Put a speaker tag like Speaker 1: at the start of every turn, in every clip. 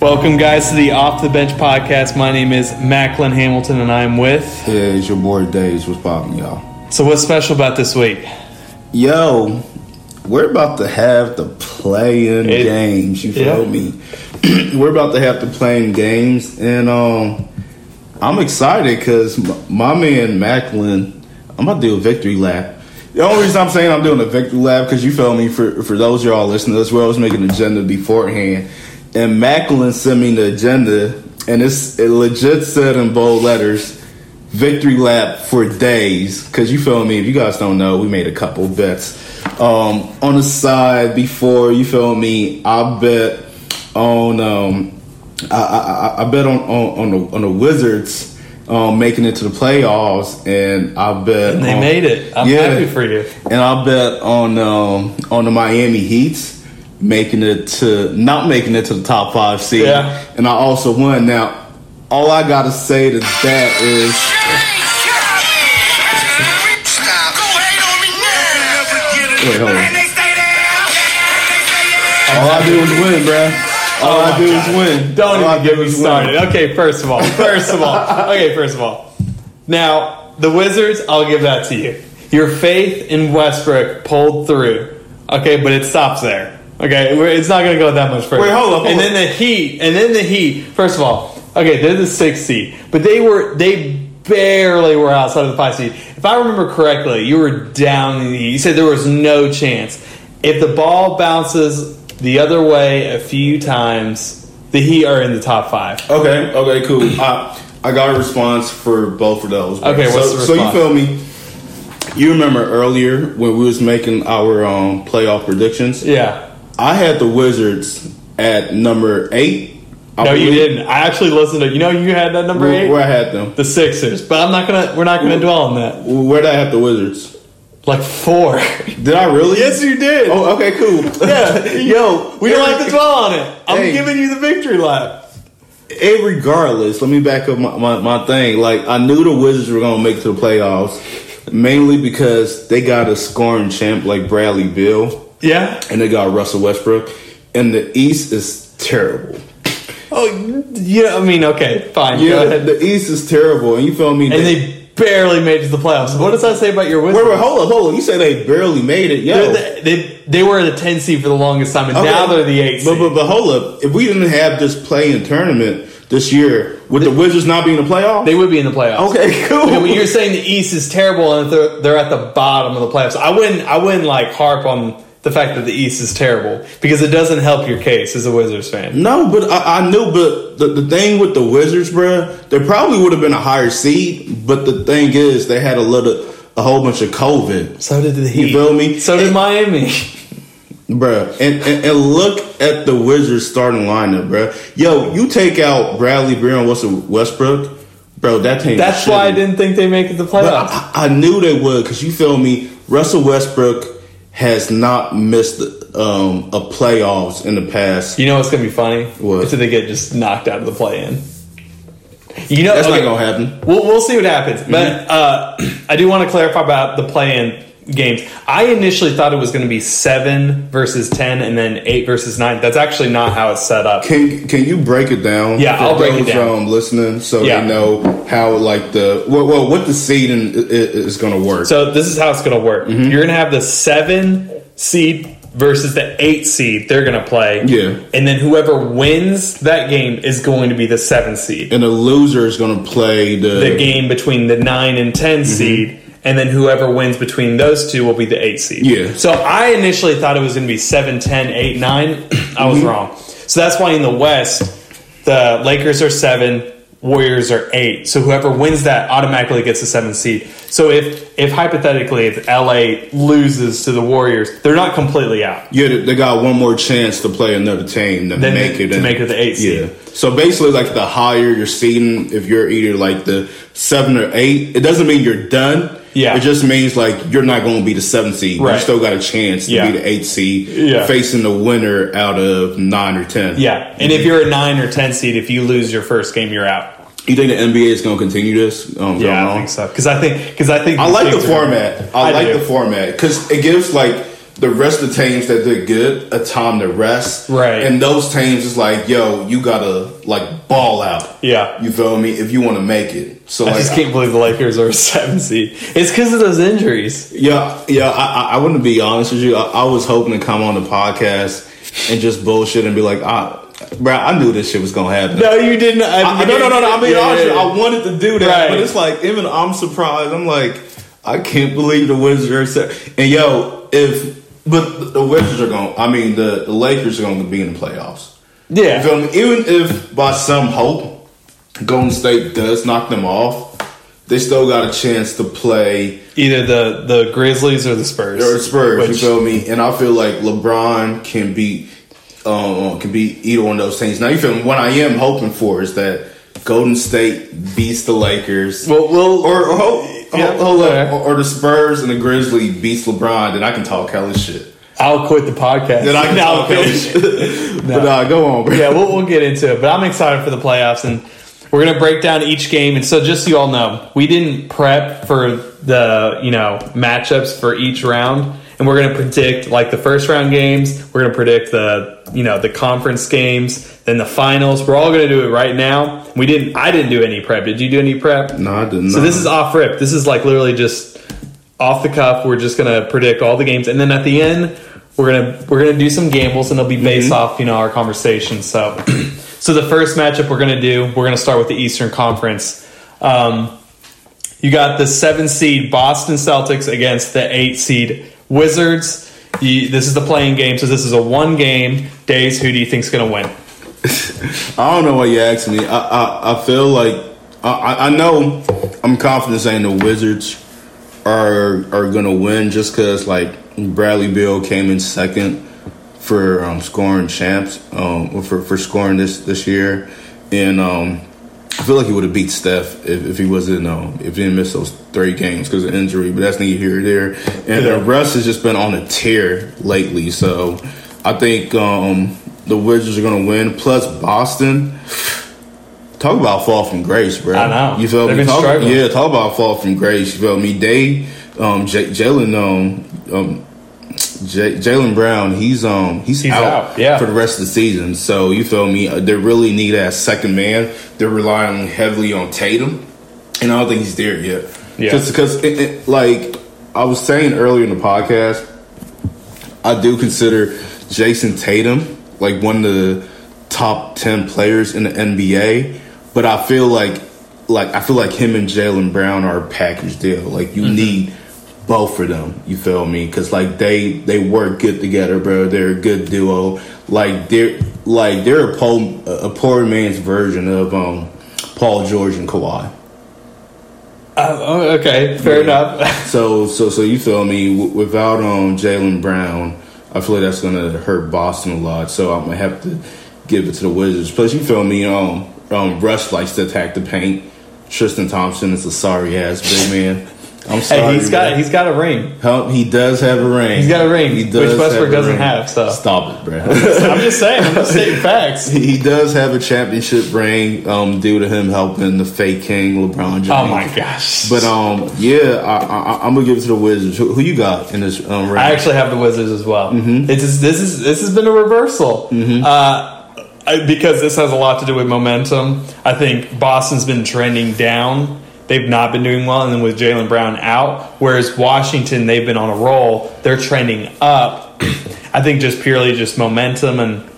Speaker 1: Welcome, guys, to the Off the Bench podcast. My name is Macklin Hamilton, and I'm with.
Speaker 2: Yeah, it's your boy Days. What's poppin', y'all?
Speaker 1: So, what's special about this week?
Speaker 2: Yo, we're about to have the playing
Speaker 1: It-
Speaker 2: games. You feel
Speaker 1: yeah.
Speaker 2: me? we're about to have the playing games, and um, I'm excited because my man Macklin, I'm gonna do a victory lap. The only reason I'm saying I'm doing a victory lap because you feel me. For for those of y'all listening to us, we always make an agenda beforehand, and Macklin sent me the agenda, and it's it legit said in bold letters. Victory lap for days, cause you feel me. If you guys don't know, we made a couple bets um, on the side before. You feel me? I bet on um, I, I- I, I bet on on, on, the, on the Wizards um, making it to the playoffs, and I bet
Speaker 1: And they
Speaker 2: on-
Speaker 1: made it. I'm happy for you.
Speaker 2: And I bet on um, on the Miami Heat making it to not making it to the top five seed,
Speaker 1: Yeah.
Speaker 2: and I also won. Now, all I gotta say to that is. Wait, hold on. All I do is win, bruh. All
Speaker 1: Oh my
Speaker 2: I do
Speaker 1: God.
Speaker 2: is win.
Speaker 1: Don't
Speaker 2: All Oh, I
Speaker 1: even get
Speaker 2: do
Speaker 1: me
Speaker 2: is win.
Speaker 1: started. Okay, first of all, first of all, okay, first of all. Now, the Wizards, I'll give that to you. Your faith in Westbrook pulled through. Okay, but it stops there. Okay, we're- it's not going to go that much further.
Speaker 2: Wait, hold up, hold
Speaker 1: and
Speaker 2: up.
Speaker 1: then the Heat, and then the Heat. First of all, okay, they're the sixth seed, but they were they barely were outside of the five seed. If I remember correctly, you were down. in the- You said there was no chance. If the ball bounces the other way a few times, the Heat are in the top five.
Speaker 2: Okay, okay, cool. I, I got a response for both of those.
Speaker 1: Okay, what's
Speaker 2: so,
Speaker 1: the
Speaker 2: so you
Speaker 1: response?
Speaker 2: feel me? You remember earlier when we was making our um, playoff predictions?
Speaker 1: Yeah.
Speaker 2: I had the Wizards at number eight. I
Speaker 1: No, you
Speaker 2: believe-
Speaker 1: didn't. I actually listened to. You know, you had that number
Speaker 2: Where, where
Speaker 1: eight,
Speaker 2: I had them?
Speaker 1: the Sixers. But I'm not gonna. We're not gonna dwell on that.
Speaker 2: Where did I have the Wizards?
Speaker 1: Like four.
Speaker 2: Did I really?
Speaker 1: yes, you did.
Speaker 2: Oh, okay, cool.
Speaker 1: Yeah.
Speaker 2: yo,
Speaker 1: we don't like to dwell on it. I'm
Speaker 2: Hey.
Speaker 1: giving you the victory lap.
Speaker 2: it regardless, let me back up my, my, my thing. Like I knew the Wizards were gonna make it to the playoffs, mainly because they got a scoring champ like Bradley Bill
Speaker 1: Yeah.
Speaker 2: and they got Russell Westbrook. And the East is terrible.
Speaker 1: Oh, yeah. I mean, okay, fine. Go
Speaker 2: Yeah,
Speaker 1: ahead.
Speaker 2: the East is terrible, and you feel me?
Speaker 1: And they barely made it to the playoffs. What does that say about your
Speaker 2: wait,
Speaker 1: Wizards?
Speaker 2: wait, hold up, hold up. You say they barely made it,
Speaker 1: They're
Speaker 2: yo.
Speaker 1: the- they, they were the 10 seed for the longest time, and
Speaker 2: Okay.
Speaker 1: now they're the 8 seed.
Speaker 2: But, but but hold up, if we didn't have this playing tournament this year, would the Wizards not be in the playoff?
Speaker 1: they would be in the playoffs.
Speaker 2: okay, cool.
Speaker 1: Okay, but you're saying the East is terrible and they're, they're at the bottom of the playoffs. I wouldn't I wouldn't like harp on the fact that the East is terrible because it doesn't help your case as a Wizards fan.
Speaker 2: No, but I, I knew. But the, the thing with the Wizards, bruh, they probably would have been a higher seed. But the thing is, they had a little, a whole bunch of COVID,
Speaker 1: So did the Heat.
Speaker 2: feel me?
Speaker 1: So did
Speaker 2: And-
Speaker 1: Miami.
Speaker 2: bruh. And, and and look at the Wizards starting lineup, bruh. Yo, you take out Bradley Beal and Russell Westbrook, bro. That team. is
Speaker 1: That's why I
Speaker 2: shitty.
Speaker 1: didn't think they make it to the
Speaker 2: But
Speaker 1: playoffs.
Speaker 2: I, I knew they would because you feel me. Russell Westbrook has not missed um, a playoffs in the past.
Speaker 1: You know what's gonna be funny?
Speaker 2: What?
Speaker 1: If they get just knocked out of the play in. You know
Speaker 2: That's
Speaker 1: okay,
Speaker 2: not gonna Mm-hmm. happen.
Speaker 1: We'll, we'll see what happens. But uh, I do want to clarify about the play in games. I initially thought it was gonna be seven versus ten and then eight versus nine. That's actually not how it's set up.
Speaker 2: Can can you break it down?
Speaker 1: Yeah,
Speaker 2: for
Speaker 1: I'll break it
Speaker 2: those,
Speaker 1: down.
Speaker 2: Um, listening, so
Speaker 1: Yeah.
Speaker 2: they know how like the well, well what the seeding i- i- is going to work.
Speaker 1: So this is how it's going to work.
Speaker 2: Mm-hmm.
Speaker 1: You're going to have the seven seed versus the eight seed. They're going to play.
Speaker 2: Yeah.
Speaker 1: And then whoever wins that game is going to be the seven seed.
Speaker 2: and the loser is going to play the,
Speaker 1: The game between the nine and 10
Speaker 2: Mm-hmm.
Speaker 1: seed. And then whoever wins between those two will be the eight seed.
Speaker 2: Yeah.
Speaker 1: So I initially thought it was going to be 7, 10, 8, 9. I
Speaker 2: Mm-hmm.
Speaker 1: was wrong. So that's why in the West, the Lakers are seven, Warriors are eight. So whoever wins that automatically gets the seventh seed. So if if hypothetically if LA loses to the Warriors, they're not completely out.
Speaker 2: Yeah, they- they got one more chance to play another team to
Speaker 1: Then
Speaker 2: make
Speaker 1: to-
Speaker 2: it
Speaker 1: to
Speaker 2: in.
Speaker 1: make it the eighth seed.
Speaker 2: Yeah. So basically, like the higher your seeding, if you're either like the seven or eight, it doesn't mean you're done.
Speaker 1: Yeah.
Speaker 2: It just means like you're not going to be the seventh seed.
Speaker 1: Right.
Speaker 2: You still got a chance to
Speaker 1: Yeah.
Speaker 2: be the eighth seed,
Speaker 1: Yeah.
Speaker 2: facing the winner out of nine or ten.
Speaker 1: Yeah. And if you're a nine or ten seed, if you lose your first game, you're out.
Speaker 2: You think the NBA is going to continue this? Um, going
Speaker 1: Yeah, I
Speaker 2: on?
Speaker 1: think so. Because I think because I think
Speaker 2: I like the
Speaker 1: these things are-
Speaker 2: format. I,
Speaker 1: I
Speaker 2: like
Speaker 1: do.
Speaker 2: the format because it gives like the rest of the teams that did good a time to rest.
Speaker 1: Right.
Speaker 2: And those teams is like, yo, you gotta like ball out.
Speaker 1: Yeah.
Speaker 2: You feel me? If you want to make it. So
Speaker 1: I
Speaker 2: like,
Speaker 1: just can't believe the Lakers are a seven seed. It's because of those injuries.
Speaker 2: yeah, yeah. I, I, I want to be honest with you. I, I was hoping to come on the podcast and just bullshit and be like, ah, bro, I knew this shit was gonna happen.
Speaker 1: No, you didn't.
Speaker 2: I, I- no, no, no, no. I mean,
Speaker 1: Yeah,
Speaker 2: honestly,
Speaker 1: yeah, yeah.
Speaker 2: I wanted to do that,
Speaker 1: Right.
Speaker 2: but it's like even I'm surprised. I'm like, I can't believe the Wizards are. se- And yo, if but the Wizards are going. to I mean, the, the Lakers are going to be in the playoffs. You
Speaker 1: yeah.
Speaker 2: feel me? Even if by some hope Golden State does knock them off, they still got a chance to play
Speaker 1: Either the the Grizzlies or the Spurs.
Speaker 2: or Spurs. you
Speaker 1: Which-
Speaker 2: feel me? And I feel like LeBron can beat um, can beat either one of those teams. Now you feel me? What I am hoping for is that Golden State beats the Lakers,
Speaker 1: well, well,
Speaker 2: or or, ho-
Speaker 1: Yeah.
Speaker 2: ho- hold up,
Speaker 1: Okay.
Speaker 2: or, or the Spurs and the Grizzly beats LeBron. Then I can talk hella shit.
Speaker 1: I'll quit the podcast.
Speaker 2: Then I can
Speaker 1: Now
Speaker 2: talk
Speaker 1: I'll
Speaker 2: hella
Speaker 1: finish.
Speaker 2: shit. But uh, go on, bro.
Speaker 1: yeah, we'll, we'll get into it. But I'm excited for the playoffs, and we're gonna break down each game. And so, just so you all know, we didn't prep for the you know matchups for each round, and we're gonna predict like the first round games. We're gonna predict the you know the conference games, then the finals. We're all gonna do it right now. We didn't. I didn't do any prep. Did you do any prep?
Speaker 2: No, I did not.
Speaker 1: So this is off rip. This is like literally just off the cuff. We're just gonna predict all the games, and then at the end, we're gonna we're gonna do some gambles, and they'll be based off you know our conversation. So, so the first matchup we're gonna do, we're gonna start with the Eastern Conference. Um, you got the seven seed Boston Celtics against the eight seed Wizards. You, this is the playing game, so this is a one game. Days, who do you think's gonna win?
Speaker 2: I don't know why you asked me. I I, I feel like I- I, I know I'm confident saying the Wizards are are gonna win just because like Bradley Bill came in second for um, scoring champs um, or for for scoring this this year, and um, I feel like he would have beat Steph if, if he wasn't um, if he didn't miss those three games because of injury. But that's neither here or there. And the Russ has just been on a tear lately, so I think um, the Wizards are gonna win. Plus Boston. Talk about fall from grace, bro.
Speaker 1: I know.
Speaker 2: You feel
Speaker 1: They've
Speaker 2: me?
Speaker 1: been
Speaker 2: Talk-
Speaker 1: struggling.
Speaker 2: yeah, talk about fall from grace. You feel me? They, um, J- Jalen, um, um, J- Jalen Brown, he's um, he's,
Speaker 1: He's
Speaker 2: out,
Speaker 1: out, yeah.
Speaker 2: for the rest of the season. So you feel me? Uh, They really need that second man. They're relying heavily on Tatum, and I don't think he's there yet.
Speaker 1: Yeah.
Speaker 2: because like I was saying earlier in the podcast, I do consider Jason Tatum like one of the top ten players in the NBA, but I feel like like I feel like him and Jalen Brown are a package deal. Like you need both of them. You feel me? Because like they they work good together, bro. They're a good duo. Like they're like they're a poor a poor man's version of um Paul George and Kawhi.
Speaker 1: Uh, okay, fair enough.
Speaker 2: So so so you feel me? W- without um Jalen Brown, I feel like that's gonna hurt Boston a lot. So I'm gonna have to give it to the Wizards. Plus, you feel me? Um, um Russ likes to attack the paint. Tristan Thompson is a sorry ass big man. I'm
Speaker 1: hey,
Speaker 2: sorry.
Speaker 1: he's got
Speaker 2: man.
Speaker 1: he's got a ring.
Speaker 2: Help, he does have a ring.
Speaker 1: He's got a ring,
Speaker 2: He
Speaker 1: which
Speaker 2: does
Speaker 1: Westbrook
Speaker 2: have a
Speaker 1: doesn't
Speaker 2: ring.
Speaker 1: have, so.
Speaker 2: stop it, bro.
Speaker 1: I'm just saying. I'm just stating facts.
Speaker 2: he does have a championship ring um, due to him helping the fake king LeBron James.
Speaker 1: Oh my gosh!
Speaker 2: But um, yeah, I, I, I'm gonna give it to the Wizards. Who, who you got in this um, round?
Speaker 1: I actually have the Wizards as well.
Speaker 2: Mm-hmm.
Speaker 1: It's just, this is this has been a reversal uh, I- because this has a lot to do with momentum. I think Boston's been trending down. They've not been doing well, and then with Jalen Brown out, whereas Washington they've been on a roll. They're trending up. I think just purely just momentum and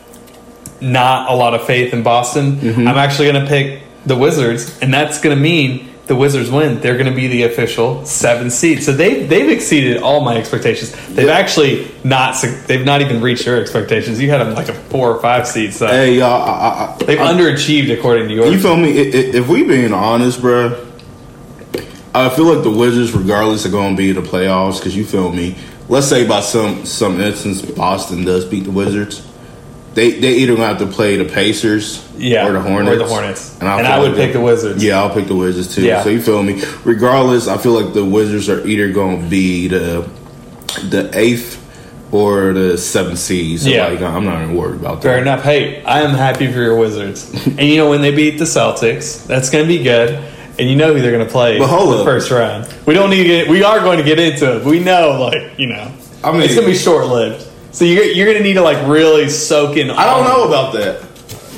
Speaker 1: not a lot of faith in Boston. I'm actually going to pick the Wizards, and that's going to mean the Wizards win. They're going to be the official seventh seed. So they they've exceeded all my expectations. They've actually not su- they've not even reached your expectations. You had them like a four or five seed, so
Speaker 2: hey y'all, I, I,
Speaker 1: they've underachieved according to
Speaker 2: I,
Speaker 1: yours.
Speaker 2: you feel me? I- I- If we being honest, bro, I feel like the Wizards, regardless, are gonna be in the playoffs. Cause you feel me? Let's say by some some instance, Boston does beat the Wizards. They they either gonna have to play the Pacers,
Speaker 1: yeah,
Speaker 2: or the Hornets,
Speaker 1: And I,
Speaker 2: feel
Speaker 1: would
Speaker 2: like
Speaker 1: pick the Wizards.
Speaker 2: Yeah, I'll pick the Wizards too.
Speaker 1: Yeah.
Speaker 2: So you feel me? Regardless, I feel like the Wizards are either going to be the the eighth or the seventh seed. So
Speaker 1: Yeah.
Speaker 2: like, I'm not even worried about that.
Speaker 1: Fair enough. Hey, I am happy for your Wizards. and you know when they beat the Celtics, that's going to be good. and you know who they're going to play
Speaker 2: But hold
Speaker 1: the
Speaker 2: up.
Speaker 1: first round. We don't need to get. We are going to get into it. But we know, like you know,
Speaker 2: I mean-
Speaker 1: it's going to be short lived. So you're you're going to need to like really soak in.
Speaker 2: I don't know about that.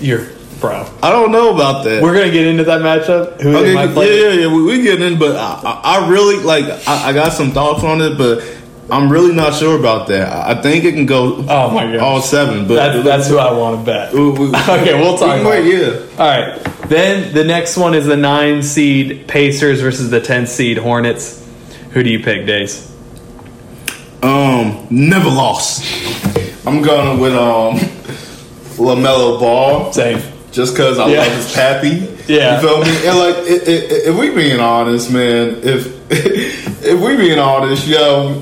Speaker 1: your bro.
Speaker 2: I don't know about that.
Speaker 1: We're going to get into that matchup. Who
Speaker 2: Okay,
Speaker 1: they might play?
Speaker 2: yeah, yeah, yeah. We, we get in, but I, I, I really like. I, I got some thoughts on it, but I'm really not sure about that. I I think it can go.
Speaker 1: Oh my gosh.
Speaker 2: all seven. But
Speaker 1: That's that's who I want to bet.
Speaker 2: We- we-
Speaker 1: okay, we'll talk.
Speaker 2: we can
Speaker 1: about
Speaker 2: wait,
Speaker 1: it.
Speaker 2: yeah.
Speaker 1: All right. Then the next one is the nine seed Pacers versus the ten seed Hornets. Who do you pick, Days?
Speaker 2: Um, never lost. I'm going with um Lamelo Ball
Speaker 1: Same.
Speaker 2: just because I
Speaker 1: Yeah.
Speaker 2: love his pappy.
Speaker 1: Yeah.
Speaker 2: you feel me? And like, i i if we being honest, man, if if we being honest, yo,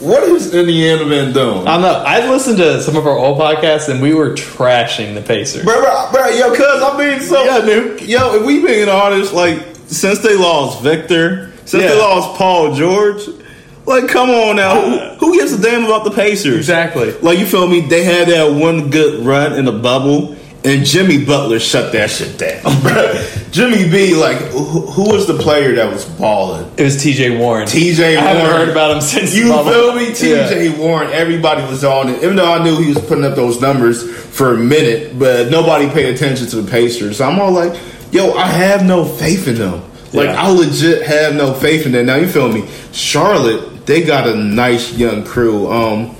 Speaker 2: what has Indiana been doing?
Speaker 1: I'm not. I listened to some of our old podcasts and we were trashing the Pacers.
Speaker 2: Bro, bro, bro, yo, cuz I'm being so.
Speaker 1: Yeah, dude.
Speaker 2: Yo, if we being honest, like, since they lost Victor, since they
Speaker 1: Yeah.
Speaker 2: lost Paul George, like, come
Speaker 1: Uh,
Speaker 2: on now. Who, who gives a damn about the Pacers?
Speaker 1: Exactly.
Speaker 2: Like, you feel me? They had that one good run in the bubble, and Jimmy Butler shut that shit down, bro. Jimmy B, like, who, who was the player that was balling?
Speaker 1: It was T.J. Warren.
Speaker 2: TJ
Speaker 1: I haven't
Speaker 2: Warren.
Speaker 1: heard about him since.
Speaker 2: You
Speaker 1: the bubble.
Speaker 2: feel me?
Speaker 1: Yeah.
Speaker 2: TJ Warren, everybody was on it. Even though I knew he was putting up those numbers for a minute, but nobody paid attention to the Pacers. So I'm all like, yo, I have no faith in them. Like,
Speaker 1: Yeah.
Speaker 2: I legit have no faith in them. Now, you feel me? Charlotte, they got a nice young crew. Um,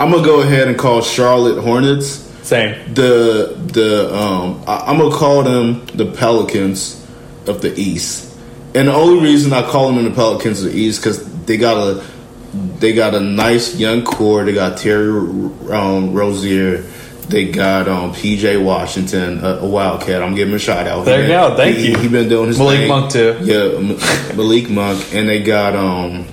Speaker 2: I'm going to go ahead and call Charlotte Hornets
Speaker 1: Same.
Speaker 2: the the um I, I'm gonna call them the Pelicans of the East, and the only reason I call them the Pelicans of the East because they got a they got a nice young core. They got Terry um, Rozier. They got um, PJ Washington, a, a Wildcat. I'm giving him a shout out.
Speaker 1: There you go. Thank
Speaker 2: he,
Speaker 1: you.
Speaker 2: He been doing his
Speaker 1: Malik
Speaker 2: thing.
Speaker 1: Monk, too.
Speaker 2: Yeah, M- Malik Monk, and they got um.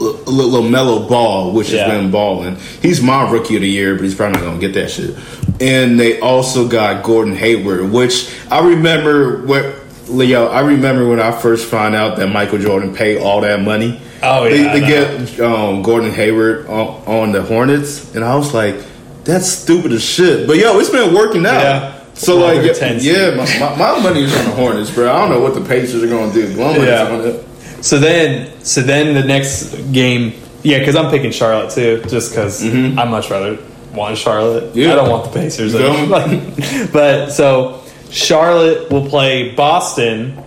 Speaker 2: L- L- Lamelo Ball, which
Speaker 1: Yeah.
Speaker 2: has been balling. He's my rookie of the year, but he's probably not gonna get that shit. And they also got Gordon Hayward, which I remember what Leo. I remember when I first found out that Michael Jordan paid all that money.
Speaker 1: Oh,
Speaker 2: they,
Speaker 1: yeah, I
Speaker 2: they
Speaker 1: know.
Speaker 2: get um, Gordon Hayward on, on the Hornets, and I was like, that's stupid as shit. But yo, it's been working out.
Speaker 1: Yeah.
Speaker 2: So
Speaker 1: Well,
Speaker 2: like,
Speaker 1: they're 10 seed.
Speaker 2: yeah, my, my, my money is on the Hornets, bro. I don't know what the Pacers are gonna do. but My money's
Speaker 1: Yeah.
Speaker 2: on it.
Speaker 1: So then, so then the next game, yeah, because I'm picking Charlotte too, just because I much rather want Charlotte.
Speaker 2: Mm-hmm. Yeah.
Speaker 1: I don't want the Pacers.
Speaker 2: You don't?
Speaker 1: Like, but so Charlotte will play Boston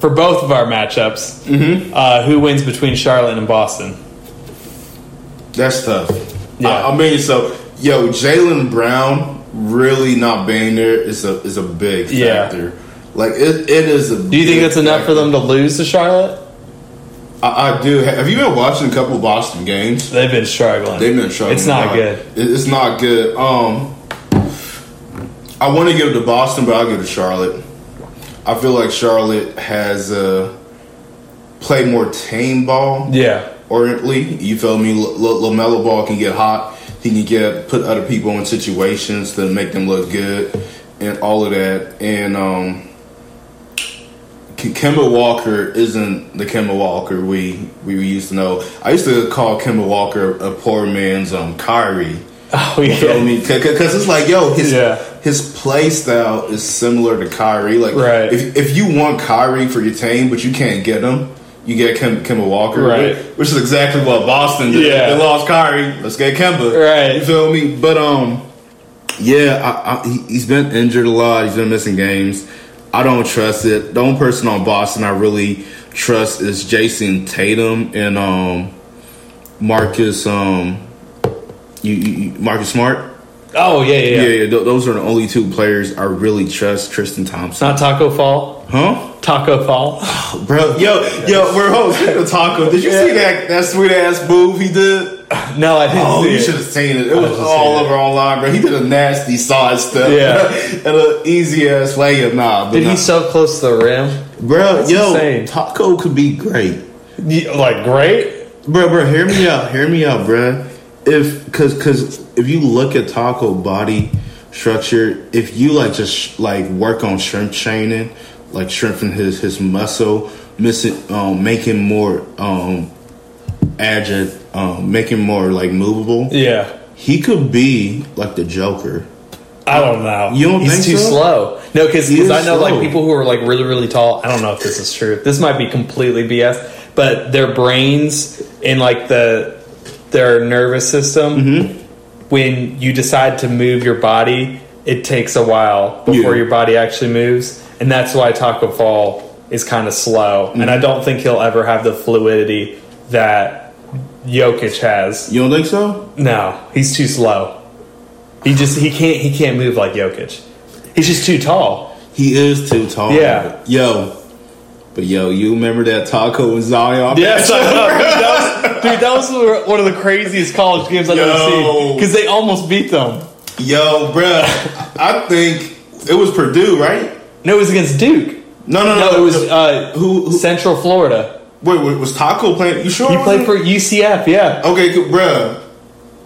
Speaker 1: for both of our matchups. Mm-hmm. Uh, who wins between Charlotte and Boston?
Speaker 2: That's tough.
Speaker 1: Yeah.
Speaker 2: I, I mean, so yo, Jalen Brown really not being there is a is a big
Speaker 1: Yeah.
Speaker 2: factor. Like it, it is a.
Speaker 1: Do you think that's enough for them to lose to Charlotte?
Speaker 2: I, I do. Have you been watching a couple Boston games?
Speaker 1: They've been struggling.
Speaker 2: They've been struggling.
Speaker 1: It's not
Speaker 2: a lot.
Speaker 1: good.
Speaker 2: It- It's not good. Um, I want to give it to Boston, but I'll give it to Charlotte. I feel like Charlotte has uh, played more tame ball.
Speaker 1: Yeah.
Speaker 2: Orientally, you feel me? L- L- Lamelo Ball can get hot. He can get put other people in situations to make them look good, and all of that. And um, K- Kemba Walker isn't the Kemba Walker we we used to know. I used to call Kemba Walker a poor man's um Kyrie.
Speaker 1: Oh yeah.
Speaker 2: You feel me? Because it's like, yo, his
Speaker 1: Yeah.
Speaker 2: his play style is similar to Kyrie. Like,
Speaker 1: Right.
Speaker 2: if if you want Kyrie for your team, but you can't get him, you get Kim, Kemba Walker,
Speaker 1: Right.
Speaker 2: Which is exactly what Boston did.
Speaker 1: Yeah.
Speaker 2: They lost Kyrie. Let's get Kemba,
Speaker 1: Right.
Speaker 2: You feel me? But um, yeah, I, I, he, he's been injured a lot. He's been missing games. I don't trust it. The only person on Boston I really trust is Jason Tatum and um Marcus um you, you you- Marcus Smart.
Speaker 1: Oh yeah, yeah.
Speaker 2: Yeah,
Speaker 1: yeah.
Speaker 2: yeah, th- those are the only two players I really trust. Tristan Thompson,
Speaker 1: Not Taco Fall.
Speaker 2: huh?
Speaker 1: Taco Fall.
Speaker 2: Bro, yo, yo, we're hosting the taco. Did you see
Speaker 1: Yeah.
Speaker 2: that that sweet ass move he did?
Speaker 1: No, I didn't
Speaker 2: Oh,
Speaker 1: see
Speaker 2: you
Speaker 1: it.
Speaker 2: should have seen it. It was
Speaker 1: should've
Speaker 2: all
Speaker 1: seen it.
Speaker 2: over online, bro. He did a nasty side step,
Speaker 1: Yeah.
Speaker 2: and an easy ass layup. Nah, but
Speaker 1: Dude,
Speaker 2: nah.
Speaker 1: he's so close to the rim.
Speaker 2: bro, yo,
Speaker 1: insane.
Speaker 2: taco could be great.
Speaker 1: You- Like great.
Speaker 2: bro, bro, hear me out, hear me out, bro. If, cause, cause, if you look at taco body structure, if you like just like work on shrimp chaining, like shrimping his his muscle, missing, um, making more um, agile, um, making more like movable,
Speaker 1: Yeah.
Speaker 2: he could be like the Joker.
Speaker 1: I don't know.
Speaker 2: You don't
Speaker 1: He's
Speaker 2: think
Speaker 1: too
Speaker 2: so?
Speaker 1: slow. No, because
Speaker 2: He is
Speaker 1: I know like
Speaker 2: slow.
Speaker 1: people who are like really really tall. I don't know if this is true. This might be completely BS, but their brains and like the their nervous system
Speaker 2: Mm-hmm.
Speaker 1: when you decide to move your body, it takes a while before
Speaker 2: Yeah.
Speaker 1: your body actually moves, and that's why Taco Fall is kind of slow. And
Speaker 2: Mm-hmm.
Speaker 1: I don't think he'll ever have the fluidity that Jokic has.
Speaker 2: You don't think so?
Speaker 1: No, he's too slow. He just he can't he can't move like Jokic. He's just too tall.
Speaker 2: He is too tall.
Speaker 1: Yeah.
Speaker 2: Yo. But yo, you remember that Taco and Zion?
Speaker 1: Yes, I know. Dude, that was, dude, that was one of the craziest college games I've ever
Speaker 2: Yo.
Speaker 1: seen because they almost beat them.
Speaker 2: Yo, bruh. I think it was Purdue, right?
Speaker 1: No, it was against Duke.
Speaker 2: No, no, no.
Speaker 1: No, it was uh,
Speaker 2: who- who-
Speaker 1: Central Florida.
Speaker 2: Wait, wait, was Taco playing? You sure?
Speaker 1: He
Speaker 2: it
Speaker 1: played
Speaker 2: wasn't?
Speaker 1: for UCF. Yeah.
Speaker 2: Okay, good, bruh.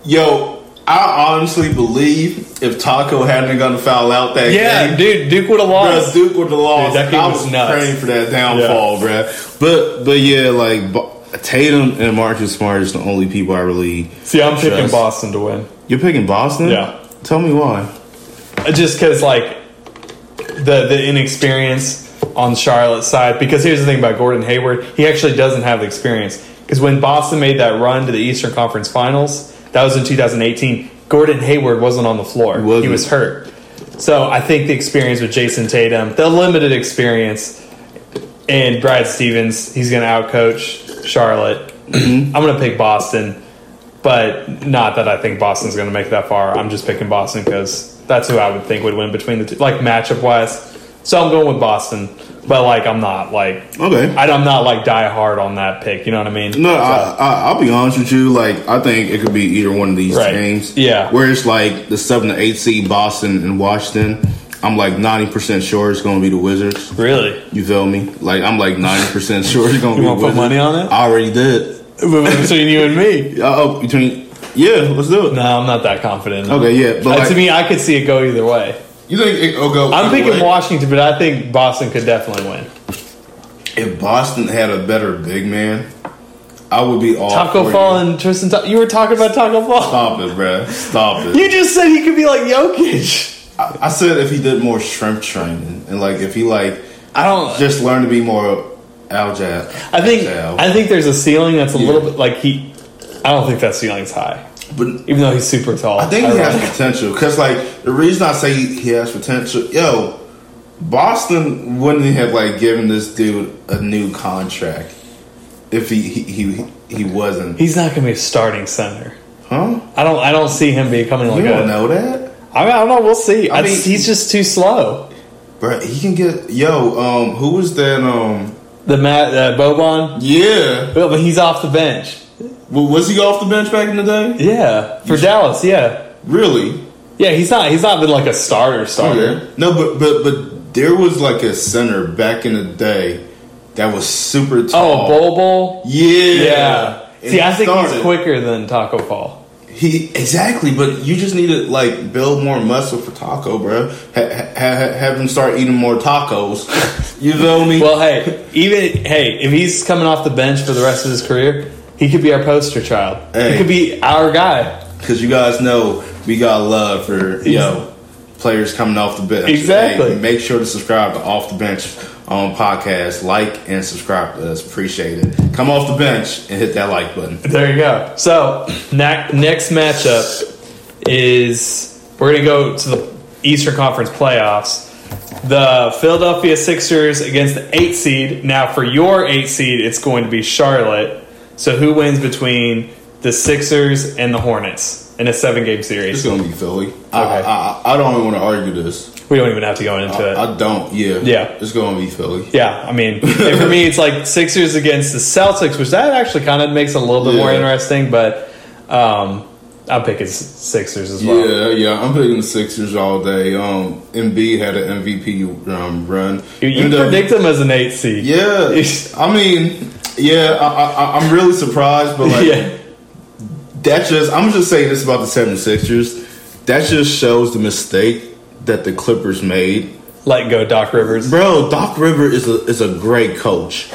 Speaker 2: Yo, I honestly believe if Taco hadn't gone to foul out that
Speaker 1: Yeah,
Speaker 2: game,
Speaker 1: dude, Duke would have
Speaker 2: Bruh,
Speaker 1: lost.
Speaker 2: Duke with the loss.
Speaker 1: Dude, that game
Speaker 2: I
Speaker 1: was
Speaker 2: was,
Speaker 1: nuts.
Speaker 2: praying for that downfall, bruh. But but yeah, like Bo- Tatum and Marcus Smart is the only people I really.
Speaker 1: See, I'm picking
Speaker 2: Just-
Speaker 1: Boston to win.
Speaker 2: You're picking Boston.
Speaker 1: Yeah.
Speaker 2: Tell me why.
Speaker 1: Uh, Just because, like, the the inexperience on Charlotte's side. Because here's the thing about Gordon Hayward. He actually doesn't have the experience. Because when Boston made that run to the Eastern Conference Finals, that was in 2018, Gordon Hayward wasn't on the floor. He,
Speaker 2: wasn't.
Speaker 1: was hurt. So I think the experience with Jason Tatum, the limited experience, and Brad Stevens, he's going to outcoach Charlotte.
Speaker 2: Mm-hmm.
Speaker 1: I'm going to pick Boston, but not that I think Boston's going to make it that far. I'm just picking Boston because that's who I would think would win between the two, like matchup wise. So I'm going with Boston, but like I'm not like
Speaker 2: Okay.
Speaker 1: I, am not like die hard on that pick. You know what I mean?
Speaker 2: No, I, I, I'll be honest with you. Like, I think it could be either one of these
Speaker 1: Right.
Speaker 2: games.
Speaker 1: Yeah.
Speaker 2: Where it's like the seven to eight seed Boston and Washington. I'm like ninety percent sure it's going to be the Wizards.
Speaker 1: really.
Speaker 2: You feel me? Like I'm like ninety percent sure it's going to be.
Speaker 1: wanna
Speaker 2: the
Speaker 1: put
Speaker 2: Wizards.
Speaker 1: money on it?
Speaker 2: I already did.
Speaker 1: Between you and me.
Speaker 2: Uh, oh, between yeah, let's do it.
Speaker 1: No, I'm not that confident.
Speaker 2: Okay, yeah,
Speaker 1: Uh,
Speaker 2: but like,
Speaker 1: to me, I could see it go either way.
Speaker 2: you think it, will go?
Speaker 1: I'm
Speaker 2: either
Speaker 1: picking
Speaker 2: way?
Speaker 1: Washington, but I think Boston could definitely win.
Speaker 2: If Boston had a better big man, I would be all for
Speaker 1: Taco
Speaker 2: you.
Speaker 1: Fall and Tristan. Ta- you were talking about Taco Fall.
Speaker 2: Stop it, bruh. Stop it.
Speaker 1: You just said he could be like Jokic.
Speaker 2: I, I said if he did more shrimp training and like if he like
Speaker 1: I don't.
Speaker 2: just learn to be more agile.
Speaker 1: I think.
Speaker 2: agile.
Speaker 1: I think there's a ceiling that's a
Speaker 2: Yeah.
Speaker 1: little bit like he. I don't think that ceiling's high,
Speaker 2: but
Speaker 1: even though he's super tall.
Speaker 2: I think he
Speaker 1: really-
Speaker 2: has potential because like the reason I say he has potential, yo, Boston wouldn't have like given this dude a new contract if he he he, he wasn't,
Speaker 1: He's not going to be a starting center.
Speaker 2: huh?
Speaker 1: I don't. I don't see him becoming like
Speaker 2: You
Speaker 1: a.
Speaker 2: don't know that.
Speaker 1: I, mean, I don't know. We'll see. I,
Speaker 2: I
Speaker 1: mean,
Speaker 2: mean-
Speaker 1: he's just too slow.
Speaker 2: Bruh, he can get yo. Um, who was that? Um,
Speaker 1: The Matt uh, Boban,
Speaker 2: yeah.
Speaker 1: but, but he's off the bench.
Speaker 2: Well, was he off the bench back in the day?
Speaker 1: Yeah, for Dallas. Yeah,
Speaker 2: Really?
Speaker 1: yeah. He's not. He's not been like a starter. Starter.
Speaker 2: Okay. No, but but but there was like a center back in the day that was super
Speaker 1: Oh,
Speaker 2: tall.
Speaker 1: Bol Bol.
Speaker 2: Yeah.
Speaker 1: Yeah.
Speaker 2: And
Speaker 1: See,
Speaker 2: he
Speaker 1: I think he's
Speaker 2: started.
Speaker 1: quicker than Taco Fall.
Speaker 2: He exactly, but you just need to like build more muscle for taco, bro. Ha, ha, ha- have him start eating more tacos. You feel me?
Speaker 1: Well, hey, even hey, if he's coming off the bench for the rest of his career, he could be our poster child. He
Speaker 2: Hey.
Speaker 1: could be our guy.
Speaker 2: Because you guys know we got love for yo players coming off the bench.
Speaker 1: Exactly.
Speaker 2: Hey, make sure to subscribe to Off the Bench on podcast. Like and subscribe to us. Appreciate it. Come off the bench and hit that like button.
Speaker 1: There you go. So na- next matchup is we're gonna go to the Eastern Conference playoffs. The Philadelphia Sixers against the eight seed. Now for your eight seed, it's going to be Charlotte. So who wins between the Sixers and the Hornets in a seven game
Speaker 2: It's
Speaker 1: series?
Speaker 2: gonna be Philly. I,
Speaker 1: Okay.
Speaker 2: I, I, I don't even want to argue this.
Speaker 1: We don't even have to go into it.
Speaker 2: I don't. Yeah.
Speaker 1: Yeah.
Speaker 2: It's gonna be Philly.
Speaker 1: Yeah, I mean, and for me, it's like Sixers against the Celtics, which that actually kind of makes it a little bit more
Speaker 2: Yeah.
Speaker 1: interesting. But um, I'm picking S- Sixers as well.
Speaker 2: Yeah, yeah, I'm picking the Sixers all day. Um, MB had an MVP um, run.
Speaker 1: You, you
Speaker 2: Ended up-
Speaker 1: predict them as an eight seed.
Speaker 2: yeah, I mean, yeah, I, I, I'm really surprised, but like,
Speaker 1: yeah,
Speaker 2: that just I'm just saying this about the 76ers. That just shows the mistake that the Clippers made.
Speaker 1: let go, Doc Rivers.
Speaker 2: Bro, Doc River is a is a great coach.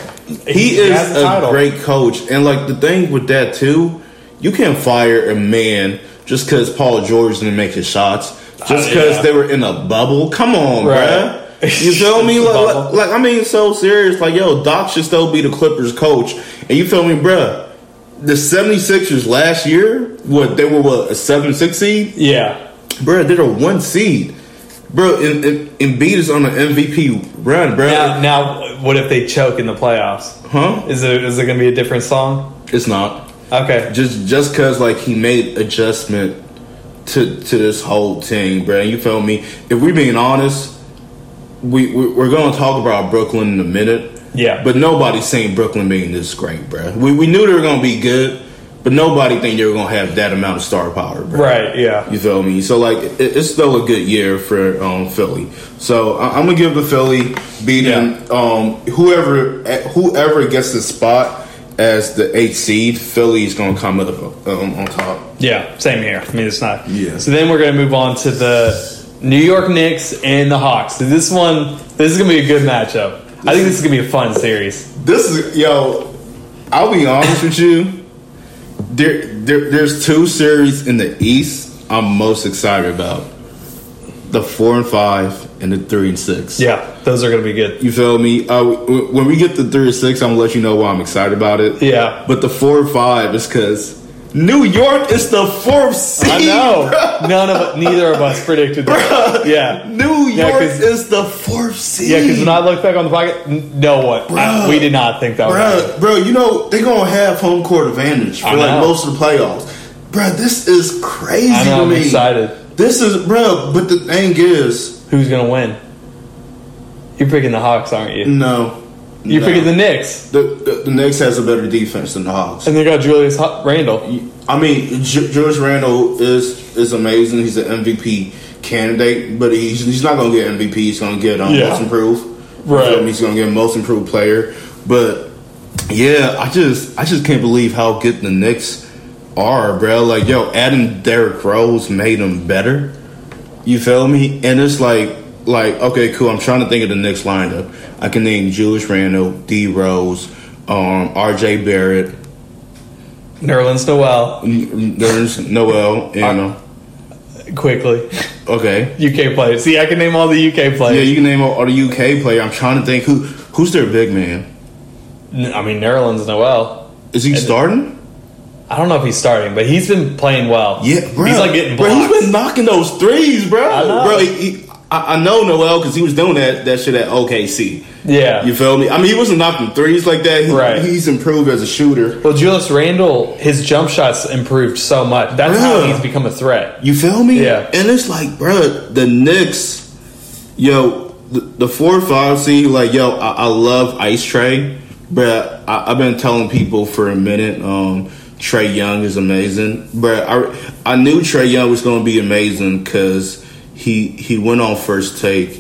Speaker 2: He
Speaker 1: He has
Speaker 2: is
Speaker 1: the
Speaker 2: a
Speaker 1: title.
Speaker 2: great coach, and like the thing with that too, you can't fire a man just because Paul George didn't make his shots. just
Speaker 1: Uh,
Speaker 2: because
Speaker 1: yeah.
Speaker 2: they were in a bubble. Come on,
Speaker 1: Right.
Speaker 2: bruh. You feel me?
Speaker 1: It's a
Speaker 2: Like, like,
Speaker 1: bubble.
Speaker 2: like, I mean, so serious. Like, yo, Doc should still be the Clippers coach. And you feel me, bruh? The 76ers last year, what, they were what, a 7 6 seed?
Speaker 1: Yeah.
Speaker 2: Bruh, they're a 1 seed. Bro, and, and, and Embiid is on an MVP run, bruh.
Speaker 1: Now, now, what if they choke in the playoffs?
Speaker 2: huh?
Speaker 1: Is it is it going to be a different song?
Speaker 2: It's not.
Speaker 1: Okay.
Speaker 2: just just because like he made adjustment to to this whole thing, bro. You feel me? If we being honest, we, we we're gonna talk about Brooklyn in a minute.
Speaker 1: Yeah.
Speaker 2: But nobody's seen Brooklyn being this great, bro. We we knew they were gonna be good, but nobody think they were gonna have that amount of star power, bro.
Speaker 1: Right. Yeah.
Speaker 2: You feel me? So like, it, it's still a good year for um, Philly. So I, I'm gonna give the Philly beating um, whoever whoever gets the spot as the eighth seed. Philly's gonna come up um, on top.
Speaker 1: Yeah. Same here. I mean, it's not.
Speaker 2: Yeah.
Speaker 1: So then we're going to move on to the New York Knicks and the Hawks. So this one, this is going to be a good matchup. I think this is going to be a fun series.
Speaker 2: This is yo. I'll be honest with you. There, there, there's two series in the East I'm most excited about: the four and five and the three and six.
Speaker 1: Yeah. Those are going to be good.
Speaker 2: You feel me? Uh, w- w- when we get to three or six, I'm gonna let you know why I'm excited about it.
Speaker 1: Yeah.
Speaker 2: But the four or five is because New York is the fourth seed.
Speaker 1: I know. None of neither of us predicted that. Yeah.
Speaker 2: New
Speaker 1: Yeah,
Speaker 2: York
Speaker 1: 'cause-
Speaker 2: is the fourth seed.
Speaker 1: Yeah, because when I look back on the pocket, n- no one. I-
Speaker 2: Bruh.
Speaker 1: we did not think that would happen.
Speaker 2: Bruh, bro, you know they're gonna have home court advantage for
Speaker 1: I
Speaker 2: like
Speaker 1: know.
Speaker 2: most of the playoffs. Bro, this is crazy.
Speaker 1: I know,
Speaker 2: to
Speaker 1: I'm
Speaker 2: me.
Speaker 1: excited.
Speaker 2: This is bro, but the thing is,
Speaker 1: Who's going to win? You're picking the Hawks, aren't you?
Speaker 2: no.
Speaker 1: You're
Speaker 2: Mm, no.
Speaker 1: picking the Knicks.
Speaker 2: the, the the Knicks has a better defense than the Hawks.
Speaker 1: And they got Julius Ho- Randle.
Speaker 2: I mean, J- George Randall is is amazing. He's an MVP candidate, but he's he's not gonna get MVP. He's gonna get um,
Speaker 1: Yeah.
Speaker 2: most improved.
Speaker 1: Right.
Speaker 2: Um, He's gonna get most improved player. But yeah, I just I just can't believe how good the Knicks are, bro. Like yo, adding Derrick Rose made them better. You feel me? And it's like like okay, cool. I'm trying to think of the Knicks lineup. I can name Jewish Randall, D Rose, um, R.J. Barrett.
Speaker 1: Nerlens Noel.
Speaker 2: There's Noel, you know.
Speaker 1: Quickly.
Speaker 2: Okay.
Speaker 1: UK players. See, I can name all the UK
Speaker 2: Yeah,
Speaker 1: players.
Speaker 2: you can name all, all the UK player. I'm trying to think who who's their big man.
Speaker 1: N- I mean, Nerlens Noel.
Speaker 2: Is he starting?
Speaker 1: I don't know if he's starting, but he's been playing well.
Speaker 2: Yeah, bro.
Speaker 1: He's like getting
Speaker 2: Bro,
Speaker 1: blocks.
Speaker 2: he's been knocking those threes, bro.
Speaker 1: I know.
Speaker 2: Bro, he, he- I, I know Noel because he was doing that that shit at OKC.
Speaker 1: yeah.
Speaker 2: You feel me? I mean, he wasn't knocking threes like that. He-
Speaker 1: Right.
Speaker 2: He's improved as a shooter.
Speaker 1: well, Julius Randle, his jump shots improved so much. That's how
Speaker 2: Bruh.
Speaker 1: he's become a threat.
Speaker 2: You feel me?
Speaker 1: Yeah.
Speaker 2: And it's like, bro, the Knicks, yo, the, the four or five seed, like, yo, I, I love Ice Trey, bro. I, I've been telling people for a minute, um, Trey Young is amazing, bro. I I knew Trey Young was gonna be amazing because he he went on first take,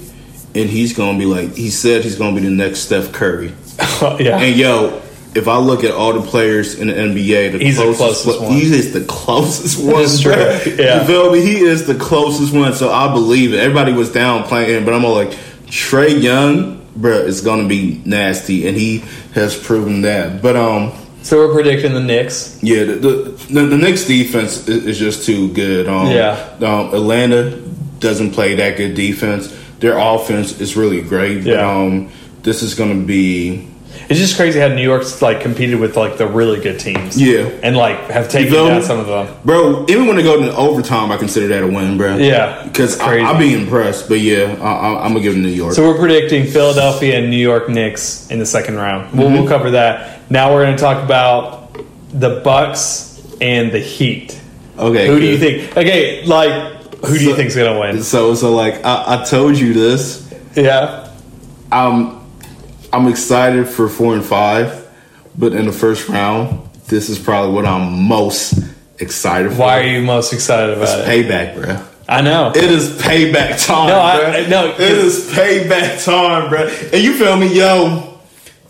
Speaker 2: and he's gonna be like he said he's gonna be the next Steph Curry.
Speaker 1: yeah.
Speaker 2: And yo, if I look at all the players in the NBA, the
Speaker 1: He's the
Speaker 2: closest,
Speaker 1: closest
Speaker 2: one.
Speaker 1: one.
Speaker 2: He is the closest one.
Speaker 1: is true.
Speaker 2: bruh.
Speaker 1: Yeah.
Speaker 2: You feel me? He is the closest one. So I believe it. Everybody was downplaying him, but I'm all like, Trey Young, bruh, is gonna be nasty, and he has proven that. But um,
Speaker 1: so we're predicting the Knicks.
Speaker 2: yeah, the the, the, the Knicks defense is, is just too good. Um,
Speaker 1: Yeah.
Speaker 2: um, Atlanta doesn't play that good defense. Their offense is really great. But,
Speaker 1: Yeah.
Speaker 2: um, this is gonna be
Speaker 1: It's just crazy how New York's like competed with like the really good teams.
Speaker 2: Yeah.
Speaker 1: And like have taken
Speaker 2: feel
Speaker 1: down
Speaker 2: me?
Speaker 1: some of them.
Speaker 2: Bro, even when they go to overtime, I consider that a win, bro.
Speaker 1: Yeah,
Speaker 2: because
Speaker 1: it's crazy.
Speaker 2: I'll be impressed. But yeah, I, I, I'm gonna give them New York.
Speaker 1: So we're predicting Philadelphia and New York Knicks in the second round. We'll, we'll cover that. Now we're going to talk about the Bucks and the Heat.
Speaker 2: okay,
Speaker 1: Who do you
Speaker 2: good.
Speaker 1: think? Okay, like who do you
Speaker 2: So-
Speaker 1: think's going to win?
Speaker 2: So, so like I, I told you this.
Speaker 1: Yeah.
Speaker 2: I'm, I'm excited for four and five, but in the first round, this is probably what I'm most excited for.
Speaker 1: Why are you most excited about it?
Speaker 2: Payback, bro.
Speaker 1: I know.
Speaker 2: It is payback time,
Speaker 1: No, I-
Speaker 2: bruh.
Speaker 1: no,
Speaker 2: it is payback time, bro. And you feel me, yo?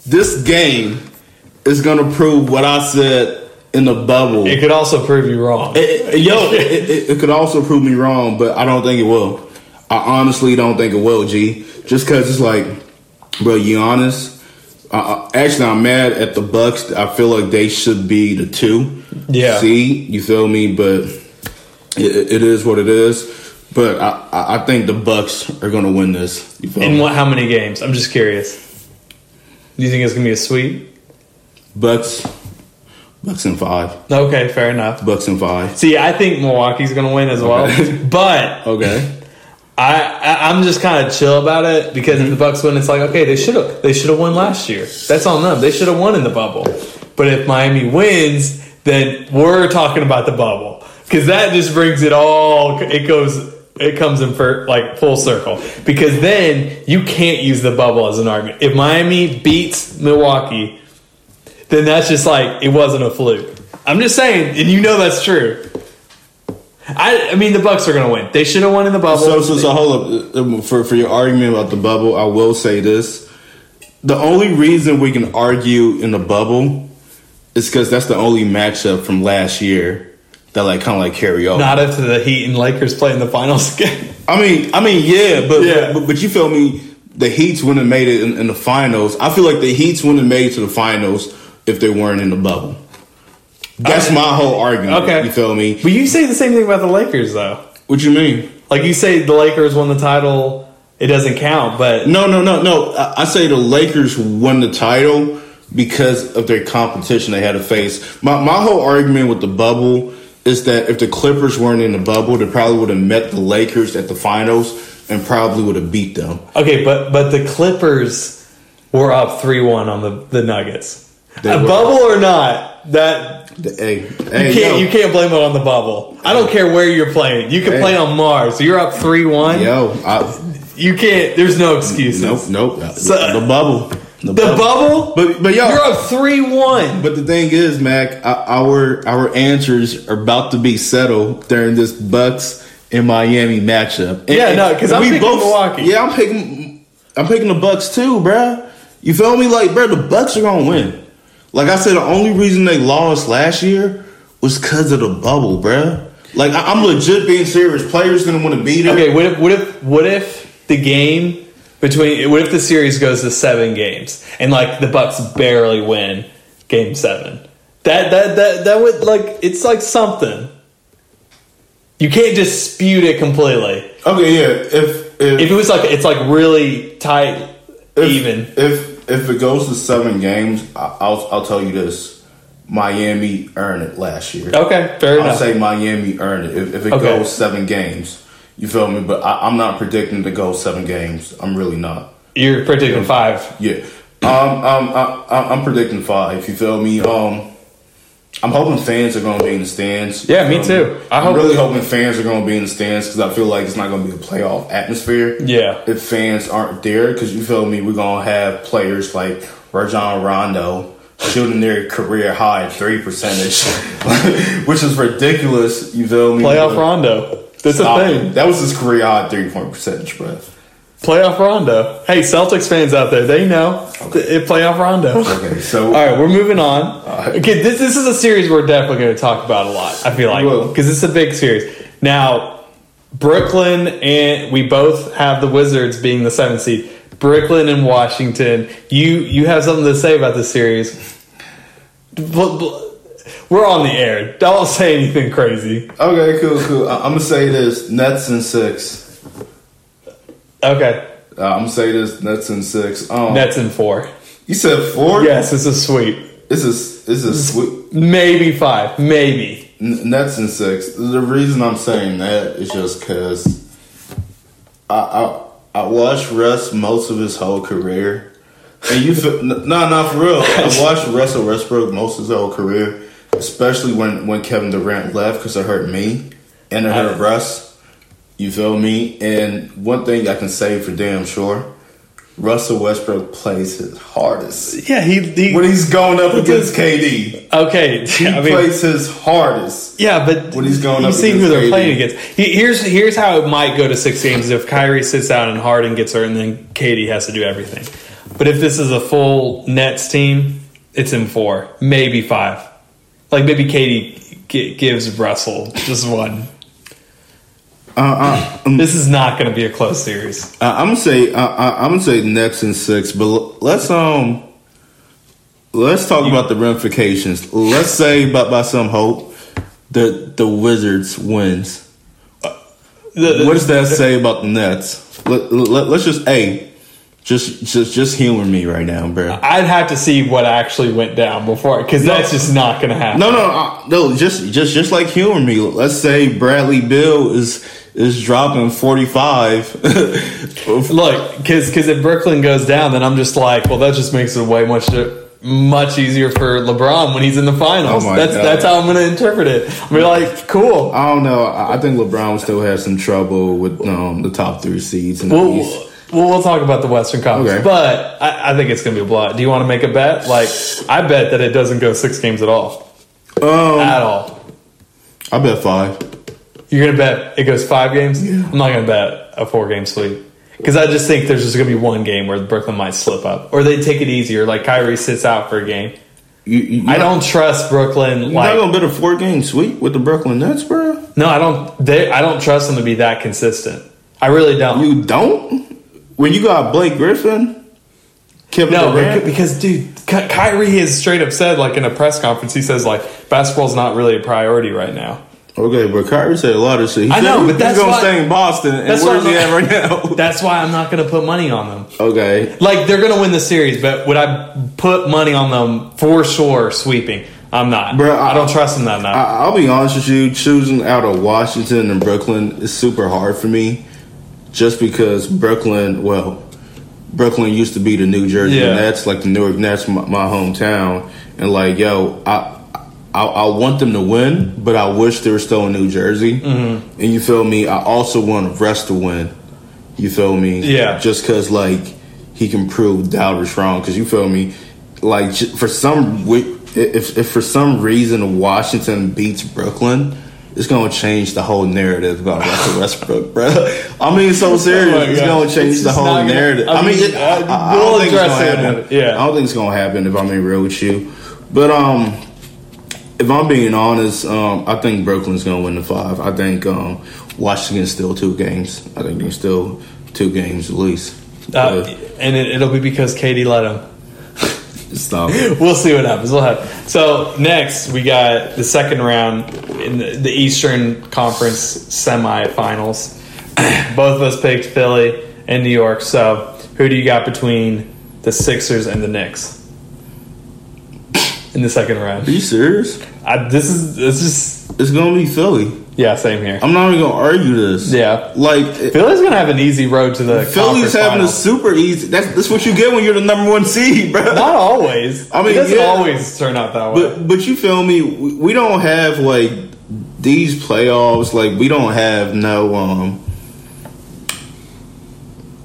Speaker 2: This game is gonna prove what I said in the bubble.
Speaker 1: It could also prove you wrong.
Speaker 2: It- it- yo, it, it- it could also prove me wrong, but I don't think it will. I honestly don't think it will, G. Just because it's like, bro, Giannis. I, I, actually, I'm mad at the Bucks. I feel like they should be the two.
Speaker 1: Yeah.
Speaker 2: See, you feel me? But it, it is what it is. But I- I, I think the Bucks are going to win this. You feel
Speaker 1: In
Speaker 2: me?
Speaker 1: what? How many games? I'm just curious. Do you think it's gonna be a sweep?
Speaker 2: Bucks, Bucks in five.
Speaker 1: Okay, fair enough.
Speaker 2: Bucks in five.
Speaker 1: See, I think Milwaukee's gonna win as well,
Speaker 2: Okay.
Speaker 1: but
Speaker 2: Okay.
Speaker 1: I, I I'm just kind of chill about it because if the Bucks win, it's like okay, they should have they should have won last year. That's on them. They should have won in the bubble. But if Miami wins, then we're talking about the bubble because that just brings it all. It goes. It comes in for like full circle because then you can't use the bubble as an argument. If Miami beats Milwaukee, then that's just like it wasn't a fluke. I'm just saying, and you know that's true. I, I mean, the Bucks are going to win. They should have won in the bubble.
Speaker 2: So, so, so hold up. Um, For, for your argument about the bubble, I will say this. The only reason we can argue in the bubble is because that's the only matchup from last year that like kind of like carry over.
Speaker 1: Not after the Heat and Lakers play in the finals game.
Speaker 2: I mean, I mean, yeah, but
Speaker 1: Yeah.
Speaker 2: But, but you feel me? The Heat's wouldn't have made it in, in the finals. I feel like the Heat's wouldn't have made it to the finals if they weren't in the bubble. That's my whole argument.
Speaker 1: Okay.
Speaker 2: you feel me?
Speaker 1: But you say the same thing about the Lakers, though.
Speaker 2: What you mean?
Speaker 1: Like you say the Lakers won the title, it doesn't count. But
Speaker 2: No, no, no, no. I, I say the Lakers won the title because of their competition they had to face. My my whole argument with the bubble is that if the Clippers weren't in the bubble, they probably would have met the Lakers at the finals and probably would have beat them.
Speaker 1: okay, but but the Clippers were up three one on the the Nuggets.
Speaker 2: They
Speaker 1: a
Speaker 2: were.
Speaker 1: bubble or not, that
Speaker 2: The, hey,
Speaker 1: you
Speaker 2: hey,
Speaker 1: can't
Speaker 2: yo.
Speaker 1: you can't blame it on the bubble. I don't care where you're playing. You can
Speaker 2: Hey.
Speaker 1: play on Mars. You're up three one.
Speaker 2: Yo, I,
Speaker 1: You can't. There's no excuses.
Speaker 2: Nope, nope.
Speaker 1: So-
Speaker 2: the bubble.
Speaker 1: The bubble.
Speaker 2: But but yo,
Speaker 1: you're up three one.
Speaker 2: but the thing is, Mac, o- our our answers are about to be settled during this Bucks and Miami matchup. And-
Speaker 1: Yeah,
Speaker 2: and-
Speaker 1: no, 'cause
Speaker 2: and
Speaker 1: I'm picking Milwaukee.
Speaker 2: Yeah, I'm picking I'm picking the Bucks too, bruh. You feel me? Like, bruh, the Bucks are gonna win. Like I said, the only reason they lost last year was because of the bubble, bruh. Like I, I'm legit being serious. Players gonna want to beat it.
Speaker 1: Okay, what if what if what if the game between what if the series goes to seven games and like the Bucks barely win game seven? That that that that would like it's like something. You can't dispute it completely.
Speaker 2: Okay, yeah. If if,
Speaker 1: If it was like it's like really tight,
Speaker 2: if,
Speaker 1: even.
Speaker 2: If if it goes to seven games, I- I'll I'll tell you this: Miami earned it last year.
Speaker 1: Okay, Oh, fair
Speaker 2: I'll
Speaker 1: enough.
Speaker 2: say Miami earned it if, if it
Speaker 1: Okay.
Speaker 2: goes seven games. You feel me? But I, I'm not predicting to go seven games. I'm really not.
Speaker 1: You're predicting five.
Speaker 2: Yeah, um, um, I, I, I'm predicting five. You feel me? Um, I'm hoping fans are going to be in the stands.
Speaker 1: Yeah, me
Speaker 2: You feel
Speaker 1: too. I
Speaker 2: I'm
Speaker 1: hope-
Speaker 2: really hoping fans are going to be in the stands because I feel like it's not going to be a playoff atmosphere.
Speaker 1: Yeah.
Speaker 2: if fans aren't there, because you feel me, we're gonna have players like Rajon Rondo shooting their career high three percentage, which is ridiculous. You feel me?
Speaker 1: Playoff Rondo. That's
Speaker 2: Stop
Speaker 1: a
Speaker 2: it.
Speaker 1: thing.
Speaker 2: That was his career high three point percentage, bro.
Speaker 1: Playoff Rondo. Hey, Celtics fans out there, they know. It Playoff Rondo.
Speaker 2: Okay,
Speaker 1: All
Speaker 2: so
Speaker 1: right, we're moving on.
Speaker 2: right.
Speaker 1: Okay, this this is a series we're definitely going to talk about a lot. I feel like
Speaker 2: Well-
Speaker 1: because it's a big series. Now, Brooklyn and we both have the Wizards being the seventh seed. Brooklyn and Washington. You you have something to say about this series? Bl- bl- We're on the air. Don't say anything crazy.
Speaker 2: okay, cool, cool. I- I'm gonna say this: Nets in six.
Speaker 1: Okay,
Speaker 2: Uh, I'm gonna say this: Nets in six. Um,
Speaker 1: Nets in four.
Speaker 2: you said four.
Speaker 1: Yes, it's a sweep.
Speaker 2: this is this is sweet.
Speaker 1: Maybe five. Maybe.
Speaker 2: N- Nets and six. The reason I'm saying that is just because I, I I watched Russ most of his whole career, and you feel, no, not for real. I watched Russell Westbrook most of his whole career, especially when when Kevin Durant left because it hurt me and it hurt Russ. You feel me? And one thing I can say for damn sure, Russell Westbrook plays his hardest
Speaker 1: Yeah, he. he
Speaker 2: when he's going up against KD.
Speaker 1: okay,
Speaker 2: He
Speaker 1: I mean,
Speaker 2: plays his hardest.
Speaker 1: Yeah, but
Speaker 2: When he's going
Speaker 1: you
Speaker 2: up
Speaker 1: see who
Speaker 2: against
Speaker 1: they're
Speaker 2: AD.
Speaker 1: playing against. He- Here's here's how it might go to six games if Kyrie sits out and Harden gets hurt, and then Katie has to do everything. But if this is a full Nets team, it's in four, maybe five. Like maybe Katie g- gives Russell just one.
Speaker 2: Uh,
Speaker 1: This is not going to be a close series.
Speaker 2: I'm gonna say uh, I'm gonna say Nets and six, but l- let's um let's talk about the ramifications. Let's say by by some hope the the Wizards wins.
Speaker 1: the-
Speaker 2: what does that say about the Nets? Let, let, us just a just just just humor me right now, bro.
Speaker 1: I'd have to see what actually went down before, because that's just not going to happen.
Speaker 2: No, no, I, no. Just just just like humor me. Let's say Bradley Bill is is dropping forty five.
Speaker 1: Look, because if Brooklyn goes down, then I'm just like, well, that just makes it way much much easier for LeBron when he's in the finals.
Speaker 2: Oh my
Speaker 1: that's
Speaker 2: God. Uh,
Speaker 1: that's how I'm going to interpret it. I'm gonna be like, cool.
Speaker 2: I don't know. I, I think LeBron would still have some trouble with um, the top three seeds in the
Speaker 1: We'll,
Speaker 2: East.
Speaker 1: we'll, we'll talk about the Western Conference,
Speaker 2: Okay.
Speaker 1: but I, I think it's going to be a blowout. Do you want to make a bet? Like, I bet that it doesn't go six games at all.
Speaker 2: Um,
Speaker 1: At all.
Speaker 2: I bet five.
Speaker 1: You're going to bet it goes five games? I'm not going to bet a four game sweep. Because I just think there's just going to be one game where Brooklyn might slip up. Or they take it easier, like Kyrie sits out for a game.
Speaker 2: You, you,
Speaker 1: I don't trust Brooklyn.
Speaker 2: You're
Speaker 1: Like,
Speaker 2: not gonna bet a four game sweep with the Brooklyn Nets, bro.
Speaker 1: no, I don't. They, I don't trust them to be that consistent. I really don't.
Speaker 2: You don't. When you got Blake Griffin, Kevin
Speaker 1: No,
Speaker 2: Durant,
Speaker 1: beca- because dude, Ky- Kyrie has straight up said, like in a press conference, he says like basketball's not really a priority right now.
Speaker 2: Okay, but Kyrie said a lot of shit. He
Speaker 1: I
Speaker 2: said
Speaker 1: know,
Speaker 2: he-
Speaker 1: but
Speaker 2: he's
Speaker 1: that's
Speaker 2: gonna
Speaker 1: why-
Speaker 2: stay in Boston. And
Speaker 1: that's
Speaker 2: where
Speaker 1: why
Speaker 2: is he at
Speaker 1: I'm
Speaker 2: right now?
Speaker 1: That's why I'm not going to put money on them.
Speaker 2: okay,
Speaker 1: Like they're going to win the series, but would I put money on them for sure sweeping? I'm not.
Speaker 2: Bruh,
Speaker 1: I,
Speaker 2: I-
Speaker 1: don't trust them that
Speaker 2: I,
Speaker 1: much.
Speaker 2: I'll be honest with you. Choosing out of Washington and Brooklyn is super hard for me, just because Brooklyn. Well, Brooklyn used to be the New Jersey
Speaker 1: Yeah.
Speaker 2: Nets, like the Newark Nets, my, my hometown, and like yo, I. I, I want them to win, but I wish they were still in New Jersey. Mm-hmm. And you feel me? I also want Russ to win. You feel me?
Speaker 1: Yeah.
Speaker 2: Just because, like, he can prove doubters wrong. Because you feel me? Like, j- for some, wi- if if for some reason Washington beats Brooklyn, it's gonna change the whole narrative about Russell Westbrook, bro. I mean, so serious.
Speaker 1: Oh my
Speaker 2: it's
Speaker 1: God.
Speaker 2: gonna change
Speaker 1: It's
Speaker 2: the
Speaker 1: just
Speaker 2: whole
Speaker 1: not gonna-
Speaker 2: narrative.
Speaker 1: I
Speaker 2: I mean,
Speaker 1: mean,
Speaker 2: it, I, I, I
Speaker 1: we'll
Speaker 2: don't think it's
Speaker 1: address it,
Speaker 2: gonna happen.
Speaker 1: yeah.
Speaker 2: I don't think it's gonna happen. If I'm being real with you, but um, if I'm being honest, um, I think Brooklyn's gonna win the five. I think um, Washington's still two games. I think they're still two games at least.
Speaker 1: Uh, and it, it'll be because Katie let him.
Speaker 2: Uh, stop. it.
Speaker 1: We'll see what happens. We'll have. So next we got the second round in the, the Eastern Conference semifinals. Both of us picked Philly and New York. So who do you got between the Sixers and the Knicks in the second
Speaker 2: Are
Speaker 1: round?
Speaker 2: you serious?
Speaker 1: I, this is this is
Speaker 2: It's gonna be Philly.
Speaker 1: yeah, same here.
Speaker 2: I'm not even gonna argue this.
Speaker 1: Yeah.
Speaker 2: like it-
Speaker 1: Philly's gonna have an easy road to the Conference
Speaker 2: Philly's having a
Speaker 1: finals.
Speaker 2: super easy. That's that's what you get when you're the number one seed, bro.
Speaker 1: Not always. I
Speaker 2: I mean,
Speaker 1: mean, it doesn't
Speaker 2: yeah.
Speaker 1: always turn out that way.
Speaker 2: But but you feel me? We we don't have like these playoffs. Like we don't have no um.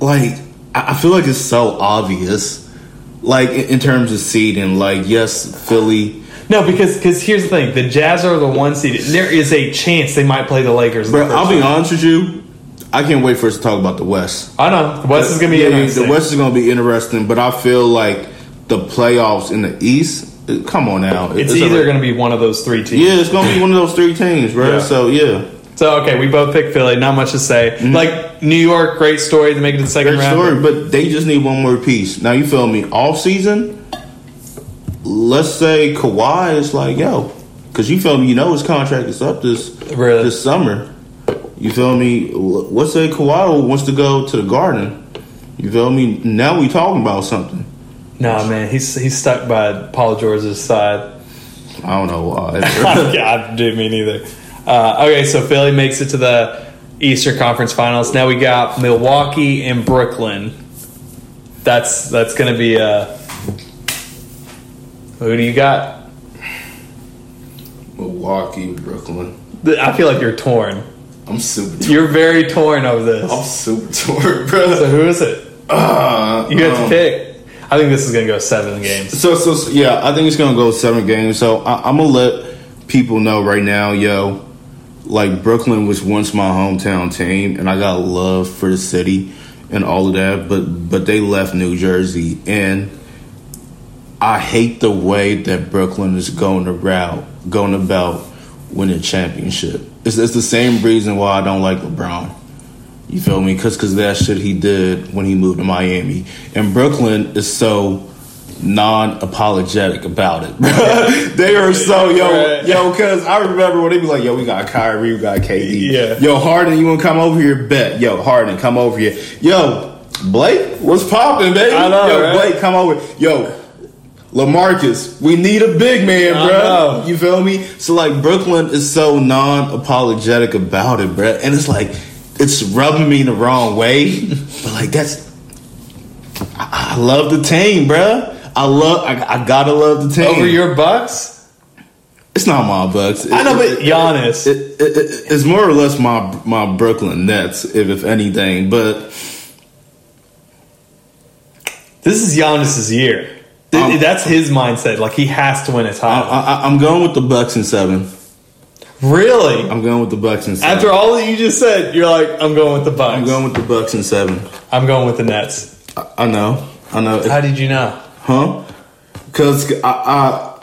Speaker 2: Like I I feel like it's so obvious. Like in in terms of seeding, like yes, Philly.
Speaker 1: No, because because here's the thing: the Jazz are the one seed. There is a chance they might play the Lakers. in the
Speaker 2: But I'll
Speaker 1: first
Speaker 2: be
Speaker 1: round.
Speaker 2: honest with you, I can't wait for us to talk about the West.
Speaker 1: I know the West is gonna be
Speaker 2: Yeah, yeah,
Speaker 1: interesting.
Speaker 2: the West is gonna be interesting, but I feel like the playoffs in the East. uh, Come on now,
Speaker 1: It's,
Speaker 2: a-
Speaker 1: either gonna be one of those three teams.
Speaker 2: yeah, it's gonna be one of those three teams, bro.
Speaker 1: Yeah.
Speaker 2: So yeah.
Speaker 1: So okay, we both picked Philly. Not much to say. Like New York, great story to make it to the second
Speaker 2: Mm-hmm. Great
Speaker 1: round.
Speaker 2: story, but they just need one more piece. Now you feel me? Off season, let's say Kawhi is like yo, because you feel me? You know his contract is up this
Speaker 1: Really?
Speaker 2: this summer. You feel me? L- Let's say Kawhi wants to go to the Garden. You feel me? Now we talking about something.
Speaker 1: Nah, man, he's he's stuck by Paul George's side.
Speaker 2: I don't know uh, why.
Speaker 1: God, dude, me neither. Uh, okay, so Philly makes it to the Eastern Conference Finals. Now we got Milwaukee and Brooklyn. That's that's gonna be a. Who do you got?
Speaker 2: Milwaukee, Brooklyn.
Speaker 1: Th- I feel like you're torn.
Speaker 2: I'm super.
Speaker 1: You're very torn over this.
Speaker 2: super torn,
Speaker 1: So
Speaker 2: bro.
Speaker 1: who is it?
Speaker 2: Uh,
Speaker 1: You have to
Speaker 2: um,
Speaker 1: pick. I think this is gonna go seven games.
Speaker 2: So, so, so, yeah, I think it's gonna go seven games. So I, I'm gonna let people know right now, yo, like Brooklyn was once my hometown team, and I got love for the city and all of that, but but they left New Jersey, and I hate the way that Brooklyn is going about going about winning championship. It's, it's the same reason why I don't like LeBron. You feel me? Cause, Cause that shit he did when he moved to Miami, and Brooklyn is so non-apologetic about it. bruh. they are so yo
Speaker 1: Right.
Speaker 2: yo because I remember when they be like, "Yo, we got Kyrie, we got KD.
Speaker 1: Yeah.
Speaker 2: Yo, Harden, you want to come over here? Bet. Yo, Harden, come over here. Yo, Blake, what's popping, baby?
Speaker 1: I know,
Speaker 2: yo,
Speaker 1: right?
Speaker 2: Blake, come over. Yo, Lamarcus, we need a big man,
Speaker 1: I know.
Speaker 2: bro. You feel me? So like Brooklyn is so non-apologetic about it, bro. And it's like it's rubbing me the wrong way, but like that's I, I love the team, bro. I love I, I gotta love the team.
Speaker 1: Over your bucks?
Speaker 2: it's not my Bucks.
Speaker 1: I know, but Giannis.
Speaker 2: It, it, it, it's more or less my my Brooklyn Nets, if if anything. But
Speaker 1: This is Giannis's year. Th-
Speaker 2: Um,
Speaker 1: That's his mindset. Like he has to win a
Speaker 2: I,
Speaker 1: title.
Speaker 2: I, I'm going with the Bucks in seven.
Speaker 1: really?
Speaker 2: I'm going with the Bucks in seven.
Speaker 1: After all that you just said, you're like, I'm going with the Bucks.
Speaker 2: I'm going with the Bucks in seven.
Speaker 1: with the Nets.
Speaker 2: I, I know. I know.
Speaker 1: How did you know?
Speaker 2: Huh? Because I, I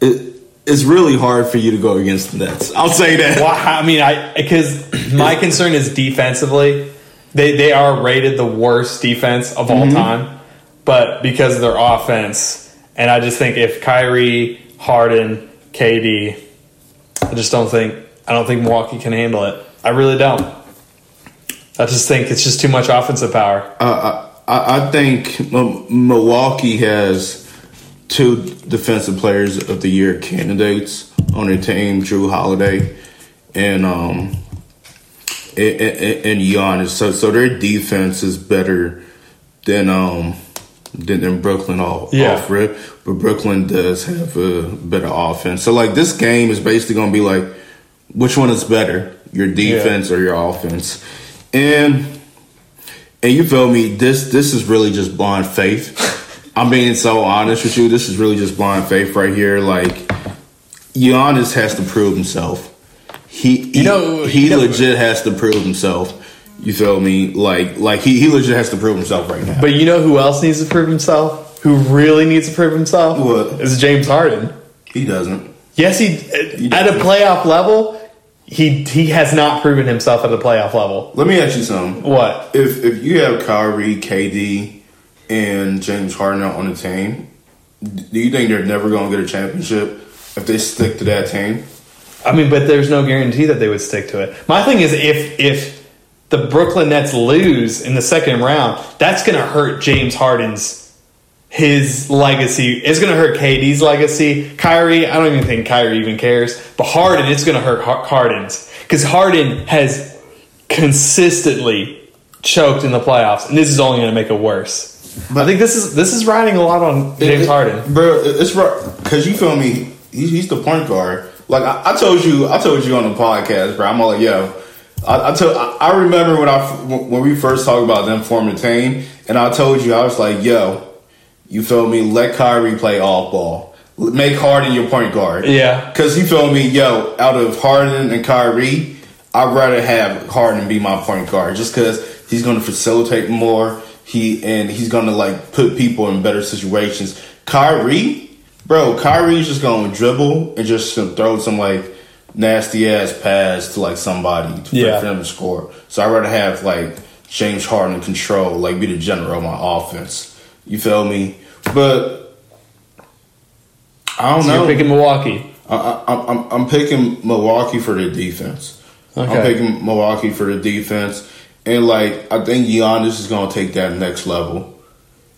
Speaker 2: it, it's really hard for you to go against the Nets. I'll say that.
Speaker 1: Well, I mean, I because my concern is defensively. They they are rated the worst defense of all time, but because of their offense, and I just think if Kyrie, Harden, KD, I just don't think I don't think Milwaukee can handle it. I really don't. I just think it's just too much offensive power.
Speaker 2: I, I, I think um, Milwaukee has two defensive players of the year candidates on their team: Drew Holiday and um and, and, and Giannis. So so their defense is better than um than, than Brooklyn all
Speaker 1: Yeah.
Speaker 2: off rip, but Brooklyn does have a better offense. So like this game is basically going to be like, which one is better, your defense or your offense? And and you feel me? This this is really just blind faith. I'm being so honest with you. This is really just blind faith right here. Like Giannis has to prove himself. He he,
Speaker 1: know-
Speaker 2: he
Speaker 1: you know-
Speaker 2: legit has to prove himself. You feel me? Like like he, he legit has to prove himself right now.
Speaker 1: But you know who else needs to prove himself? Who really needs to prove himself?
Speaker 2: What?
Speaker 1: is James Harden?
Speaker 2: he doesn't.
Speaker 1: Yes, he, at a
Speaker 2: does.
Speaker 1: playoff level, he he has not proven himself at a playoff level.
Speaker 2: Let me ask you something.
Speaker 1: What?
Speaker 2: If if you have Kyrie, KD, and James Harden on the team, do you think they're never going to get a championship if they stick to that team?
Speaker 1: I mean, but there's no guarantee that they would stick to it. My thing is if if the Brooklyn Nets lose in the second round, that's going to hurt James Harden's his legacy. It's going to hurt KD's legacy. Kyrie, I don't even think Kyrie even cares. But Harden, it's going to hurt Har- Harden's because Harden has consistently choked in the playoffs, and this is only going to make it worse. I think this is this is riding a lot on James
Speaker 2: It- it-
Speaker 1: Harden.
Speaker 2: bro. it- It's right because you feel me. He's, he's the point guard. Like I, I told you, I told you on the podcast, bro. I'm all like, yo. I, I told. I, I remember when I f- when we first talked about them forming a team, and I told you I was like, yo, you feel me? Let Kyrie play off ball. Make Harden your point guard.
Speaker 1: Yeah.
Speaker 2: Cause you feel me, yo, out of Harden and Kyrie, I'd rather have Harden be my point guard just cause he's gonna facilitate more. He and he's gonna like put people in better situations. Kyrie, bro, Kyrie's just gonna dribble and just throw some like nasty ass pass to like somebody to
Speaker 1: Yeah.
Speaker 2: for them to score. So I'd rather have like James Harden control, like be the general of my offense. You feel me? But I don't know.
Speaker 1: You're picking Milwaukee.
Speaker 2: I, I, I'm, I'm picking Milwaukee for their defense.
Speaker 1: Okay.
Speaker 2: I'm picking Milwaukee for the defense. And, like, I think Giannis is going to take that next level.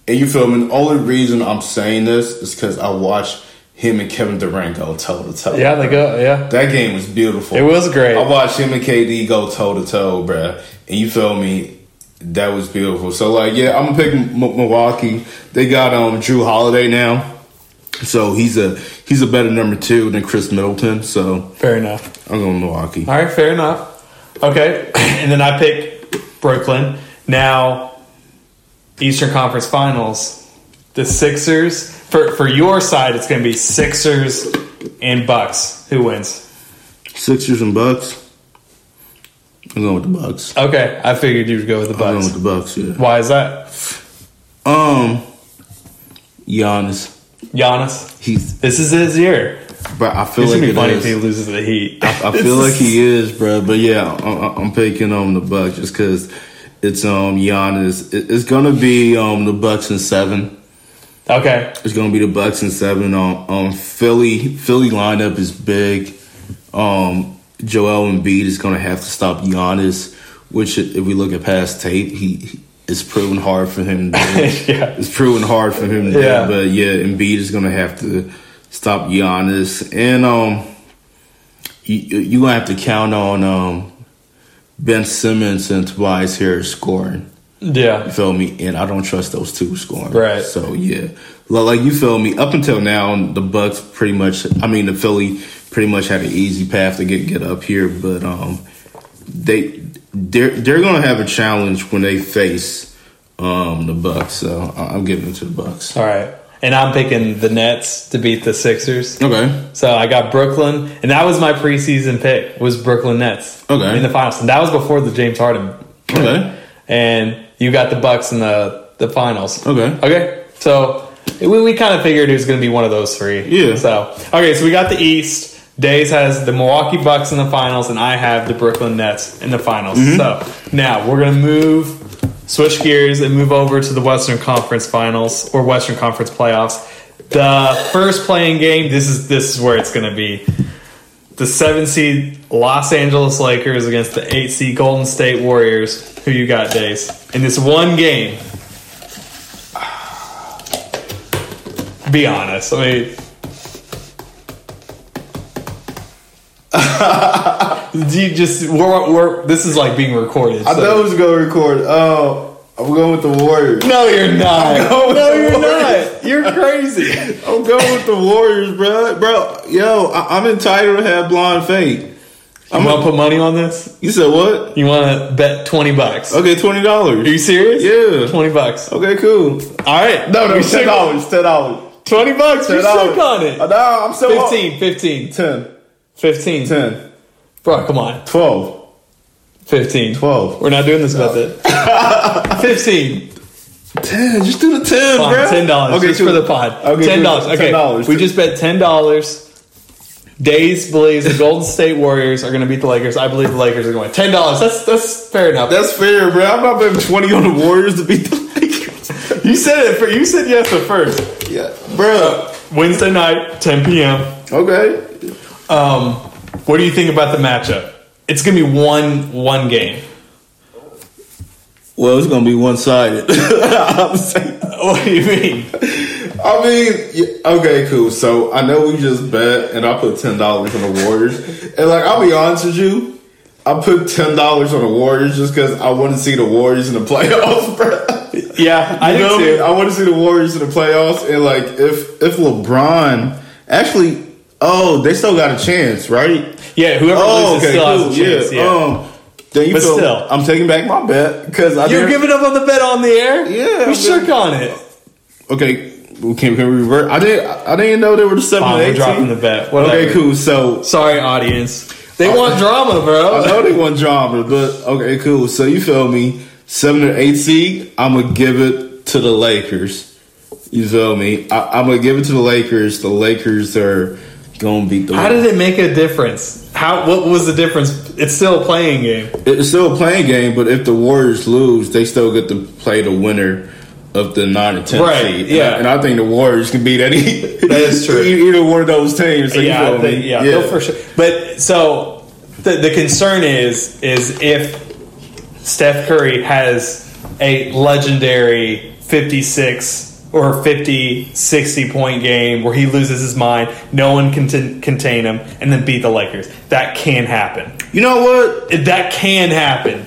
Speaker 2: And you feel me? The only reason I'm saying this is because I watched him and Kevin Durant go toe to toe.
Speaker 1: Yeah, they go. Yeah,
Speaker 2: That game was beautiful.
Speaker 1: it was great.
Speaker 2: I watched him and KD go toe to toe, bruh. And you feel me? That was beautiful. So like, yeah, I'm gonna pick M- Milwaukee. They got um Drew Holiday now, so he's a he's a better number two than Chris Middleton. So
Speaker 1: Fair enough.
Speaker 2: I'm going Milwaukee.
Speaker 1: All right, fair enough. Okay, and then I pick Brooklyn. Now, Eastern Conference Finals, the Sixers. For for your side, it's going to be Sixers and Bucks. Who wins?
Speaker 2: Sixers and Bucks. I'm going with the Bucks.
Speaker 1: Okay, I figured you'd go with the
Speaker 2: I'm going
Speaker 1: Bucks.
Speaker 2: with the Bucks. Yeah.
Speaker 1: Why is that?
Speaker 2: Um, Giannis.
Speaker 1: Giannis.
Speaker 2: He's,
Speaker 1: This is his year.
Speaker 2: but I feel
Speaker 1: It's gonna
Speaker 2: like
Speaker 1: be
Speaker 2: it
Speaker 1: funny
Speaker 2: is.
Speaker 1: if he loses to the Heat.
Speaker 2: I feel like he is, bro. But yeah, I'm, I'm picking on the Bucks just um, because it's um Giannis. It- It's gonna be um the Bucks in seven.
Speaker 1: Okay.
Speaker 2: It's gonna be the Bucks and seven. Um, um, Philly Philly lineup is big. Um, Joel Embiid is gonna have to stop Giannis, which if we look at past tape, he, he it's proven hard for him. To do.
Speaker 1: Yeah.
Speaker 2: It's proven hard for him. To
Speaker 1: Yeah.
Speaker 2: do, but yeah, Embiid is gonna have to stop Giannis, and um, you you gonna have to count on um, Ben Simmons and Tobias Harris scoring.
Speaker 1: Yeah.
Speaker 2: Feel me? And I don't trust those two scoring.
Speaker 1: Right.
Speaker 2: So yeah, Li- like you feel me? Up until now, the Bucks pretty much. I mean, the Philly pretty much had an easy path to get get up here, but um, they they're they're gonna have a challenge when they face um the Bucks. So I- I'm giving it to the Bucks.
Speaker 1: All right. And I'm picking the Nets to beat the Sixers.
Speaker 2: Okay.
Speaker 1: So I got Brooklyn, and that was my preseason pick was Brooklyn Nets.
Speaker 2: Okay.
Speaker 1: In the finals, and that was before the James Harden.
Speaker 2: Okay.
Speaker 1: And you got the Bucks in the the finals.
Speaker 2: Okay.
Speaker 1: Okay. So we, we kind of figured it was going to be one of those three.
Speaker 2: Yeah.
Speaker 1: So okay, so we got the East. Days has the Milwaukee Bucks in the finals, and I have the Brooklyn Nets in the finals. So now we're gonna move, switch gears, and move over to the Western Conference Finals or Western Conference Playoffs. The first playing game. This is this is where it's gonna be. The seven seed Los Angeles Lakers against the eight seed Golden State Warriors. Who you got, Days? In this one game, be honest. I mean, do you just we're, we're this is like being recorded.
Speaker 2: I
Speaker 1: so-
Speaker 2: thought it was gonna record. Oh, I'm going with the Warriors.
Speaker 1: no, you're
Speaker 2: going
Speaker 1: not.
Speaker 2: with
Speaker 1: No,
Speaker 2: the
Speaker 1: you're
Speaker 2: Warriors.
Speaker 1: not. You're crazy.
Speaker 2: I'm going with the Warriors, bro. Bro, yo, I- I'm entitled to have blonde fade.
Speaker 1: I'm gonna put money on this.
Speaker 2: You said what?
Speaker 1: You want to bet twenty bucks?
Speaker 2: Okay, twenty
Speaker 1: Are you
Speaker 2: dollars.
Speaker 1: serious?
Speaker 2: Yeah.
Speaker 1: twenty bucks.
Speaker 2: Okay, cool.
Speaker 1: All right.
Speaker 2: No, no,
Speaker 1: You shook-
Speaker 2: ten dollars, ten dollars,
Speaker 1: Twenty bucks. You
Speaker 2: ten
Speaker 1: shook
Speaker 2: dollars.
Speaker 1: on it.
Speaker 2: No, I'm still on-
Speaker 1: 15, 15,
Speaker 2: Ten,
Speaker 1: 15.
Speaker 2: ten,
Speaker 1: Bro, come on.
Speaker 2: twelve,
Speaker 1: 15.
Speaker 2: twelve.
Speaker 1: We're not doing this about that. 15.
Speaker 2: Ten. Just do the ten,
Speaker 1: Fine,
Speaker 2: bro.
Speaker 1: ten dollars. Okay, just
Speaker 2: cool.
Speaker 1: for the pod.
Speaker 2: Okay,
Speaker 1: ten dollars.
Speaker 2: cool.
Speaker 1: Okay,
Speaker 2: $10.
Speaker 1: we just bet ten dollars. Days believes the Golden State Warriors are going to beat the Lakers. I believe the Lakers are going. Ten dollars. That's that's fair enough.
Speaker 2: That's fair, bro. I'm not betting twenty on the Warriors to beat the Lakers.
Speaker 1: you said it. For, you said yes at first.
Speaker 2: yeah, bro.
Speaker 1: Wednesday night, ten p.m.
Speaker 2: Okay.
Speaker 1: Um, what do you think about the matchup? It's going to be one one game.
Speaker 2: Well, it's gonna be one sided. I'm saying.
Speaker 1: What do you mean?
Speaker 2: I mean, yeah, okay, cool. So I know we just bet, and I put ten dollars on the Warriors. And like, I'll be honest with you, I put ten dollars on the Warriors just because I want to see the Warriors in the playoffs, bro.
Speaker 1: Yeah, I
Speaker 2: You know
Speaker 1: do
Speaker 2: what mean?
Speaker 1: too.
Speaker 2: I want to see the Warriors in the playoffs, and like, if if LeBron actually, oh, they still got a chance, right?
Speaker 1: Yeah, whoever
Speaker 2: Oh,
Speaker 1: loses
Speaker 2: okay,
Speaker 1: still
Speaker 2: cool,
Speaker 1: has a chance.
Speaker 2: yeah.
Speaker 1: Yeah.
Speaker 2: Um, then you
Speaker 1: But
Speaker 2: feel-
Speaker 1: still.
Speaker 2: I'm taking back my bet because I
Speaker 1: You're
Speaker 2: didn't-
Speaker 1: giving up on the bet on the air.
Speaker 2: Yeah,
Speaker 1: we
Speaker 2: I'm
Speaker 1: shook
Speaker 2: giving-
Speaker 1: on it.
Speaker 2: okay. Can, can we revert? I didn't. I didn't know they were the seven.
Speaker 1: Fine,
Speaker 2: and
Speaker 1: we're
Speaker 2: 18.
Speaker 1: dropping the bet. Whatever.
Speaker 2: Okay, cool. So
Speaker 1: Sorry, audience. They want drama,
Speaker 2: I
Speaker 1: bro.
Speaker 2: know they want drama, but okay, cool. So you feel me? Seven or eight seed, I'm gonna give it to the Lakers. You feel me? I, I'm gonna give it to the Lakers. The Lakers are gonna beat the.
Speaker 1: How did it make a difference? How? What was the difference? It's still a playing game.
Speaker 2: It's still a playing game, but if the Warriors lose, they still get to play the winner of the nine or ten
Speaker 1: Right,
Speaker 2: seed.
Speaker 1: yeah.
Speaker 2: and I, think the Warriors can beat any. That
Speaker 1: is true.
Speaker 2: Either one of those teams. So
Speaker 1: yeah,
Speaker 2: you
Speaker 1: I
Speaker 2: feel
Speaker 1: think,
Speaker 2: me?
Speaker 1: yeah, no, for sure. But so the the concern is is if Steph Curry has a legendary 56 or 50 60 point game where he loses his mind, no one can t- contain him and then beat the Lakers. That can happen.
Speaker 2: You know what?
Speaker 1: That can happen.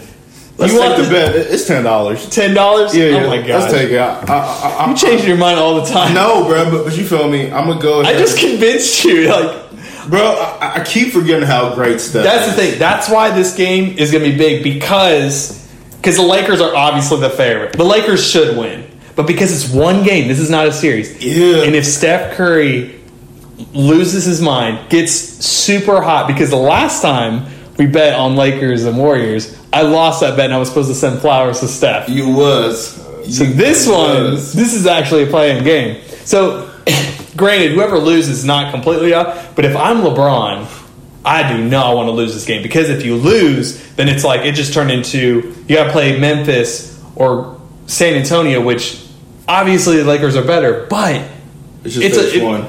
Speaker 2: Let's
Speaker 1: you
Speaker 2: take
Speaker 1: want
Speaker 2: the
Speaker 1: the-
Speaker 2: bet. It- It's ten dollars.
Speaker 1: Ten dollars?
Speaker 2: Yeah, yeah.
Speaker 1: Oh my god.
Speaker 2: Let's take it. I, I, I, I,
Speaker 1: You changing your mind all the time.
Speaker 2: no, bro, but, but you feel me? I'm gonna go.
Speaker 1: I
Speaker 2: ahead.
Speaker 1: just convinced you. Like
Speaker 2: bro, I, I keep forgetting how great stuff.
Speaker 1: that's the thing. That's why this game is going to be big because because the Lakers are obviously the favorite. The Lakers should win, but because it's one game, this is not a series.
Speaker 2: Yeah.
Speaker 1: And if Steph Curry loses his mind, gets super hot because the last time we bet on Lakers and Warriors, I lost that bet and I was supposed to send flowers to Steph.
Speaker 2: you was.
Speaker 1: So
Speaker 2: You
Speaker 1: this one,
Speaker 2: was.
Speaker 1: this is actually a playing game. So, granted, whoever loses is not completely up, but if I'm LeBron, I do not want to lose this game because if you lose, then it's like it just turned into you got to play Memphis or San Antonio, which obviously the Lakers are better, but
Speaker 2: It's just
Speaker 1: It's
Speaker 2: that
Speaker 1: a- it-
Speaker 2: one.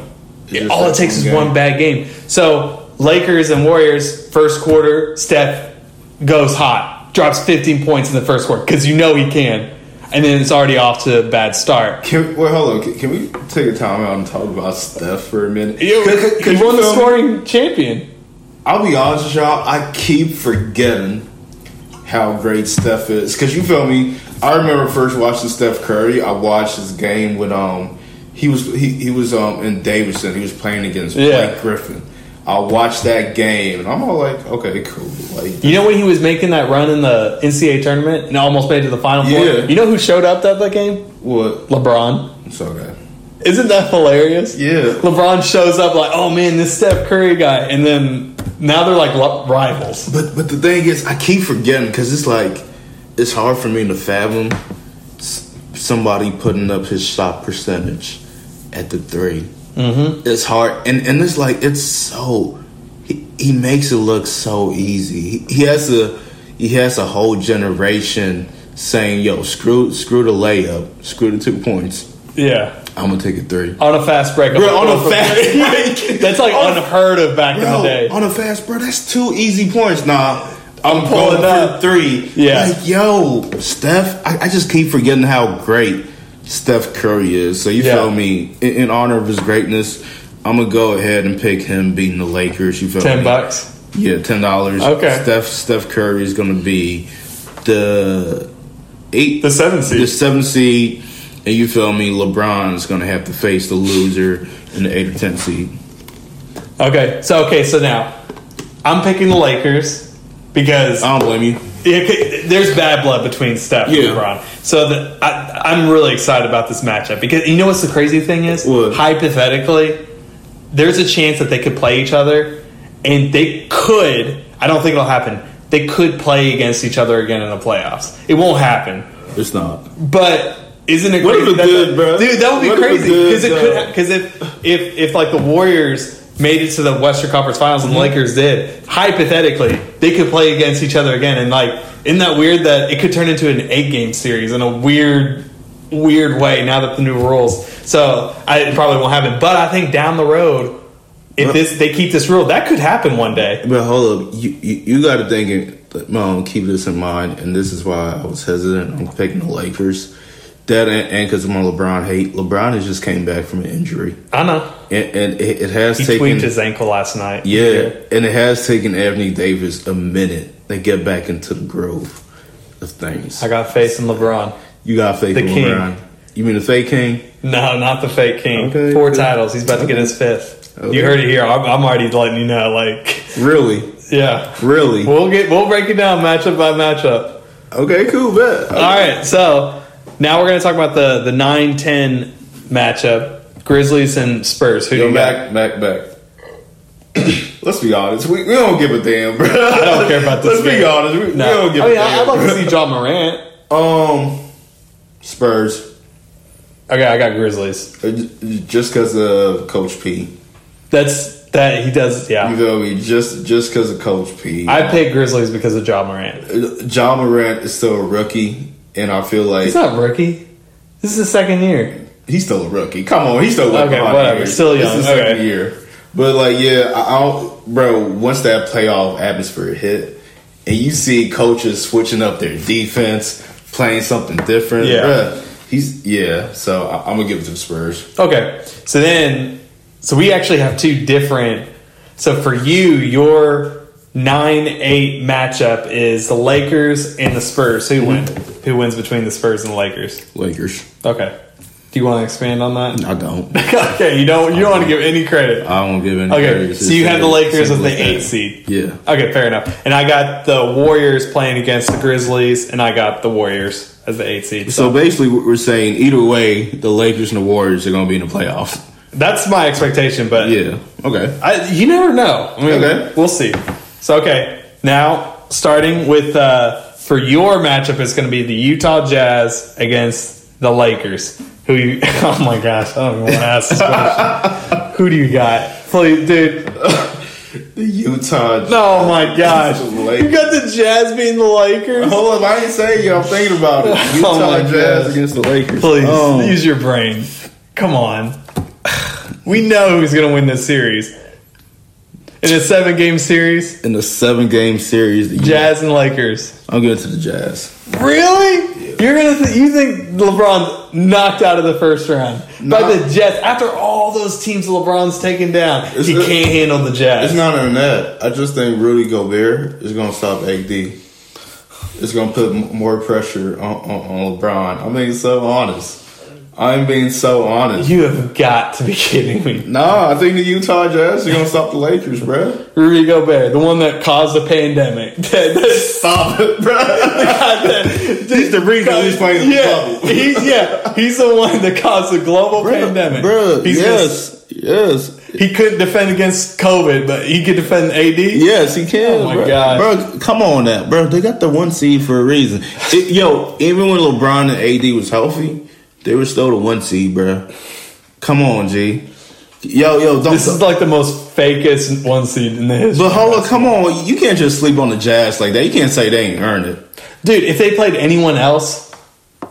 Speaker 2: It's just
Speaker 1: all
Speaker 2: that
Speaker 1: it takes is
Speaker 2: game.
Speaker 1: one bad game. So Lakers and Warriors first quarter, Steph goes hot, drops 15 points in the first quarter because you know he can, and then it's already off to a bad start.
Speaker 2: Can, well, hold on. Can, can we take a time out and talk about Steph for a minute?
Speaker 1: You,
Speaker 2: Could- could- could
Speaker 1: he won
Speaker 2: you
Speaker 1: the
Speaker 2: film-
Speaker 1: scoring champion.
Speaker 2: I'll be honest with y'all. I keep forgetting how great Steph is because you feel me. I remember first watching Steph Curry. I watched his game with um he was he, he was um in Davidson. He was playing against
Speaker 1: Yeah.
Speaker 2: Blake Griffin. I watched that game and I'm all like, okay, cool. Like
Speaker 1: You know when he was making that run in the NCAA tournament and almost made it to the final four?
Speaker 2: Yeah.
Speaker 1: You know who showed up at that game?
Speaker 2: what?
Speaker 1: LeBron.
Speaker 2: It's okay.
Speaker 1: Isn't that hilarious?
Speaker 2: Yeah.
Speaker 1: LeBron shows up like, oh man, this Steph Curry guy, and then now they're like lo- rivals.
Speaker 2: But but the thing is, I keep forgetting because it's like it's hard for me to fathom s- somebody putting up his shot percentage at the 3 Mm-hmm. It's hard, and and it's like it's so he, he makes it look so easy. He, he has a he has a whole generation saying, "Yo, screw screw the layup, screw the two points.
Speaker 1: Yeah.
Speaker 2: I'm gonna take a three.
Speaker 1: On a fast break.
Speaker 2: Bro, on a fast-
Speaker 1: That's like
Speaker 2: on a-
Speaker 1: unheard of back in the day.
Speaker 2: Bro, on a fast, bro, that's two easy points. Nah, I'm,
Speaker 1: pulling
Speaker 2: pulling
Speaker 1: up.
Speaker 2: up three.
Speaker 1: Yeah.
Speaker 2: like yo, Steph. I, I just keep forgetting how great Steph Curry is. So you
Speaker 1: Yeah.
Speaker 2: feel me? In, in honor of his greatness, I'm gonna go ahead and pick him beating the Lakers. You feel
Speaker 1: Ten
Speaker 2: me?
Speaker 1: bucks.
Speaker 2: Yeah, ten dollars.
Speaker 1: Okay.
Speaker 2: Steph Steph Curry is gonna be the eight
Speaker 1: The seven
Speaker 2: the
Speaker 1: seed.
Speaker 2: seventh seed. And you feel me? LeBron's gonna have to face the loser in the eight or ten seed.
Speaker 1: Okay. So okay, so now I'm picking the Lakers because
Speaker 2: I don't blame you.
Speaker 1: Yeah, 'cause there's bad blood between Steph
Speaker 2: Yeah.
Speaker 1: and LeBron. So the, I, I'm really excited about this matchup because you know what's the crazy thing is?
Speaker 2: What?
Speaker 1: Hypothetically, there's a chance that they could play each other, and they could. I don't think it'll happen. They could play against each other again in the playoffs. It won't happen.
Speaker 2: It's not.
Speaker 1: But isn't it
Speaker 2: What
Speaker 1: crazy?
Speaker 2: if it
Speaker 1: That's-
Speaker 2: did, bro?
Speaker 1: Dude, that would be
Speaker 2: What if uh, it
Speaker 1: crazy
Speaker 2: did,
Speaker 1: because it,
Speaker 2: though?
Speaker 1: could because if if if like the Warriors made it to the Western Conference Finals
Speaker 2: Mm-hmm.
Speaker 1: and the Lakers did, hypothetically, they could play against each other again. And like, isn't that weird that it could turn into an eight game series in a weird weird way now that the new rules. So I it probably won't happen, but I think down the road. If
Speaker 2: Well-
Speaker 1: this they keep this rule, that could happen one day.
Speaker 2: But hold up, you you, you got to think it. Mom, keep this in mind, and this is why I was hesitant on picking the Lakers. That and because of my LeBron hate. LeBron has just came back from an injury,
Speaker 1: I know.
Speaker 2: and, and it, it has
Speaker 1: He
Speaker 2: taken
Speaker 1: tweaked his ankle last night.
Speaker 2: yeah, and it has taken Anthony Davis a minute to get back into the groove of things.
Speaker 1: I got faith in LeBron.
Speaker 2: you got faith
Speaker 1: The
Speaker 2: in
Speaker 1: king.
Speaker 2: LeBron. You mean the fake king?
Speaker 1: No, not the fake king.
Speaker 2: Okay,
Speaker 1: Four
Speaker 2: good.
Speaker 1: titles. He's about to get his fifth.
Speaker 2: Okay.
Speaker 1: You heard it here. I'm, I'm already letting you know. Like,
Speaker 2: Really,
Speaker 1: yeah,
Speaker 2: really?
Speaker 1: we'll get we'll break it down matchup by matchup.
Speaker 2: Okay, cool, bet.
Speaker 1: All right, so now we're gonna talk about the the nine ten matchup: Grizzlies and Spurs. Who do
Speaker 2: Yo,
Speaker 1: you got?
Speaker 2: Mac, Mac, Mac. Let's be honest. We, we don't give a damn, bro. I
Speaker 1: don't care about this
Speaker 2: Let's be
Speaker 1: game.
Speaker 2: honest. We, we
Speaker 1: No.
Speaker 2: don't give
Speaker 1: I
Speaker 2: a
Speaker 1: mean, I-
Speaker 2: damn.
Speaker 1: Oh, I'd like to see John Morant.
Speaker 2: um, Spurs.
Speaker 1: Okay, I got Grizzlies.
Speaker 2: Uh, j- Just because of Coach P.
Speaker 1: That's that he does.
Speaker 2: You
Speaker 1: Yeah,
Speaker 2: feel me? Just just because of Coach P.
Speaker 1: I picked Grizzlies because of John Morant.
Speaker 2: Uh, John Morant is still a rookie, and I feel like
Speaker 1: He's not a rookie. This is his second year.
Speaker 2: he's still a rookie. Come on, he's still a
Speaker 1: Okay,
Speaker 2: rookie.
Speaker 1: whatever. Still
Speaker 2: This
Speaker 1: young.
Speaker 2: is second
Speaker 1: Okay.
Speaker 2: year. But like, yeah, I, I'll, bro. Once that playoff atmosphere hit, and you see coaches switching up their defense, playing something different.
Speaker 1: Yeah.
Speaker 2: bruh, he's yeah. So I, I'm gonna give it to the Spurs.
Speaker 1: Okay. So then, so we actually have two different. So for you, your 9 8 matchup is the Lakers and the Spurs. Who win? Who wins between the Spurs and the Lakers?
Speaker 2: Lakers.
Speaker 1: Okay. Do you want to expand on that?
Speaker 2: I don't.
Speaker 1: okay. You don't, you don't want to give any credit.
Speaker 2: I don't give any.
Speaker 1: Okay.
Speaker 2: credit to
Speaker 1: So you have the
Speaker 2: Spurs.
Speaker 1: Lakers as
Speaker 2: Simple
Speaker 1: the
Speaker 2: that.
Speaker 1: 8 seed.
Speaker 2: Yeah.
Speaker 1: Okay. Fair enough. And I got the Warriors playing against the Grizzlies, and I got the Warriors as the 8 seed.
Speaker 2: So basically, what we're saying either way, the Lakers and the Warriors are gonna be in the playoffs.
Speaker 1: that's my expectation, but
Speaker 2: Yeah. Okay.
Speaker 1: I, you never know. I mean,
Speaker 2: Okay.
Speaker 1: we'll see. So, okay, now starting with uh, for your matchup, it's going to be the Utah Jazz against the Lakers. Who you? Oh my gosh, I don't even want to ask this question. Who do you got? Please, dude.
Speaker 2: The Utah.
Speaker 1: Oh my gosh.
Speaker 2: Just
Speaker 1: You
Speaker 2: late.
Speaker 1: got the Jazz beating the Lakers.
Speaker 2: Hold up, I ain't saying you. I'm thinking about it.
Speaker 1: Oh
Speaker 2: Utah
Speaker 1: my
Speaker 2: Jazz
Speaker 1: gosh.
Speaker 2: against the Lakers.
Speaker 1: Please
Speaker 2: Um,
Speaker 1: use your brain. Come on. We know who's going to win this series. In a seven game series,
Speaker 2: in the seven game series, the
Speaker 1: Jazz and Lakers.
Speaker 2: I'm going to the Jazz.
Speaker 1: Really? You're gonna th- you think LeBron's knocked out of the first round
Speaker 2: Nah.
Speaker 1: by the Jazz after all those teams LeBron's taken down?
Speaker 2: It's-
Speaker 1: he can't handle the Jazz.
Speaker 2: It's not even that. I just think Rudy Gobert is going to stop AD. It's going to put m- more pressure on, on, on LeBron. I'm being so honest. I'm being so honest.
Speaker 1: you have got to be kidding me.
Speaker 2: Nah, I think the Utah Jazz are going to stop the Lakers, bro.
Speaker 1: Rudy Gobert, the one that caused the pandemic. That- that-
Speaker 2: Stop it, bro.
Speaker 1: God, that-
Speaker 2: He's the reason he's playing in the
Speaker 1: yeah,
Speaker 2: bubble.
Speaker 1: he's yeah, he's the one that caused the global pandemic.
Speaker 2: Bro,
Speaker 1: he's
Speaker 2: yes. Yes.
Speaker 1: gonna- he couldn't defend against COVID, but he could defend AD.
Speaker 2: Yes, he can.
Speaker 1: Oh my
Speaker 2: bro.
Speaker 1: gosh.
Speaker 2: bro! Come on, that bro. They got the one seed for a reason. It- yo, even when LeBron and AD was healthy, they were still the one seed, bro. Come on, G. Yo, yo, don't.
Speaker 1: This is like the most fakest one seed in the history.
Speaker 2: but hold up, come on. You can't just sleep on the Jazz like that. You can't say they ain't earned it.
Speaker 1: Dude, if they played anyone else,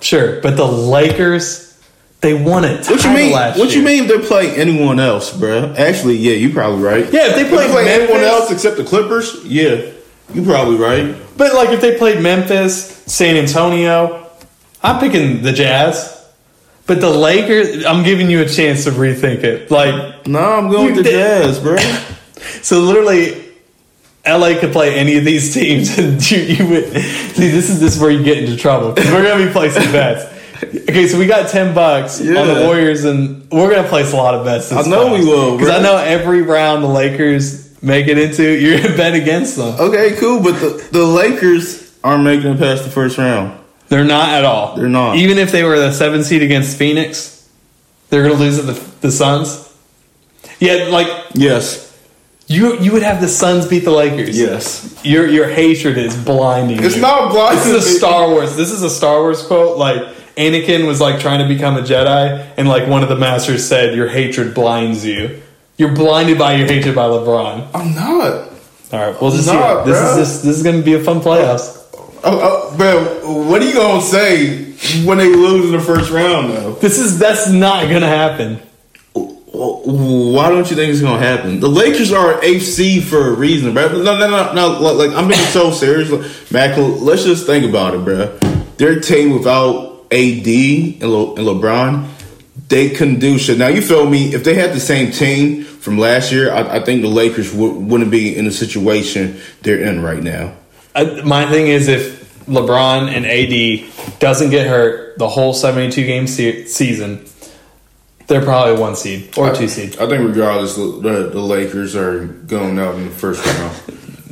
Speaker 1: sure, but the Lakers, they won it.
Speaker 2: What you mean? What you mean? If they play anyone else, bro? Actually, yeah, you probably right.
Speaker 1: Yeah, if they played
Speaker 2: anyone
Speaker 1: Memphis-
Speaker 2: else except the Clippers, yeah, you probably right.
Speaker 1: But like, if they played Memphis, San Antonio, I'm picking the Jazz. But the Lakers, I'm giving you a chance to rethink it. Like,
Speaker 2: No, I'm going
Speaker 1: You
Speaker 2: with the
Speaker 1: did-
Speaker 2: Jazz, bro.
Speaker 1: So literally, LA could play any of these teams, and you, you would see. This is this is where you get into trouble. 'cause We're gonna be placing bets. Okay, so we got ten bucks on the
Speaker 2: Yeah.
Speaker 1: Warriors, and we're gonna place a lot of bets.
Speaker 2: I know we will,
Speaker 1: because I
Speaker 2: bro.
Speaker 1: know every round the Lakers make it into, you're gonna bet against them.
Speaker 2: Okay, cool, but the, the Lakers aren't making it past the first round.
Speaker 1: They're not at all.
Speaker 2: They're not.
Speaker 1: Even if they were the seven seed against Phoenix, they're gonna lose to the the Suns. Yeah, like
Speaker 2: Yes.
Speaker 1: you you would have the Suns beat the Lakers.
Speaker 2: Yes.
Speaker 1: Your your hatred is blinding.
Speaker 2: It's
Speaker 1: you.
Speaker 2: not blocking.
Speaker 1: This is a Star Wars. This is a Star Wars quote. Like Anakin was like trying to become a Jedi, and like one of the masters said, "Your hatred blinds you. You're blinded by your hatred by LeBron."
Speaker 2: I'm not.
Speaker 1: All right, we'll just
Speaker 2: Nah,
Speaker 1: see. This
Speaker 2: bruh.
Speaker 1: is this, this is going to be a fun playoffs.
Speaker 2: Oh, oh, bro, what are you going to say when they lose in the first round, though?
Speaker 1: This is that's not going to happen.
Speaker 2: Why don't you think it's going to happen? The Lakers are an eighth seed for a reason, bro. No, no, no, no. Like, like, I'm being so serious. Like, Mac, let's just think about it, bro. Their team without AD and, Le- and LeBron, they couldn't do shit. Now, you feel me? If they had the same team from last year, I, I think the Lakers w- wouldn't be in the situation they're in right now.
Speaker 1: I, my thing is if LeBron and AD doesn't get hurt the whole 72 game se- season, they're probably one seed or two seed.
Speaker 2: I think regardless, the, the, the Lakers are going out in the first round.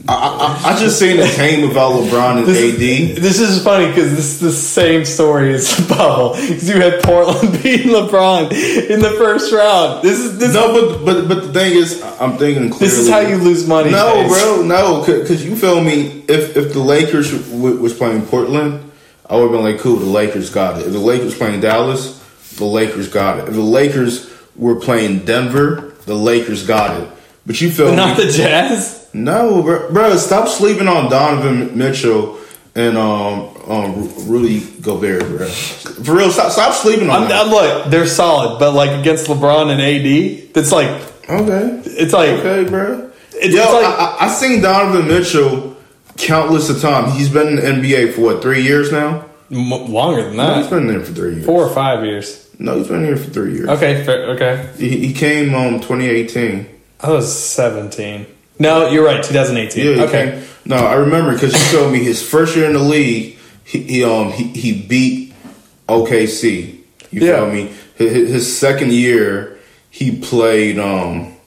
Speaker 2: I, I, I- I just seen a team without LeBron and AD.
Speaker 1: This is funny because this is the same story as the bubble. 'Cause you had Portland beating LeBron in the first round. This is this.
Speaker 2: No, but but but the thing is, I- I'm thinking clearly.
Speaker 1: This is how you lose money.
Speaker 2: No,
Speaker 1: guys.
Speaker 2: bro, no, because you feel me. If if the Lakers w- was playing Portland, I would have been like, cool. The Lakers got it. If the Lakers playing Dallas, the Lakers got it. If the Lakers were playing Denver, the Lakers got it. But you feel me?
Speaker 1: Not the Jazz.
Speaker 2: No, bro, bro, stop sleeping on Donovan Mitchell and um um Rudy Gobert, bro. For real, stop stop sleeping on
Speaker 1: I'm,
Speaker 2: that.
Speaker 1: I'm like they're solid, but like against LeBron and AD, it's like
Speaker 2: okay,
Speaker 1: it's like
Speaker 2: okay, bro.
Speaker 1: It's-
Speaker 2: Yo,
Speaker 1: it's like-
Speaker 2: I, I, I seen Donovan Mitchell countless of times. He's been in the NBA for what three years now.
Speaker 1: m- longer than
Speaker 2: No, he's
Speaker 1: that.
Speaker 2: been there for three years.
Speaker 1: Four or five years.
Speaker 2: No, he's been here for three years.
Speaker 1: Okay, fair, okay.
Speaker 2: He, he came um 2018.
Speaker 1: I was 17. No, you're right. 2018.
Speaker 2: Yeah, he
Speaker 1: okay.
Speaker 2: came- No, I remember because you showed me his first year in the league. He, he um he, he beat OKC. You
Speaker 1: Yeah.
Speaker 2: feel me? His, his second year, he played um.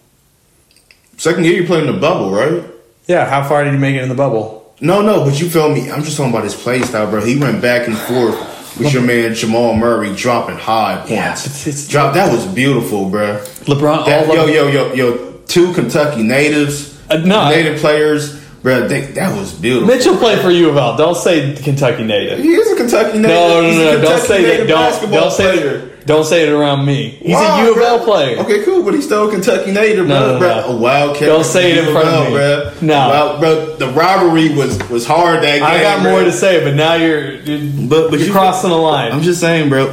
Speaker 2: Second year, you played in the bubble, right?
Speaker 1: Yeah. How far did you make it in the bubble?
Speaker 2: No, no, but you feel me. I'm just talking about his play style, bro. He went back and forth with your man Jamal Murray, dropping high points.
Speaker 1: Yeah, but it's-
Speaker 2: Drop that was beautiful, bro.
Speaker 1: LeBron.
Speaker 2: That,
Speaker 1: all
Speaker 2: yo, yo, yo, yo, two Kentucky natives,
Speaker 1: Uh, no, I-
Speaker 2: native players Bro, they, that was beautiful.
Speaker 1: Mitchell played for U of L. Don't say Kentucky native.
Speaker 2: He is a Kentucky native.
Speaker 1: No, no,
Speaker 2: He's
Speaker 1: no,
Speaker 2: a
Speaker 1: no. Don't
Speaker 2: Kentucky
Speaker 1: say that.
Speaker 2: native
Speaker 1: Don't,
Speaker 2: basketball
Speaker 1: don't say
Speaker 2: player.
Speaker 1: that. Don't say it around me. He's
Speaker 2: Wow,
Speaker 1: a U of
Speaker 2: bro.
Speaker 1: L player.
Speaker 2: Okay, cool, but he's still a Kentucky native, bro.
Speaker 1: No, no,
Speaker 2: Bro,
Speaker 1: no.
Speaker 2: A wildcat.
Speaker 1: Don't say it in
Speaker 2: U of
Speaker 1: front of
Speaker 2: L,
Speaker 1: me.
Speaker 2: Bro.
Speaker 1: No.
Speaker 2: Wow, bro. The rivalry was was hard that game.
Speaker 1: I got
Speaker 2: bro.
Speaker 1: more to say, but now you're you're,
Speaker 2: But- but
Speaker 1: you're
Speaker 2: you-
Speaker 1: crossing the line.
Speaker 2: I'm just saying, bro.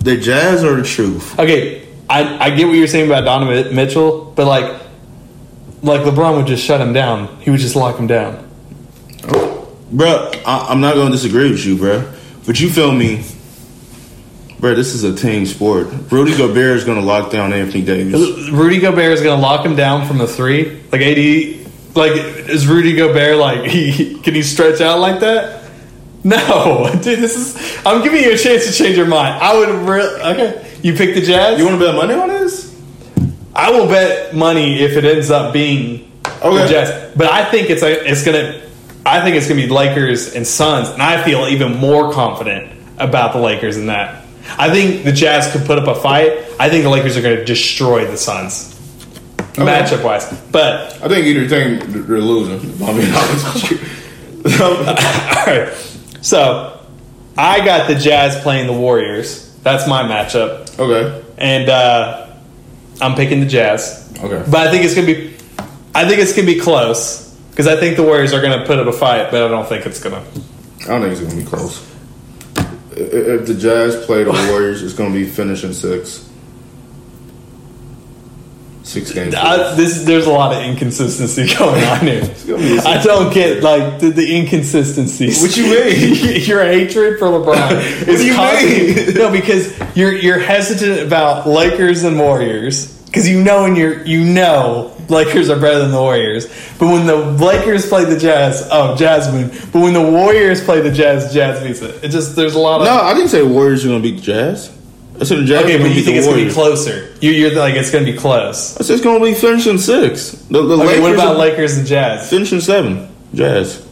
Speaker 2: The Jazz are the truth.
Speaker 1: okay, I, I get what you're saying about Donovan Mitchell, but like like LeBron would just shut him down. He would just lock him down.
Speaker 2: Bro, I, I'm not going to disagree with you, bro. But you feel me? Bro, this is a team sport. Rudy Gobert is going to lock down Anthony Davis.
Speaker 1: Rudy Gobert is going to lock him down from the three. Like AD, like is Rudy Gobert like he can he stretch out like that? No, dude. This is I'm giving you a chance to change your mind. I would really okay. You pick the Jazz.
Speaker 2: You want to bet money on this?
Speaker 1: I will bet money if it ends up being the
Speaker 2: Okay.
Speaker 1: Jazz. But I think it's a, it's gonna I think it's gonna be Lakers and Suns, and I feel even more confident about the Lakers than that. I think the Jazz could put up a fight. I think the Lakers are gonna destroy the Suns. Matchup wise. But
Speaker 2: I think either team they're losing. if I'm being honest with you.
Speaker 1: alright. So I got the Jazz playing the Warriors. That's my matchup.
Speaker 2: okay.
Speaker 1: And uh, I'm picking the Jazz.
Speaker 2: Okay.
Speaker 1: But I think it's gonna be, I think it's gonna be close because I think the Warriors are gonna put up a fight, but I don't think it's gonna.
Speaker 2: I don't think it's gonna be close. I- i- If the Jazz play the Warriors, it's gonna be finishing six. Six games.
Speaker 1: I, this there's a lot of inconsistency going on here.
Speaker 2: gonna be-
Speaker 1: I don't get like the, the inconsistencies.
Speaker 2: What you mean?
Speaker 1: Your hatred for LeBron
Speaker 2: do
Speaker 1: is
Speaker 2: you
Speaker 1: causing no because you're you're hesitant about Lakers and Warriors. Because you know, and you're you know, Lakers are better than the Warriors. But when the Lakers play the Jazz, oh, Jazz win. But when the Warriors play the Jazz, Jazz beats it. It just there's a lot of
Speaker 2: no, I didn't say Warriors are gonna beat the Jazz. I said the Jazz
Speaker 1: Oh. Okay,
Speaker 2: are
Speaker 1: but
Speaker 2: gonna
Speaker 1: you
Speaker 2: beat
Speaker 1: think
Speaker 2: the
Speaker 1: it's gonna be
Speaker 2: Warriors.
Speaker 1: closer? You, you're like it's gonna be close.
Speaker 2: I said it's gonna be finishing six. The, the
Speaker 1: Okay,
Speaker 2: Lakers
Speaker 1: what about
Speaker 2: are
Speaker 1: Lakers and Jazz?
Speaker 2: finishing seven? Jazz.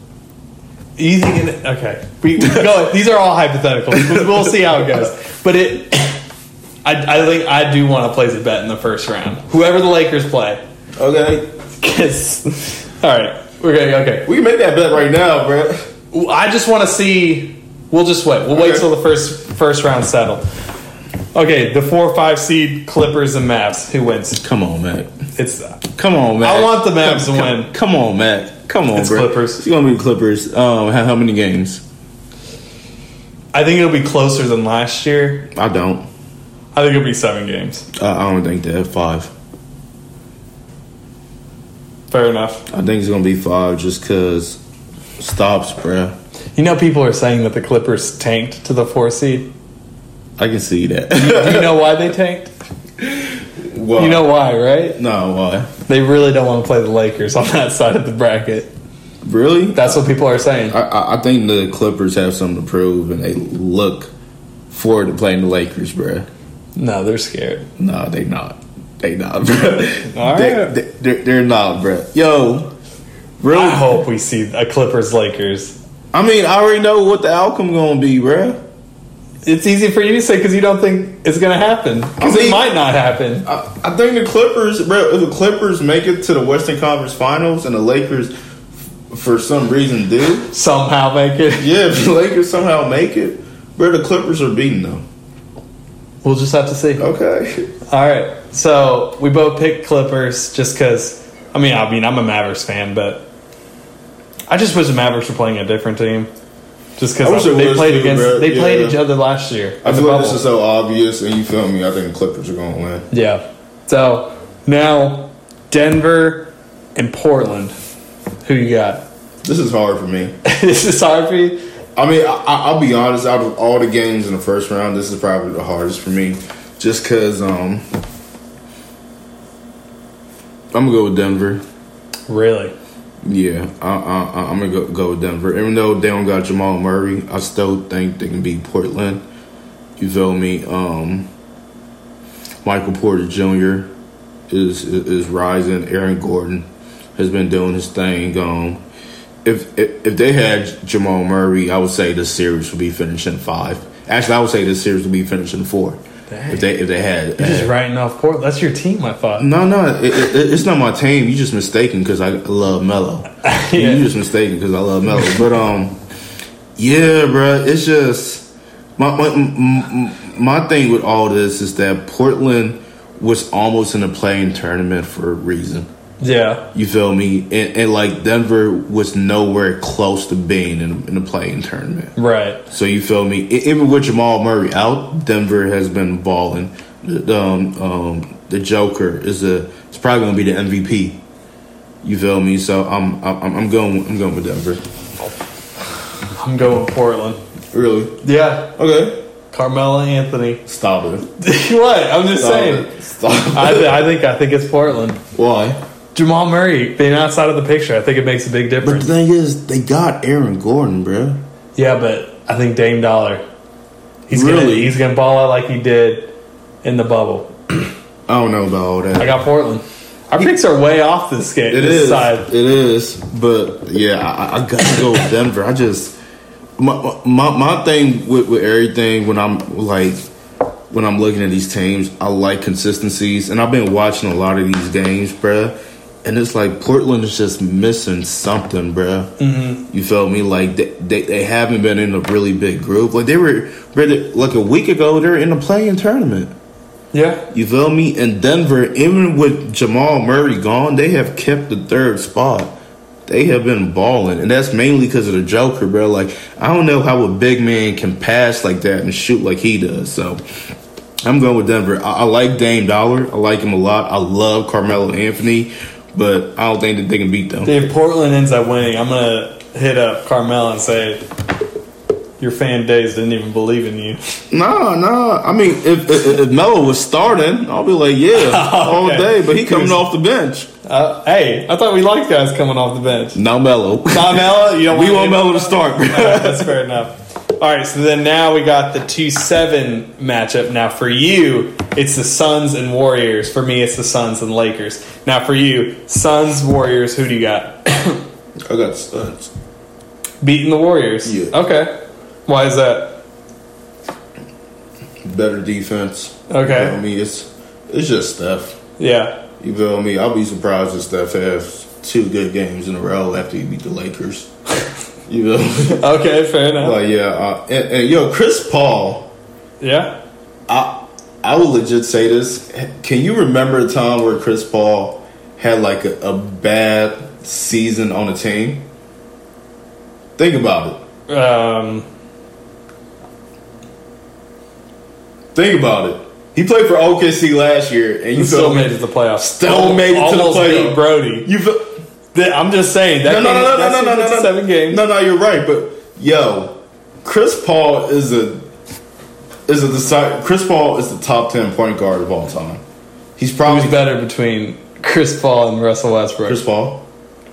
Speaker 1: You think? It, okay, we, we go. These are all hypotheticals. We'll, we'll see how it goes. But it, I, I think I do want to place a bet in the first round. Whoever the Lakers play,
Speaker 2: Okay,
Speaker 1: 'Cause- all right, we're going okay.
Speaker 2: we can make that bet right now, bro.
Speaker 1: I just want to see. We'll just wait. We'll wait
Speaker 2: Okay.
Speaker 1: till the first first round settle. Okay, the four five seed Clippers and Mavs. Who wins?
Speaker 2: Come on, Mac.
Speaker 1: It's
Speaker 2: Come on, Mac.
Speaker 1: I want the Mavs
Speaker 2: Come-
Speaker 1: to
Speaker 2: come-
Speaker 1: win.
Speaker 2: Come on, Mac. Come on,
Speaker 1: It's
Speaker 2: bro.
Speaker 1: Clippers.
Speaker 2: It's gonna be the Clippers. Um, how, how many games?
Speaker 1: I think it'll be closer than last year.
Speaker 2: I don't.
Speaker 1: I think it'll be seven games.
Speaker 2: I, I don't think they have five.
Speaker 1: Fair enough.
Speaker 2: I think it's gonna be five just cause stops, bruh.
Speaker 1: You know, people are saying that the Clippers tanked to the four seed.
Speaker 2: I can see that.
Speaker 1: Do you know why they tanked?
Speaker 2: Why?
Speaker 1: You know why, right?
Speaker 2: no, why?
Speaker 1: They really don't want to play the Lakers on that side of the bracket.
Speaker 2: Really?
Speaker 1: That's what people are saying.
Speaker 2: I- I, I think the Clippers have something to prove, and they look forward to playing the Lakers, bruh.
Speaker 1: No, they're scared.
Speaker 2: No, they not. They not, bruh.
Speaker 1: All
Speaker 2: they,
Speaker 1: right.
Speaker 2: they, they're, they're not, bruh. Yo, really?
Speaker 1: I hope we see a Clippers Lakers.
Speaker 2: I mean, I already know what the outcome gonna be, bruh.
Speaker 1: It's easy for you to say because you don't think it's going to happen. Because
Speaker 2: I
Speaker 1: it
Speaker 2: mean-
Speaker 1: might not happen.
Speaker 2: I, I think the Clippers, bro. If the Clippers make it to the Western Conference Finals, and the Lakers, f- for some reason, do.
Speaker 1: Somehow make it.
Speaker 2: Yeah, if the Lakers somehow make it, bro, the Clippers are beating them.
Speaker 1: We'll just have to see.
Speaker 2: Okay.
Speaker 1: All right, so we both picked Clippers just because. I mean, I mean, I'm a Mavericks fan, but I just wish the Mavericks were playing a different team. Just
Speaker 2: I wish
Speaker 1: because
Speaker 2: they
Speaker 1: they
Speaker 2: was
Speaker 1: played
Speaker 2: too,
Speaker 1: against,
Speaker 2: bro.
Speaker 1: they played
Speaker 2: Yeah.
Speaker 1: each other last year.
Speaker 2: I
Speaker 1: in the
Speaker 2: feel like this
Speaker 1: bubble.
Speaker 2: is so obvious, and you feel me. I think the Clippers are going to win.
Speaker 1: yeah. So now Denver and Portland. Who you got?
Speaker 2: This is hard for me.
Speaker 1: this is hard for you.
Speaker 2: I mean, I, I- I'll be honest. Out of all the games in the first round, this is probably the hardest for me, just because um, I'm gonna go with Denver.
Speaker 1: Really?
Speaker 2: Yeah, I, I, I- I'm gonna go, go with Denver. Even though they don't got Jamal Murray, I still think they can beat Portland. You feel me? Um, Michael Porter Jr. is is rising. Aaron Gordon has been doing his thing. Um, if, if if they had Jamal Murray, I would say this series would be finishing five. Actually, I would say this series would be finishing four. if they if they had.
Speaker 1: You're just writing off Portland. That's your team, I thought.
Speaker 2: No, no, it, it, it's not my team. You just mistaken because I love Mello.
Speaker 1: Yeah.
Speaker 2: You just mistaken because I love Mello. But um, yeah, bruh, it's just my, my m- m- my thing with all this is that Portland was almost in a playing tournament for a reason.
Speaker 1: Yeah.
Speaker 2: You feel me? And, and like Denver was nowhere close to being in, in the playing tournament.
Speaker 1: Right.
Speaker 2: So you feel me? E- Even with Jamal Murray out, Denver has been balling. The, um, um, the Joker is a. It's probably gonna be the MVP. You feel me? So I'm I'm, I'm going I'm going with Denver.
Speaker 1: I'm going Portland.
Speaker 2: Really?
Speaker 1: Yeah.
Speaker 2: Okay.
Speaker 1: Carmelo Anthony.
Speaker 2: Stop it.
Speaker 1: what? I'm just
Speaker 2: Stop
Speaker 1: saying.
Speaker 2: it. Stop
Speaker 1: I, th- I think I think it's Portland.
Speaker 2: it. Why?
Speaker 1: Jamal Murray being outside of the picture, I think it makes a big
Speaker 2: But
Speaker 1: difference.
Speaker 2: the thing is, they got Aaron Gordon, bro.
Speaker 1: yeah, but I think Dame Dollar. He's gonna,
Speaker 2: Really?
Speaker 1: he's gonna ball out like he did in the bubble.
Speaker 2: I don't know about all that.
Speaker 1: I got Portland. Our picks are way off this game.
Speaker 2: It
Speaker 1: this
Speaker 2: is.
Speaker 1: side.
Speaker 2: It is. But yeah, I, I gotta go with Denver. I just my my, my thing with, with everything when I'm like when I'm looking at these teams, I like consistencies, and I've been watching a lot of these games, bruh. And it's like Portland is just missing something, bruh. Mm-hmm. You feel me? Like they, they they haven't been in a really big group. Like they were, bruh, like a week ago, they're in a playing tournament.
Speaker 1: Yeah.
Speaker 2: You feel me? In Denver, even with Jamal Murray gone, they have kept the third spot. They have been balling, and that's mainly because of the Joker, bro. Like I don't know how a big man can pass like that and shoot like he does. So I'm going with Denver. I, I like Dame Dollar. I like him a lot. I love Carmelo Anthony, but I don't think that they can beat them.
Speaker 1: If Portland ends up winning, I'm gonna hit up Carmelo and say your fan days didn't even believe in you.
Speaker 2: Nah, nah. I mean, if if, if Melo was starting, I'll be like, yeah, all day. But he coming off the bench.
Speaker 1: Uh, hey, I thought we liked guys coming off the bench.
Speaker 2: No Melo.
Speaker 1: Carmelo, you don't
Speaker 2: we
Speaker 1: want
Speaker 2: want Melo to start. Bro.
Speaker 1: Alright, that's fair enough. All right, so then now we got the two seven matchup. Now for you, it's the Suns and Warriors. For me, it's the Suns and Lakers. Now for you, Suns Warriors. Who do you got
Speaker 2: I got studs.
Speaker 1: beating the Warriors?
Speaker 2: Yeah.
Speaker 1: Okay. Why is that?
Speaker 2: Better defense.
Speaker 1: Okay.
Speaker 2: You feel me? It's it's just Steph.
Speaker 1: Yeah.
Speaker 2: You feel me? I'll be surprised if Steph has two good games in a row after he beat the Lakers. you feel me?
Speaker 1: Okay. Fair enough.
Speaker 2: Like yeah, uh, and, and yo, Chris Paul.
Speaker 1: yeah.
Speaker 2: I I will legit say this. Can you remember a time where Chris Paul had like a, a bad season on a team? Think about it.
Speaker 1: Um,
Speaker 2: Think about it. He played for OKC last year, and you
Speaker 1: still
Speaker 2: feel me?
Speaker 1: made it to the playoffs.
Speaker 2: Still made it to the
Speaker 1: Almost
Speaker 2: playoffs.
Speaker 1: beat Brody.
Speaker 2: You feel.
Speaker 1: Th- I'm just saying that.
Speaker 2: No, no,
Speaker 1: game-
Speaker 2: no, no,
Speaker 1: that
Speaker 2: no, no,
Speaker 1: series
Speaker 2: no,
Speaker 1: was
Speaker 2: no.
Speaker 1: Seven games.
Speaker 2: No, no, you're right. But yo, Chris Paul is a is a decide. Chris Paul is the top ten point guard of all time. He's
Speaker 1: Who's
Speaker 2: probably
Speaker 1: better between Chris Paul and Russell Westbrook?
Speaker 2: Chris Paul.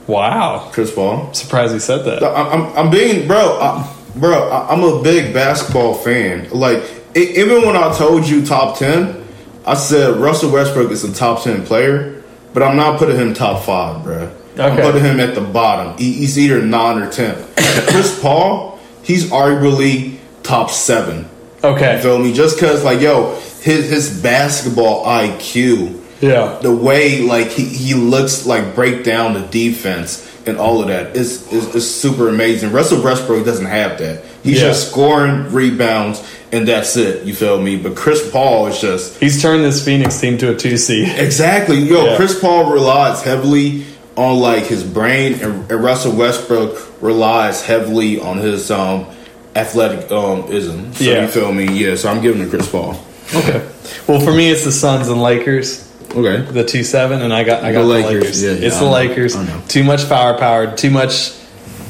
Speaker 1: wow.
Speaker 2: Chris Paul.
Speaker 1: I'm surprised he said that.
Speaker 2: I- I'm I'm, I'm being bro, I, bro. I, I'm a big basketball fan. Like e- even when I told you top ten, I said Russell Westbrook is a top ten player, but I'm not putting him top five, bro. I'm
Speaker 1: Okay.
Speaker 2: putting him at the bottom. He, he's either nine or ten. Chris Paul, he's arguably top seven.
Speaker 1: Okay.
Speaker 2: You feel me? Just cause like yo, his his basketball IQ
Speaker 1: Yeah.
Speaker 2: the way like he, he looks like break down the defense and all of that is is, is super amazing. Russell Westbrook doesn't have that. He's
Speaker 1: Yeah.
Speaker 2: just scoring rebounds and that's it. You feel me? But Chris Paul is just
Speaker 1: He's turned this Phoenix team to a two seed.
Speaker 2: exactly yo.
Speaker 1: Yeah.
Speaker 2: Chris Paul relies heavily on like his brain, and, and Russell Westbrook relies heavily on his um athletic um ism. So
Speaker 1: Yeah.
Speaker 2: you feel me? Yeah. So I'm giving it Chris Paul.
Speaker 1: Okay. Well, for me, it's the Suns and Lakers,
Speaker 2: Okay.
Speaker 1: the two seven, and I got I got the Lakers.
Speaker 2: Lakers. Yeah, yeah,
Speaker 1: it's
Speaker 2: I
Speaker 1: the
Speaker 2: know.
Speaker 1: Lakers.
Speaker 2: I know.
Speaker 1: Too much firepower. Too much.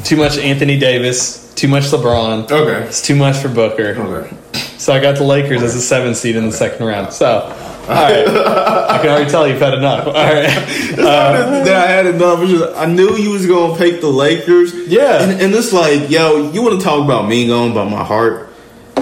Speaker 1: Too much Anthony Davis. Too much LeBron.
Speaker 2: Okay.
Speaker 1: It's too much for Booker.
Speaker 2: Okay.
Speaker 1: So I got the Lakers as a seven seed in the second round. So, all right. I can already tell you've had enough. All right.
Speaker 2: that I had enough. It's just- I knew you was gonna pick the Lakers.
Speaker 1: Yeah.
Speaker 2: and, and it's like, yo, you want to talk about me going by my heart?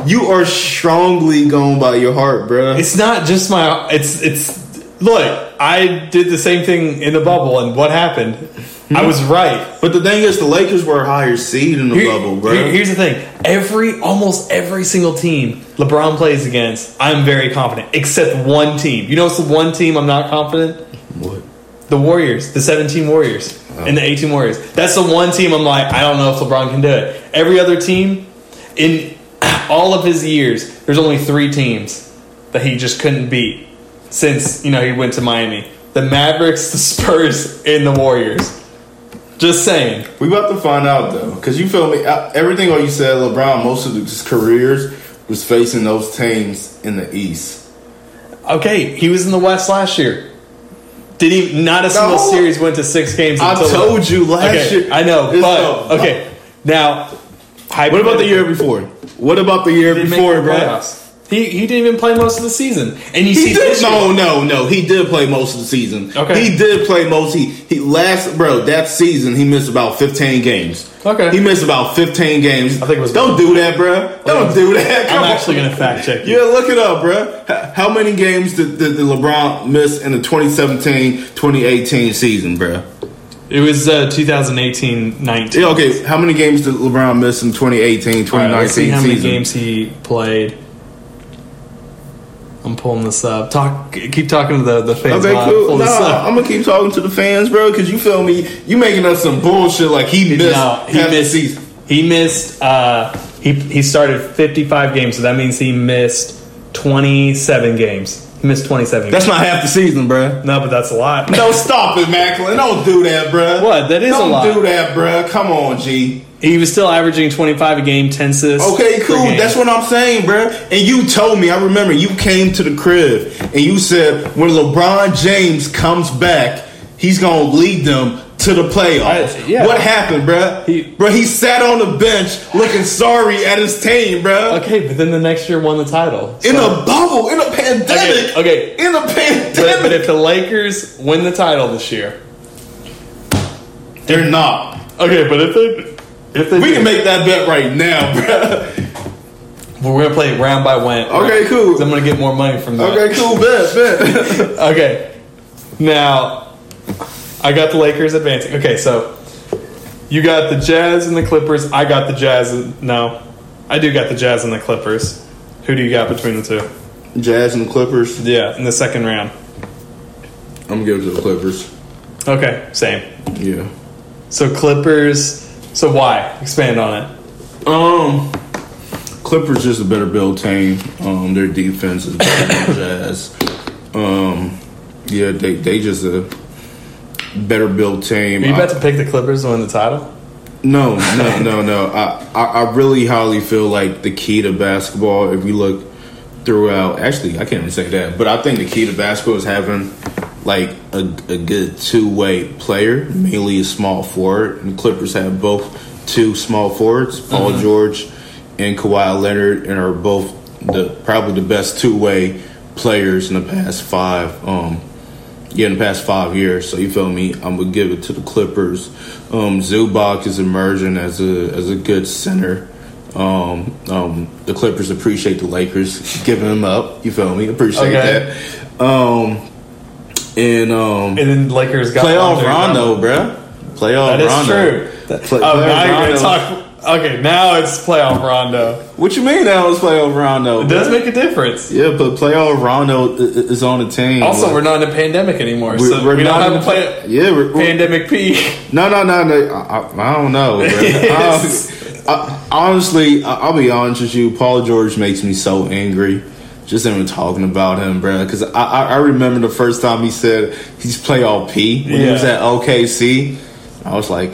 Speaker 2: You are strongly going by your heart, bruh.
Speaker 1: It's not just my. It's it's Look, I did the same thing in the bubble, and what happened?
Speaker 2: Hmm?
Speaker 1: I was right.
Speaker 2: But the thing is, the Lakers were a higher seed in the
Speaker 1: Here-
Speaker 2: bubble, bro.
Speaker 1: here- here's the thing: every, almost every single team LeBron plays against, I'm very confident, except one team. You know, it's the one team I'm not confident.
Speaker 2: what?
Speaker 1: The Warriors, the 17 Warriors, and the 18 Warriors. That's the one team I'm like, I don't know if LeBron can do it. Every other team, in all of his years, there's only three teams that he just couldn't beat since you know he went to Miami: the Mavericks, the Spurs, and the Warriors. Just saying.
Speaker 2: We about to find out though, because you feel me. I, everything what you said, LeBron, most of his careers was facing those teams in the East.
Speaker 1: Okay, he was in the West last year. Did he? Not a single
Speaker 2: No.
Speaker 1: series went to six games.
Speaker 2: I
Speaker 1: until-
Speaker 2: told you last
Speaker 1: Okay,
Speaker 2: year.
Speaker 1: I know,
Speaker 2: It's
Speaker 1: but
Speaker 2: no-
Speaker 1: okay. Now,
Speaker 2: What about the year before? What about the year
Speaker 1: didn't make
Speaker 2: before,
Speaker 1: the
Speaker 2: bro?
Speaker 1: playoffs. He he didn't even play most of the season, and you see
Speaker 2: He
Speaker 1: this
Speaker 2: did,
Speaker 1: year,
Speaker 2: no, no, no. He did play most of the season.
Speaker 1: Okay.
Speaker 2: He did play most. He he last bro that season he missed about fifteen games.
Speaker 1: Okay.
Speaker 2: He missed about fifteen games.
Speaker 1: I think it was-
Speaker 2: Don't do that, bro. Don't do that.
Speaker 1: I'm
Speaker 2: Come on.
Speaker 1: actually gonna fact check you.
Speaker 2: Yeah, look it up, bro. H- How many games did, did, did LeBron miss in the 2017-2018 season, bro?
Speaker 1: It was uh, 2018 19.
Speaker 2: Yeah, okay. How many games did LeBron miss in 2018-2019
Speaker 1: All right, let's see how many
Speaker 2: season?
Speaker 1: games he played. I'm pulling this up. Talk, keep talking to the the fans.
Speaker 2: Okay,
Speaker 1: while I
Speaker 2: cool.
Speaker 1: pull
Speaker 2: Nah,
Speaker 1: this up.
Speaker 2: I'm gonna keep talking to the fans, bro, because you feel me. You making up some bullshit like he missed.
Speaker 1: No, he
Speaker 2: half the
Speaker 1: missed.
Speaker 2: season.
Speaker 1: He missed. Uh, he he started 55 games, so that means he missed 27 games. He missed 27.
Speaker 2: That's
Speaker 1: games.
Speaker 2: not half the season, bro.
Speaker 1: no, but that's a lot.
Speaker 2: No, stop it, Macklin. Don't do that, bro.
Speaker 1: What? That is a
Speaker 2: Don't
Speaker 1: lot.
Speaker 2: do that, bro. Come on, G.
Speaker 1: He was still averaging 25 a game, 10 assists.
Speaker 2: Okay,
Speaker 1: per
Speaker 2: cool.
Speaker 1: game.
Speaker 2: That's what I'm saying, bruh. And you told me, I remember you came to the crib and you said when LeBron James comes back, he's gonna lead them to the playoffs.
Speaker 1: I- yeah.
Speaker 2: What happened, bruh?
Speaker 1: He-
Speaker 2: bruh, he sat on the bench looking sorry at his team, bruh.
Speaker 1: Okay, but then the next year won the title.
Speaker 2: In a bubble, in a pandemic.
Speaker 1: Okay, okay.
Speaker 2: In a pandemic.
Speaker 1: But, but if the Lakers win the title this year,
Speaker 2: They're not.
Speaker 1: okay, but if they if they
Speaker 2: We can make that bet right now, bruh.
Speaker 1: we're gonna play it round by round.
Speaker 2: Okay, cool.
Speaker 1: 'Cause I'm gonna get more money from that.
Speaker 2: Okay, cool, bet, bet.
Speaker 1: Okay. Now, I got the Lakers advancing. Okay, so you got the Jazz and the Clippers. I got the Jazz. And, no, I do got the Jazz and the Clippers. Who do you got between the two?
Speaker 2: Jazz and Clippers.
Speaker 1: Yeah, in the second round.
Speaker 2: I'm gonna give it to the Clippers.
Speaker 1: Okay, same.
Speaker 2: Yeah.
Speaker 1: So Clippers. So why expand on it?
Speaker 2: Um, Clippers is a better build team. Um, their defense is better than Jazz. Um, yeah, they they just a better build team.
Speaker 1: Are you
Speaker 2: I-
Speaker 1: about to pick the Clippers to win the title?
Speaker 2: no, no, no, no. I, I I really highly feel like the key to basketball, if you look throughout, actually, I can't even say that, but I think the key to basketball is having like a, a good two way player, mainly a small forward. And Clippers have both two small forwards, Paul George and Kawhi Leonard, and are both the probably the best two way players in the past five um, yeah, in the past five years. So you feel me? I'm gonna give it to the Clippers. Um, Zubac is emerging as a as a good center. Um, um, the Clippers appreciate the Lakers giving him up. You feel me? Appreciate
Speaker 1: Okay.
Speaker 2: that. Um, and um,
Speaker 1: And then Lakers got
Speaker 2: playoff
Speaker 1: Andre
Speaker 2: Rondo, bruh. Playoff
Speaker 1: That is
Speaker 2: Rondo.
Speaker 1: true.
Speaker 2: Play-
Speaker 1: oh,
Speaker 2: playoff
Speaker 1: now you're
Speaker 2: Rondo.
Speaker 1: gonna talk. Okay, now it's playoff Rondo.
Speaker 2: What you mean? That was playoff Rondo.
Speaker 1: It
Speaker 2: bruh?
Speaker 1: does make a difference.
Speaker 2: yeah, but playoff Rondo i- i- is on the team.
Speaker 1: Also,
Speaker 2: Like,
Speaker 1: we're not in a pandemic anymore, so we don't have a play-
Speaker 2: Yeah, we're, we're-
Speaker 1: pandemic peak.
Speaker 2: No, no, no, no. I, I, I don't know. Bro. Um, I, honestly, I, I'll be honest with you. Paul George makes me so angry. Just even talking about him, bro. Because I, I, I remember the first time he said he's playoff P when he was
Speaker 1: Yeah.
Speaker 2: at OKC. I was like,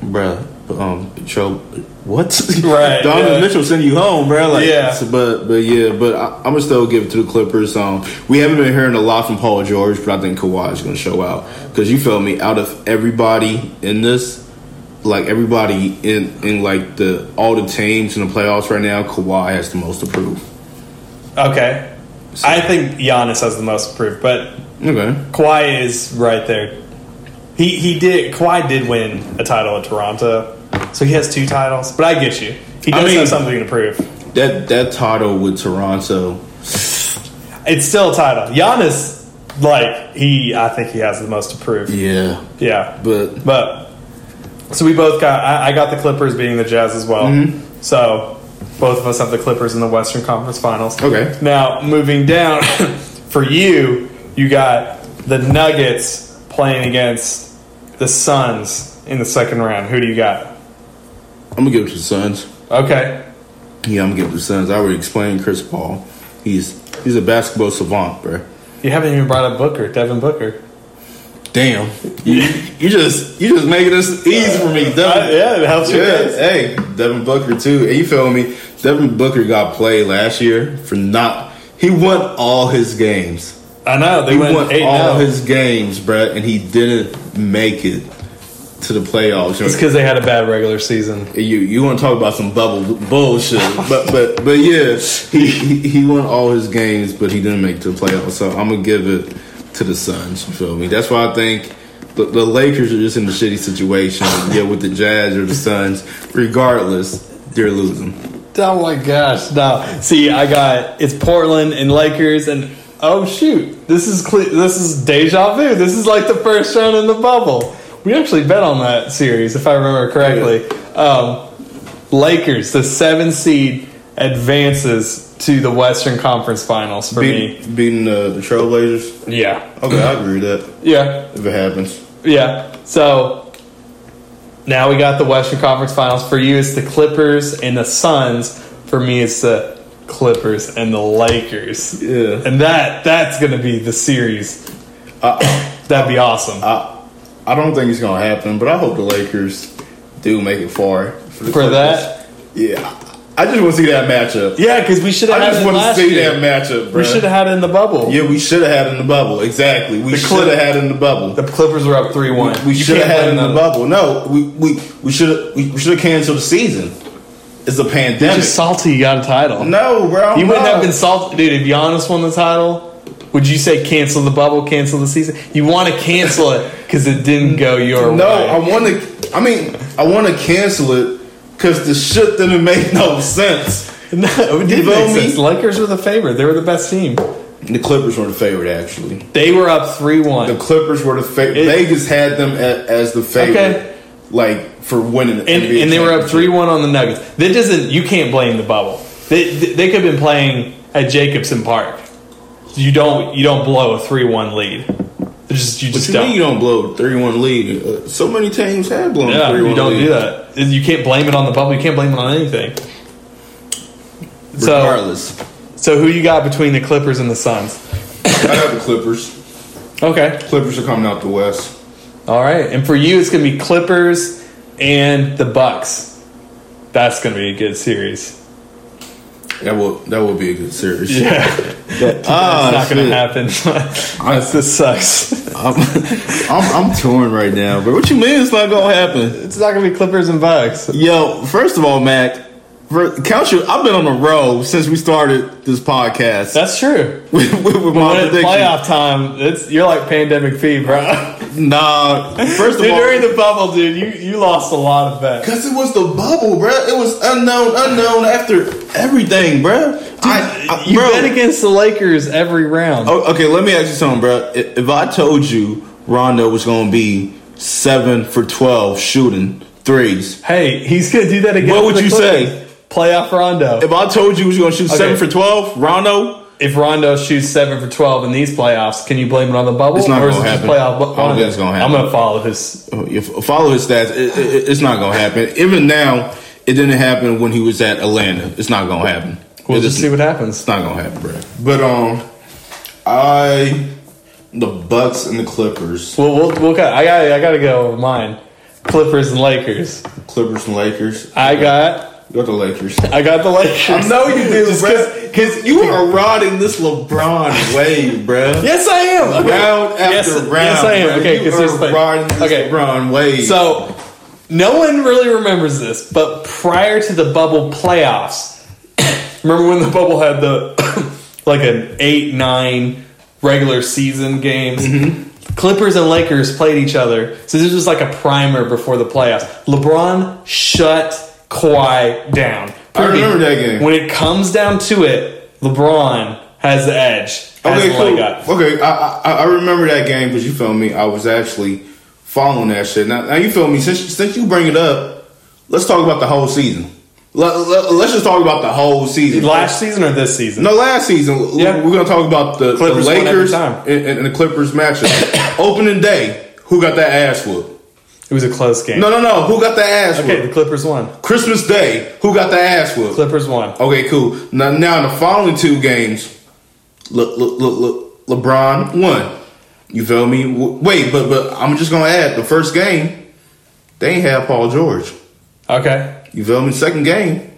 Speaker 2: bruh, um, Joe, what?
Speaker 1: Right,
Speaker 2: Donovan
Speaker 1: yeah.
Speaker 2: Mitchell sending you home, bro. Like,
Speaker 1: Yeah.
Speaker 2: so- but but yeah, but I, I'm gonna still give it to the Clippers. Um, we haven't been hearing a lot from Paul George, but I think Kawhi is gonna show out because you feel me. Out of everybody in this, like everybody in in like the all the teams in the playoffs right now, Kawhi has the most to prove.
Speaker 1: Okay, I think Giannis has the most proof, but
Speaker 2: Okay,
Speaker 1: Kawhi is right there. He he did Kawhi did win a title at Toronto, so he has two titles. But I get you. He
Speaker 2: I
Speaker 1: does
Speaker 2: mean-
Speaker 1: have something to prove.
Speaker 2: that that title with Toronto.
Speaker 1: It's still a title. Giannis like he, I think he has the most to prove. Yeah,
Speaker 2: Yeah, but
Speaker 1: but so we both got. I, I got the Clippers beating the Jazz as well.
Speaker 2: Mm-hmm.
Speaker 1: So both of us have the Clippers in the Western Conference Finals.
Speaker 2: okay,
Speaker 1: Now moving down for you, you got the Nuggets playing against the Suns in the second round. Who do you got?
Speaker 2: I'm gonna give it to the Suns.
Speaker 1: Okay.
Speaker 2: Yeah, I'm gonna give it to the Suns. I already explained Chris Paul. He's he's a basketball savant, bro.
Speaker 1: You haven't even brought up Booker, Devin Booker.
Speaker 2: Damn, you, you just you just making this easy for me.
Speaker 1: Uh,
Speaker 2: Devin,
Speaker 1: yeah, it helps you.
Speaker 2: yeah, hey, Devin Booker too. And you feel me? Devin Booker got played last year for not. He won all his games.
Speaker 1: I know they
Speaker 2: He
Speaker 1: went
Speaker 2: won
Speaker 1: eight oh.
Speaker 2: all
Speaker 1: all
Speaker 2: his games, bro, and he didn't make it to the playoffs.
Speaker 1: It's because they had a bad regular season.
Speaker 2: You you want to talk about some bubble bullshit, but but but yeah, he he he won all his games, but he didn't make it to the playoffs. So I'm gonna give it to the Suns. You feel me? That's why I think the, the Lakers are just in a shitty situation. Yeah, with the Jazz or the Suns, regardless, they're losing.
Speaker 1: Oh my gosh! No, see, I got it's Portland and Lakers, and oh shoot, this is cle- this is deja vu. This is like the first round in the bubble. We actually bet on that series, if I remember correctly. Um, Lakers, the seven seed, advances to the Western Conference Finals for
Speaker 2: Beat, beating uh, the Trailblazers.
Speaker 1: me. Yeah,
Speaker 2: Okay, I agree with that
Speaker 1: yeah,
Speaker 2: if it happens.
Speaker 1: yeah. So now we got the Western Conference Finals. For you, it's the Clippers and the Suns. For me, it's the Clippers and the Lakers.
Speaker 2: Yeah,
Speaker 1: And that that's gonna be the series. Uh, That'd be awesome.
Speaker 2: I I don't think it's gonna happen, but I hope the Lakers do make it far for, the
Speaker 1: For
Speaker 2: Clippers.
Speaker 1: that?
Speaker 2: Yeah, I just want to see that matchup.
Speaker 1: yeah, because we should have
Speaker 2: I
Speaker 1: had
Speaker 2: just
Speaker 1: it
Speaker 2: want to
Speaker 1: last
Speaker 2: see
Speaker 1: year.
Speaker 2: that matchup, bro.
Speaker 1: we should have had it in the bubble.
Speaker 2: Yeah, we should have had it in the bubble. Exactly. We
Speaker 1: The
Speaker 2: should
Speaker 1: clip-
Speaker 2: have had it in the bubble.
Speaker 1: The Clippers were up three one.
Speaker 2: we should have had it in the bubble. No, we we we should we, we should have canceled the season. It's a pandemic.
Speaker 1: Just salty, you got a title.
Speaker 2: no, bro.
Speaker 1: you
Speaker 2: I'm
Speaker 1: wouldn't
Speaker 2: not.
Speaker 1: have been salty, dude. If Giannis won the title, would you say cancel the bubble, cancel the season? You want to cancel it because it didn't go your
Speaker 2: No,
Speaker 1: way.
Speaker 2: I want to. I mean, I want to cancel it because the shit didn't make no sense.
Speaker 1: no, it
Speaker 2: You
Speaker 1: didn't
Speaker 2: feel
Speaker 1: make
Speaker 2: me?
Speaker 1: sense. Lakers were the favorite. They were the best team.
Speaker 2: The Clippers were the favorite, actually.
Speaker 1: They were up three one.
Speaker 2: The Clippers were the favorite.
Speaker 1: It-
Speaker 2: Vegas had them a, as the favorite,
Speaker 1: Okay.
Speaker 2: like for winning. The
Speaker 1: and,
Speaker 2: NBA
Speaker 1: and they were up
Speaker 2: championship.
Speaker 1: three one on the Nuggets. That doesn't you can't blame the bubble. They they could have been playing at Jacobson Park. You don't you don't blow a three one lead. It's Just you
Speaker 2: What
Speaker 1: just
Speaker 2: you
Speaker 1: don't.
Speaker 2: mean you don't blow a 3 1 lead? Uh, so many teams have blown a
Speaker 1: yeah,
Speaker 2: 3 1 lead.
Speaker 1: you don't do that. You can't blame it on the bubble. You can't blame it on anything. So
Speaker 2: Regardless.
Speaker 1: so who you got between the Clippers and the Suns?
Speaker 2: I got the Clippers.
Speaker 1: Okay,
Speaker 2: Clippers are coming out the West.
Speaker 1: all right. And for you, it's gonna be Clippers and the Bucks. That's gonna be a good series.
Speaker 2: That will that will be a good series.
Speaker 1: Yeah,
Speaker 2: Ah,
Speaker 1: it's not
Speaker 2: shit.
Speaker 1: gonna happen. this sucks.
Speaker 2: I'm, I'm, I'm torn right now, but what you mean it's not gonna happen?
Speaker 1: It's not gonna be Clippers and Bucks.
Speaker 2: Yo, first of all, Mac, for, count you. I've been on the road since we started this podcast
Speaker 1: That's true.
Speaker 2: with, with, with my
Speaker 1: When it's
Speaker 2: prediction.
Speaker 1: playoff time, it's you're like pandemic fee, bro.
Speaker 2: Nah, first of
Speaker 1: Dude,
Speaker 2: all,
Speaker 1: during the bubble, dude, you, you lost a lot of bets.
Speaker 2: Cause it was the bubble, bruh. It was unknown, unknown after everything, bruh. I, I-
Speaker 1: You
Speaker 2: bro.
Speaker 1: bet against the Lakers every round.
Speaker 2: Oh, okay, let me ask you something, bruh. If, if I told you Rondo was gonna be seven for twelve shooting threes,
Speaker 1: Hey, he's gonna do that again.
Speaker 2: What
Speaker 1: for
Speaker 2: would
Speaker 1: the
Speaker 2: you
Speaker 1: Clippers.
Speaker 2: say?
Speaker 1: Playoff Rondo. If,
Speaker 2: if I told you he was gonna shoot seven
Speaker 1: Okay.
Speaker 2: for twelve, Rondo,
Speaker 1: Rondo shoots seven for twelve in these playoffs, can you blame it on the bubble?
Speaker 2: It's not
Speaker 1: or is
Speaker 2: gonna
Speaker 1: it just
Speaker 2: happen.
Speaker 1: playoff?
Speaker 2: I don't think it's gonna happen.
Speaker 1: I'm gonna follow his.
Speaker 2: if oh, follow his stats. It, it, it's not gonna happen. Even now, it didn't happen when he was at Atlanta. It's not gonna happen.
Speaker 1: We'll
Speaker 2: It
Speaker 1: just
Speaker 2: is-
Speaker 1: see what happens.
Speaker 2: It's not gonna happen, bruh. But um, I the Bucks and the Clippers,
Speaker 1: Well, we'll, we'll cut. I got I gotta go with mine. Clippers and Lakers.
Speaker 2: Clippers and Lakers.
Speaker 1: I got
Speaker 2: You got the Lakers.
Speaker 1: I got the Lakers.
Speaker 2: I know you do,
Speaker 1: Just
Speaker 2: bruh.
Speaker 1: Cause
Speaker 2: You are riding this LeBron wave, bruh.
Speaker 1: Yes, I am. Okay.
Speaker 2: Round after
Speaker 1: Yes-
Speaker 2: round.
Speaker 1: yes, I am.
Speaker 2: bruh.
Speaker 1: Okay,
Speaker 2: you
Speaker 1: 'cause here's the
Speaker 2: are
Speaker 1: thing.
Speaker 2: riding this
Speaker 1: Okay.
Speaker 2: LeBron wave.
Speaker 1: So, no one really remembers this, but prior to the bubble playoffs, remember when the bubble had the like an eight nine regular season games.
Speaker 2: Mm-hmm.
Speaker 1: Clippers and Lakers played each other, so this was like a primer before the playoffs. LeBron shut Kawhi down.
Speaker 2: I remember that game.
Speaker 1: When it comes down to it, LeBron has the edge. That's
Speaker 2: Okay,
Speaker 1: all I
Speaker 2: cool.
Speaker 1: got.
Speaker 2: Okay, I, I I remember that game because you feel me. I was actually following that shit. Now, now you feel me. Since since you bring it up, let's talk about the whole season. Let, us just talk about the whole season.
Speaker 1: Last season or this season?
Speaker 2: no, last season l-
Speaker 1: Yeah.
Speaker 2: we're gonna talk about the, the
Speaker 1: Clippers won every
Speaker 2: Lakers
Speaker 1: time.
Speaker 2: and, and- and the Clippers matchup. Opening day, who got that ass whoop?
Speaker 1: It was a close game.
Speaker 2: No, no, no. Who got that ass
Speaker 1: Okay,
Speaker 2: whoop?
Speaker 1: the Clippers won.
Speaker 2: Christmas Day, who got that ass whoop?
Speaker 1: Clippers won.
Speaker 2: Okay, cool. Now, now in the following two games, look, look, look, look, LeBron won. You feel me? W- Wait, but but I'm just gonna add the first game, they ain't have Paul George.
Speaker 1: Okay.
Speaker 2: You feel me? Second game,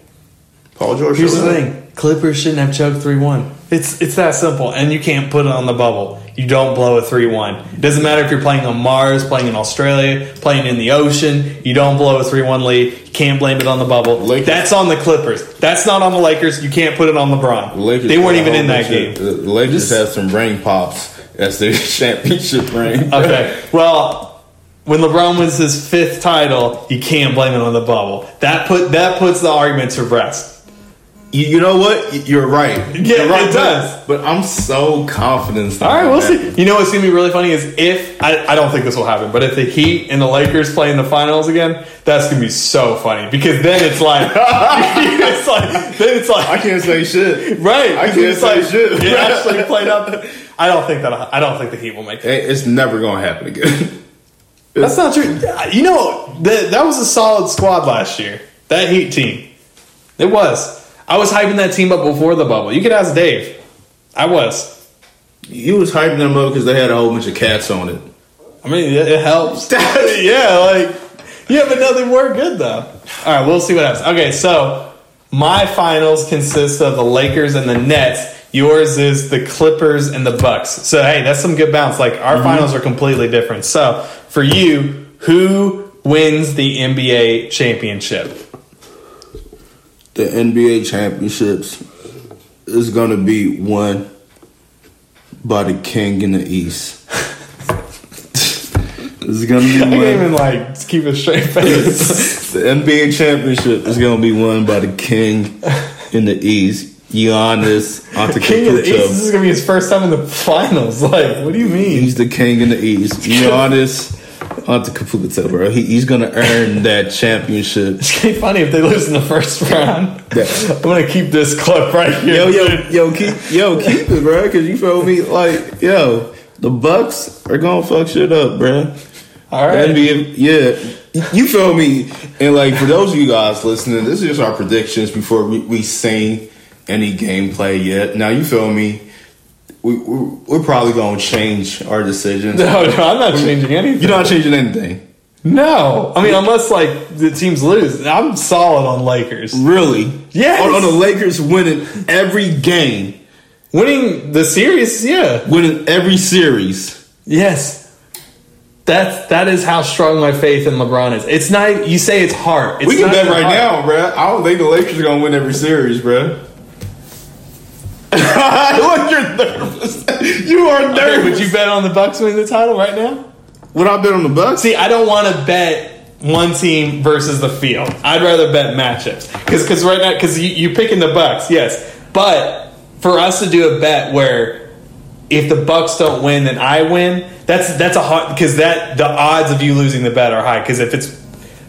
Speaker 2: Paul George.
Speaker 1: Here's
Speaker 2: showed
Speaker 1: the
Speaker 2: up.
Speaker 1: thing: Clippers shouldn't have choked three one. It's it's that simple, and you can't put it on the bubble. You don't blow a three one. It doesn't matter if you're playing on Mars, playing in Australia, playing in the ocean. You don't blow a three one lead. You can't blame it on the bubble.
Speaker 2: Lakers-
Speaker 1: That's on the Clippers. That's not on the Lakers. You can't put it on LeBron.
Speaker 2: The Lakers
Speaker 1: they weren't
Speaker 2: had a
Speaker 1: even in
Speaker 2: whole
Speaker 1: that
Speaker 2: bunch of-
Speaker 1: game.
Speaker 2: The Lakers had some rain pops as their championship ring.
Speaker 1: Okay. Well, when LeBron wins his fifth title, you can't blame it on the bubble. That put that puts the argument to rest.
Speaker 2: You, you know what? Y- You're right.
Speaker 1: Yeah,
Speaker 2: You're right,
Speaker 1: it
Speaker 2: but-
Speaker 1: does.
Speaker 2: But, I'm so confident.
Speaker 1: All right, we'll see. You know what's gonna be really funny is if I, I don't think this will happen, but if the Heat and the Lakers play in the finals again, that's gonna be so funny because then it's like it's like then it's
Speaker 2: I
Speaker 1: like
Speaker 2: can't say shit.
Speaker 1: right.
Speaker 2: I can't
Speaker 1: it's
Speaker 2: say
Speaker 1: like
Speaker 2: shit.
Speaker 1: it actually played out. I don't think that I don't think the Heat will make it.
Speaker 2: Hey, It's never gonna happen again.
Speaker 1: That's not true. You know that that was a solid squad last year. That Heat team, it was. I was hyping that team up before the bubble. You could ask Dave. I was.
Speaker 2: You was hyping them up because they had a whole bunch of cats on it.
Speaker 1: I mean, it, it helps. yeah, like yeah, but no, they were good though. All right, we'll see what happens. Okay, so my finals consist of the Lakers and the Nets. Yours is the Clippers and the Bucks. So hey, that's some good bounce. Like our finals are completely different. So for you, who wins the NBA championship?
Speaker 2: The NBA championships is gonna be won by the king in the East. it's gonna be
Speaker 1: I can't even
Speaker 2: won.
Speaker 1: like keep a straight face.
Speaker 2: The NBA championship is gonna be won by the king in the East, Giannis
Speaker 1: King of the East. This
Speaker 2: Antetokounmpo.
Speaker 1: is gonna be his first time in the finals. Like, what do you mean?
Speaker 2: He's the king in the East, Giannis Antetokounmpo, bro. He, he's gonna earn that championship.
Speaker 1: It's gonna be funny if they lose in the first round.
Speaker 2: Yeah.
Speaker 1: I'm gonna keep this clip right here.
Speaker 2: yo, yo, yo, keep, yo, keep it, bro. Cause you feel me, like, yo, the Bucks are gonna fuck shit up, bro.
Speaker 1: All right.
Speaker 2: NBA, yeah, you feel me. And like for those of you guys listening, this is just our predictions before we we seen any gameplay yet. Now you feel me. We we're, we're probably gonna change our decisions.
Speaker 1: No, no, I'm not changing anything.
Speaker 2: You're not changing anything,
Speaker 1: no, I mean unless like the teams lose, I'm solid on Lakers.
Speaker 2: really.
Speaker 1: Yes.
Speaker 2: On, on the Lakers winning every game,
Speaker 1: Winning the series, yeah,
Speaker 2: winning every series.
Speaker 1: yes. That's that is how strong my faith in LeBron is. It's not you say it's hard. It's
Speaker 2: We can
Speaker 1: not
Speaker 2: bet
Speaker 1: even
Speaker 2: right
Speaker 1: hard.
Speaker 2: now, bruh. I don't think the Lakers are gonna win every series, bruh. Look, you're nervous. You are
Speaker 1: Hey,
Speaker 2: nervous.
Speaker 1: would you bet on the Bucks winning the title right now?
Speaker 2: Would I bet on the Bucks?
Speaker 1: See, I don't want to bet one team versus the field. I'd rather bet matchups because right now because you, you're picking the Bucks, yes. But for us to do a bet where if the Bucks don't win, then I win. That's that's a hard because that the odds of you losing the bet are high. Because if it's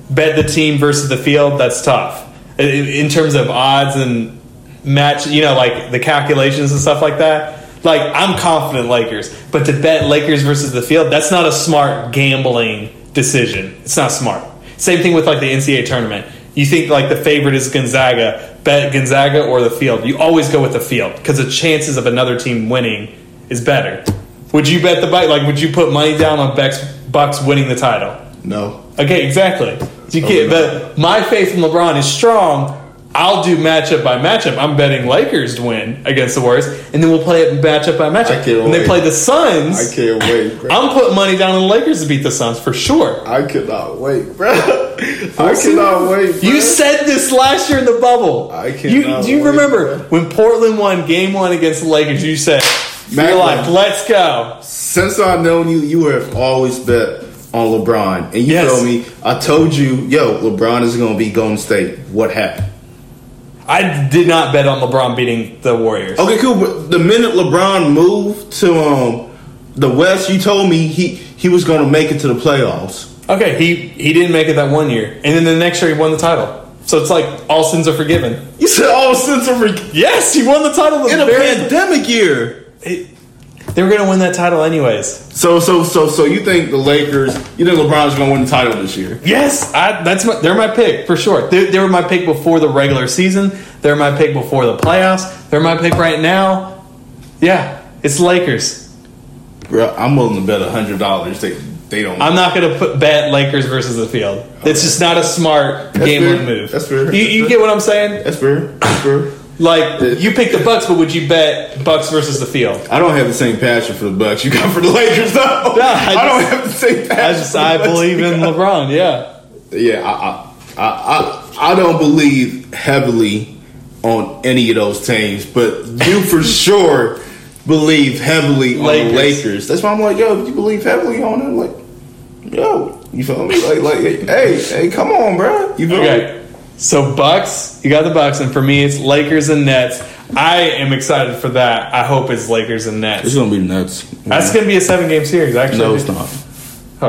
Speaker 1: bet the team versus the field, that's tough in, in terms of odds and match. You know, like the calculations and stuff like that. Like I'm confident Lakers, but to bet Lakers versus the field, that's not a smart gambling decision. It's not smart. Same thing with like the NCAA tournament. You think like the favorite is Gonzaga, bet Gonzaga or the field. You always go with the field because the chances of another team winning is better. Would you bet the buck? Like, would you put money down on Beck's Bucks winning the title?
Speaker 2: no.
Speaker 1: Okay, exactly. You can't, but my faith in LeBron is strong. I'll do matchup by matchup. I'm betting Lakers to win against the Warriors, and then we'll play it matchup by
Speaker 2: I
Speaker 1: matchup.
Speaker 2: can't
Speaker 1: When they
Speaker 2: wait.
Speaker 1: play the
Speaker 2: I
Speaker 1: Suns,
Speaker 2: can't wait, bruh.
Speaker 1: I'm putting money down on the Lakers to beat the Suns for sure.
Speaker 2: I cannot wait, bruh. I cannot wait. Bruh.
Speaker 1: You said this last year in the bubble.
Speaker 2: I
Speaker 1: You,
Speaker 2: cannot
Speaker 1: do you
Speaker 2: wait,
Speaker 1: remember
Speaker 2: bro.
Speaker 1: when Portland won Game One against the Lakers? You said, "You're
Speaker 2: Macklin.
Speaker 1: like, let's go."
Speaker 2: since I've known you, you have always bet on LeBron, and you
Speaker 1: Yes.
Speaker 2: feel me. I told you, yo, LeBron is gonna be Golden State. What happened?
Speaker 1: I did not bet on LeBron beating the Warriors.
Speaker 2: Okay, cool. But the minute LeBron moved to um the West, you told me he he was going to make it to the playoffs.
Speaker 1: Okay, he he didn't make it that one year, and then the next year he won the title. So it's like all sins are forgiven.
Speaker 2: You said all since a re-
Speaker 1: Yes, he won the title. The
Speaker 2: in a
Speaker 1: very,
Speaker 2: pandemic year.
Speaker 1: it- they were going to win that title anyways.
Speaker 2: So so so so you think the Lakers? You think LeBron's going to win the title this year?
Speaker 1: Yes, I, that's my, they're my pick for sure. They, they were my pick before the regular season. They're my pick before the playoffs. They're my pick right now. Yeah, it's Lakers.
Speaker 2: Bro, I'm willing to bet hundred dollars they they don't.
Speaker 1: I'm not going to put bet Lakers versus the field. It's just not a smart gambling
Speaker 2: fair.
Speaker 1: move.
Speaker 2: That's fair.
Speaker 1: You, you
Speaker 2: That's
Speaker 1: get what I'm saying?
Speaker 2: that's fair. That's fair.
Speaker 1: Like you pick the Bucks, but would you bet Bucks versus the field?
Speaker 2: I don't have the same passion for the Bucks you got for the Lakers though.
Speaker 1: I
Speaker 2: I, don't
Speaker 1: just-
Speaker 2: have the same passion.
Speaker 1: I just
Speaker 2: for the
Speaker 1: I
Speaker 2: Bucks
Speaker 1: believe
Speaker 2: you
Speaker 1: in
Speaker 2: got.
Speaker 1: LeBron. Yeah.
Speaker 2: Yeah, I I, I I I don't believe heavily on any of those teams, but you for sure believe heavily on
Speaker 1: Lakers.
Speaker 2: the Lakers. That's why I'm like, yo, if you believe heavily on them, like, yo, you feel me? Like, like, hey, hey, come on, bro. You feel me?
Speaker 1: Okay. So Bucks, you got the Bucks, and for me it's Lakers and Nets. I am excited for that. I hope it's Lakers and
Speaker 2: It's
Speaker 1: Nets.
Speaker 2: gonna be nuts.
Speaker 1: That's gonna be a seven game series, actually.
Speaker 2: no, it's not.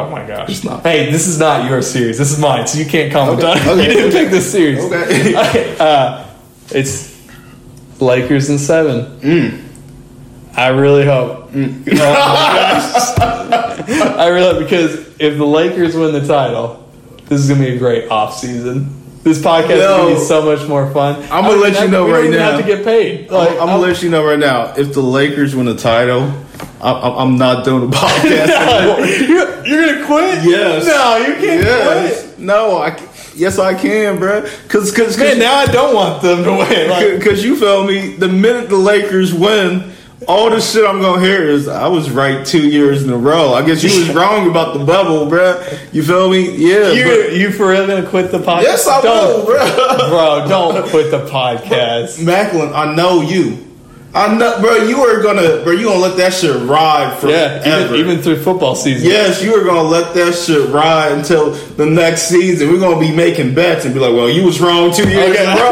Speaker 1: Oh my gosh.
Speaker 2: It's not.
Speaker 1: Hey, this is not your series. This is mine, so you can't comment
Speaker 2: Okay,
Speaker 1: on it.
Speaker 2: okay,
Speaker 1: you didn't
Speaker 2: okay.
Speaker 1: pick this series.
Speaker 2: Okay.
Speaker 1: uh, it's Lakers and seven.
Speaker 2: Mm.
Speaker 1: I really hope. Oh my gosh. I really hope because if the Lakers win the title, this is going to be a great offseason. This podcast is going to
Speaker 2: Yo.
Speaker 1: be so much more fun.
Speaker 2: I'm gonna
Speaker 1: I mean,
Speaker 2: let you
Speaker 1: I-
Speaker 2: know
Speaker 1: we don't
Speaker 2: right
Speaker 1: even
Speaker 2: now.
Speaker 1: have to get paid.
Speaker 2: I'm,
Speaker 1: Like,
Speaker 2: I'm gonna
Speaker 1: I'm-
Speaker 2: let you know right now. If the Lakers win the title, I, I, I'm not doing a podcast.
Speaker 1: No. You're,
Speaker 2: anymore.
Speaker 1: you're going to quit?
Speaker 2: Yes.
Speaker 1: No, you can't quit.
Speaker 2: Yes. No, I. c- Yes, I can, bro. Cause, cause,
Speaker 1: Man, now I don't want them to win. Like,
Speaker 2: because you feel me. The minute the Lakers win, all the shit I'm gonna hear is I was right two years in a row. I guess you was wrong about the bubble, bro. You feel me? Yeah.
Speaker 1: you you for real gonna quit the podcast?
Speaker 2: but- yes, I
Speaker 1: don't,
Speaker 2: will, bro.
Speaker 1: bro. Don't quit the podcast.
Speaker 2: Macklin, I know you. I know, bro. You are gonna, bro. You gonna let that shit ride forever.
Speaker 1: Yeah, even, even through football season.
Speaker 2: Yes, you were gonna let that shit ride until the next season. We're gonna be making bets and be like, "Well, you was wrong two years
Speaker 1: Okay,
Speaker 2: in a row."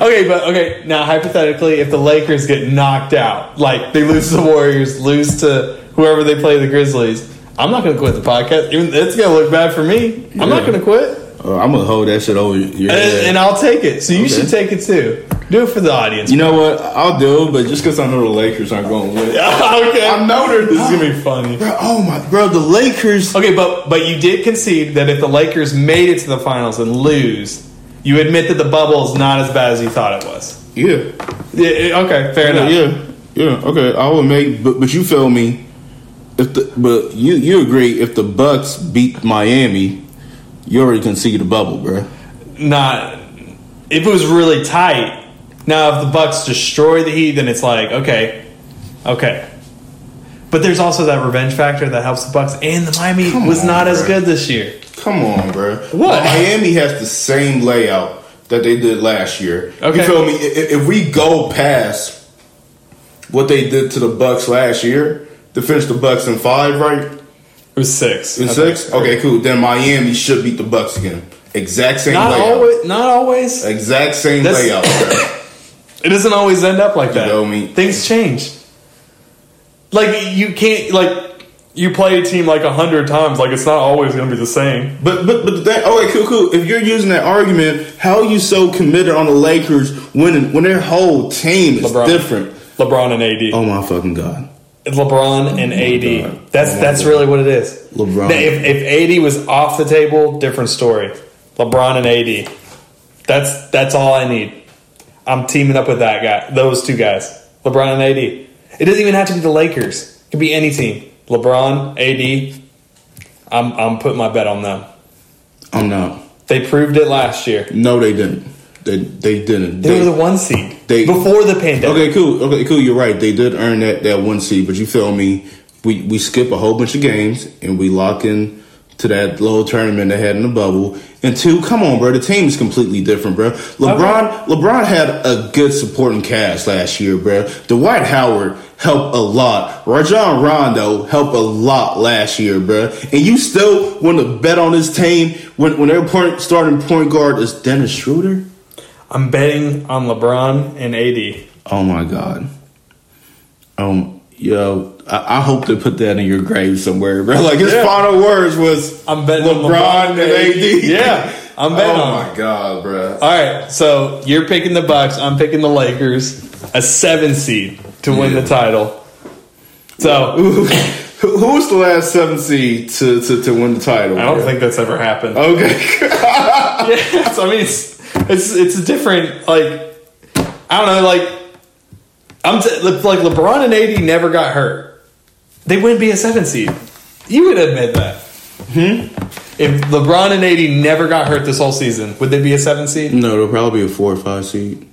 Speaker 1: okay, but okay. Now, hypothetically, if the Lakers get knocked out, like they lose to the Warriors, lose to whoever they play, the Grizzlies, I'm not gonna quit the podcast. Even it's gonna look bad for me. I'm not
Speaker 2: Yeah.
Speaker 1: gonna quit,
Speaker 2: Oh, I'm gonna hold that shit over
Speaker 1: and,
Speaker 2: your head.
Speaker 1: and I'll take it. So you
Speaker 2: Okay.
Speaker 1: should take it too. Do it for the audience.
Speaker 2: you know what? I'll do it, but just because I know the Lakers aren't going to win.
Speaker 1: okay,
Speaker 2: I know they're
Speaker 1: this is gonna be funny.
Speaker 2: Bro, oh my, bro, the Lakers.
Speaker 1: Okay, but but you did concede that if the Lakers made it to the finals and lose, you admit that the bubble is not as bad as you thought it was.
Speaker 2: Yeah,
Speaker 1: Yeah, yeah, okay, fair
Speaker 2: yeah,
Speaker 1: enough.
Speaker 2: yeah, yeah. Okay, I will make, but but you feel me? If the but you you agree if the Bucks beat Miami, you already conceded a bubble, bro.
Speaker 1: Not if it was really tight. Now, if the Bucks destroy the Heat, then it's like okay, okay. But there's also that revenge factor that helps the Bucks, and the Miami
Speaker 2: Come
Speaker 1: was
Speaker 2: on,
Speaker 1: not as
Speaker 2: bro.
Speaker 1: good this year.
Speaker 2: Come on, bro.
Speaker 1: What?
Speaker 2: Miami has the same layout that they did last year.
Speaker 1: Okay.
Speaker 2: You feel me? If, if we go past what they did to the Bucks last year to finish the Bucks in five, right?
Speaker 1: It was six.
Speaker 2: In six? Okay, cool. Then Miami should beat the Bucks again. Exact same
Speaker 1: Not
Speaker 2: layout.
Speaker 1: always. Not always.
Speaker 2: Exact same
Speaker 1: That's-
Speaker 2: layout. bro.
Speaker 1: It doesn't always end up like that.
Speaker 2: know me.
Speaker 1: Things change. Like you can't like you play a team like a hundred times. Like it's not always going to be the same.
Speaker 2: But but but that okay cool cool. If you're using that argument, how are you so committed on the Lakers when when their whole team is
Speaker 1: LeBron.
Speaker 2: different?
Speaker 1: LeBron and AD.
Speaker 2: Oh my fucking god!
Speaker 1: LeBron and AD.
Speaker 2: Oh God.
Speaker 1: That's
Speaker 2: Oh my
Speaker 1: that's
Speaker 2: God.
Speaker 1: really what it is.
Speaker 2: LeBron.
Speaker 1: Now, If, if AD was off the table, different story. LeBron and AD. That's that's all I need. I'm teaming up with that guy. Those two guys, LeBron and AD. It doesn't even have to be the Lakers. It could be any team. LeBron, AD. I'm I'm putting my bet on them.
Speaker 2: I'm not.
Speaker 1: They proved it last year.
Speaker 2: No, they didn't. They they didn't.
Speaker 1: They
Speaker 2: They-
Speaker 1: were the one seed
Speaker 2: they-
Speaker 1: before the pandemic.
Speaker 2: okay, cool. Okay, cool. You're right. They did earn that that one seed, but you feel me? We we skip a whole bunch of games and we lock in to that little tournament they had in the bubble. And two, come on, bro. The team is completely different, bro. LeBron LeBron had a good supporting cast last year, bro. Dwight Howard helped a lot. Rajon Rondo helped a lot last year, bro. And you still want to bet on this team when when their point, starting point guard is Dennis Schroeder?
Speaker 1: I'm betting on LeBron and AD.
Speaker 2: Oh my god. Um, yo, I, I hope to put that in your grave somewhere, bro. Like his
Speaker 1: Yeah.
Speaker 2: final words was,
Speaker 1: I'm betting on
Speaker 2: LeBron and AD.
Speaker 1: Yeah, I'm betting
Speaker 2: "Oh
Speaker 1: on.
Speaker 2: my god, bro."
Speaker 1: All right, so you're picking the Bucks. I'm picking the Lakers. A seven seed to win
Speaker 2: Yeah.
Speaker 1: the title. So
Speaker 2: Who- Who's the last seven seed to, to, to win the title?
Speaker 1: I don't think that's ever happened.
Speaker 2: Okay,
Speaker 1: yeah, so, I mean it's it's it's a different like I don't know like I'm t- like LeBron and AD never got hurt. They wouldn't be a seven seed. You would admit that. Hmm. If LeBron and AD never got hurt this whole season, would they be a seven seed?
Speaker 2: no, it'll probably be a four or five seed.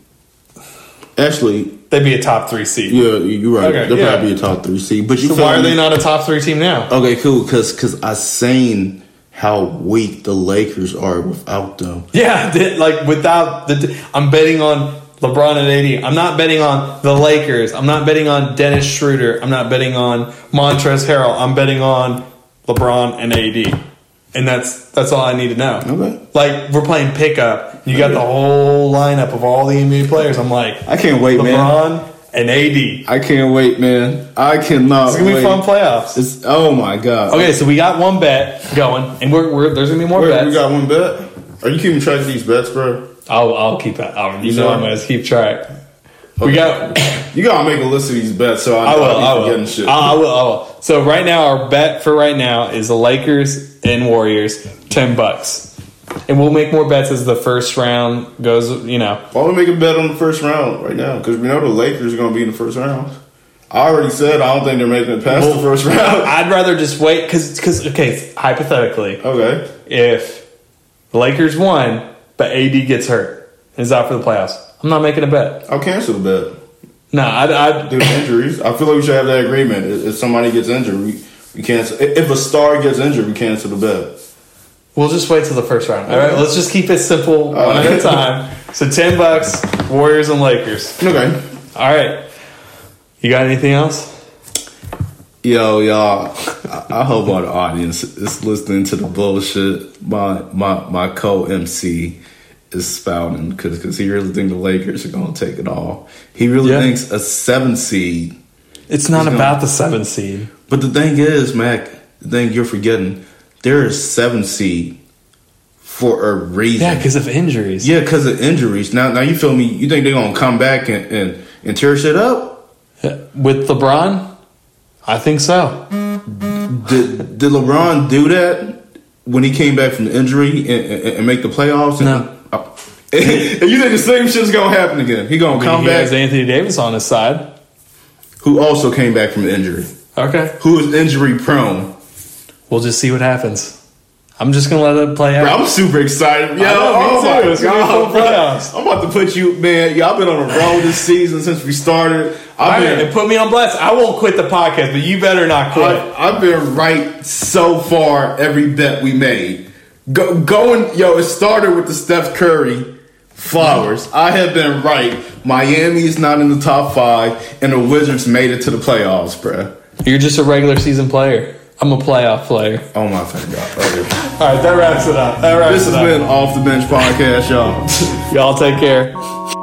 Speaker 2: Actually,
Speaker 1: They'd be a top three seed.
Speaker 2: yeah, you're right.
Speaker 1: Okay,
Speaker 2: They'll
Speaker 1: yeah.
Speaker 2: probably be a top three seed. But you
Speaker 1: So
Speaker 2: feel
Speaker 1: why are
Speaker 2: me?
Speaker 1: they not a top three team now?
Speaker 2: Okay, cool. Cause, cause I seen how weak the Lakers are without them.
Speaker 1: Yeah, that- like without the, I'm betting on LeBron and AD. I'm not betting on the Lakers. I'm not betting on Dennis Schroeder. I'm not betting on Montrezl Harrell. I'm betting on LeBron and AD, and that's that's all I need to know.
Speaker 2: Okay.
Speaker 1: Like we're playing pickup. You got the
Speaker 2: Okay.
Speaker 1: whole lineup of all the NBA players. I'm like
Speaker 2: I can't wait, man.
Speaker 1: LeBron and AD.
Speaker 2: I can't wait, man. I cannot.
Speaker 1: It's gonna
Speaker 2: wait.
Speaker 1: be fun playoffs.
Speaker 2: It's, oh my god.
Speaker 1: Okay, so we got one bet going, and we're, we're there's gonna be more
Speaker 2: Wait,
Speaker 1: bets.
Speaker 2: we got one bet. Are you keeping track of these bets, bro?
Speaker 1: I'll I'll keep it. I'll, you know
Speaker 2: sure?
Speaker 1: I'm gonna keep track. We got
Speaker 2: You gotta make a list of these bets, so I,
Speaker 1: I will.
Speaker 2: I'll be
Speaker 1: I will.
Speaker 2: forgetting shit.
Speaker 1: I I will. I will. So right now, our bet for right now is the Lakers and Warriors, ten bucks, and we'll make more bets as the first round goes. You know,
Speaker 2: Why don't we make a bet on the first round right now? Because we know the Lakers are gonna be in the first round. I already said I don't think they're making it past the first round.
Speaker 1: I'd rather just wait because because okay, hypothetically,
Speaker 2: Okay.
Speaker 1: if the Lakers won but AD gets hurt and is out for the playoffs, I'm not making a bet.
Speaker 2: I'll cancel the bet.
Speaker 1: No, I'd, I'd
Speaker 2: due to injuries. I feel like we should have that agreement. If, if somebody gets injured, we, we cancel. If if a star gets injured, we cancel the bet.
Speaker 1: we'll just wait till the first round. All right, let's just keep it simple one
Speaker 2: All
Speaker 1: at a
Speaker 2: right.
Speaker 1: time. So ten bucks, Warriors and Lakers.
Speaker 2: Okay.
Speaker 1: All right, you got anything else?
Speaker 2: Yo, y'all. I, I hope all the audience is listening to the bullshit my my my co MC is spouting because he really thinks the Lakers are gonna take it all. He really
Speaker 1: Yeah.
Speaker 2: thinks a seven seed.
Speaker 1: It's not
Speaker 2: He's
Speaker 1: about the seven seed.
Speaker 2: But the thing is, Mac, the thing you're forgetting, there is seven seed for a reason.
Speaker 1: Yeah, because of injuries.
Speaker 2: Yeah, because of injuries. Now, now you feel me? You think they're gonna come back and, and, and tear shit up?
Speaker 1: With LeBron, I think so.
Speaker 2: Did did LeBron do that when he came back from the injury and, and, and make the playoffs? And,
Speaker 1: No.
Speaker 2: Oh. and you think the same shit's gonna happen again? He gonna come
Speaker 1: he
Speaker 2: back.
Speaker 1: has Anthony Davis on his side.
Speaker 2: who also came back from injury?
Speaker 1: Okay.
Speaker 2: Who is injury prone?
Speaker 1: We'll just see what happens. I'm just going to let it play out.
Speaker 2: Bro, I'm super excited. Yo,
Speaker 1: I know, me
Speaker 2: oh
Speaker 1: too.
Speaker 2: my
Speaker 1: It's gonna be fun
Speaker 2: God, bro.
Speaker 1: playoffs.
Speaker 2: I'm about to put you, man. Y'all been on a roll this season since we started.
Speaker 1: All
Speaker 2: I've
Speaker 1: right, and put me on blast. I won't quit the podcast, but you better not quit.
Speaker 2: I've, I've been right so far every bet we made. Go, going, yo, it started with the Steph Curry flowers. I have been right. Miami is not in the top five, and the Wizards made it to the playoffs, bruh.
Speaker 1: You're just a regular season player. I'm a playoff player.
Speaker 2: Oh my fucking god. Okay.
Speaker 1: All right, that wraps it up. That wraps
Speaker 2: This has been Off the Bench Podcast, y'all.
Speaker 1: Y'all take care.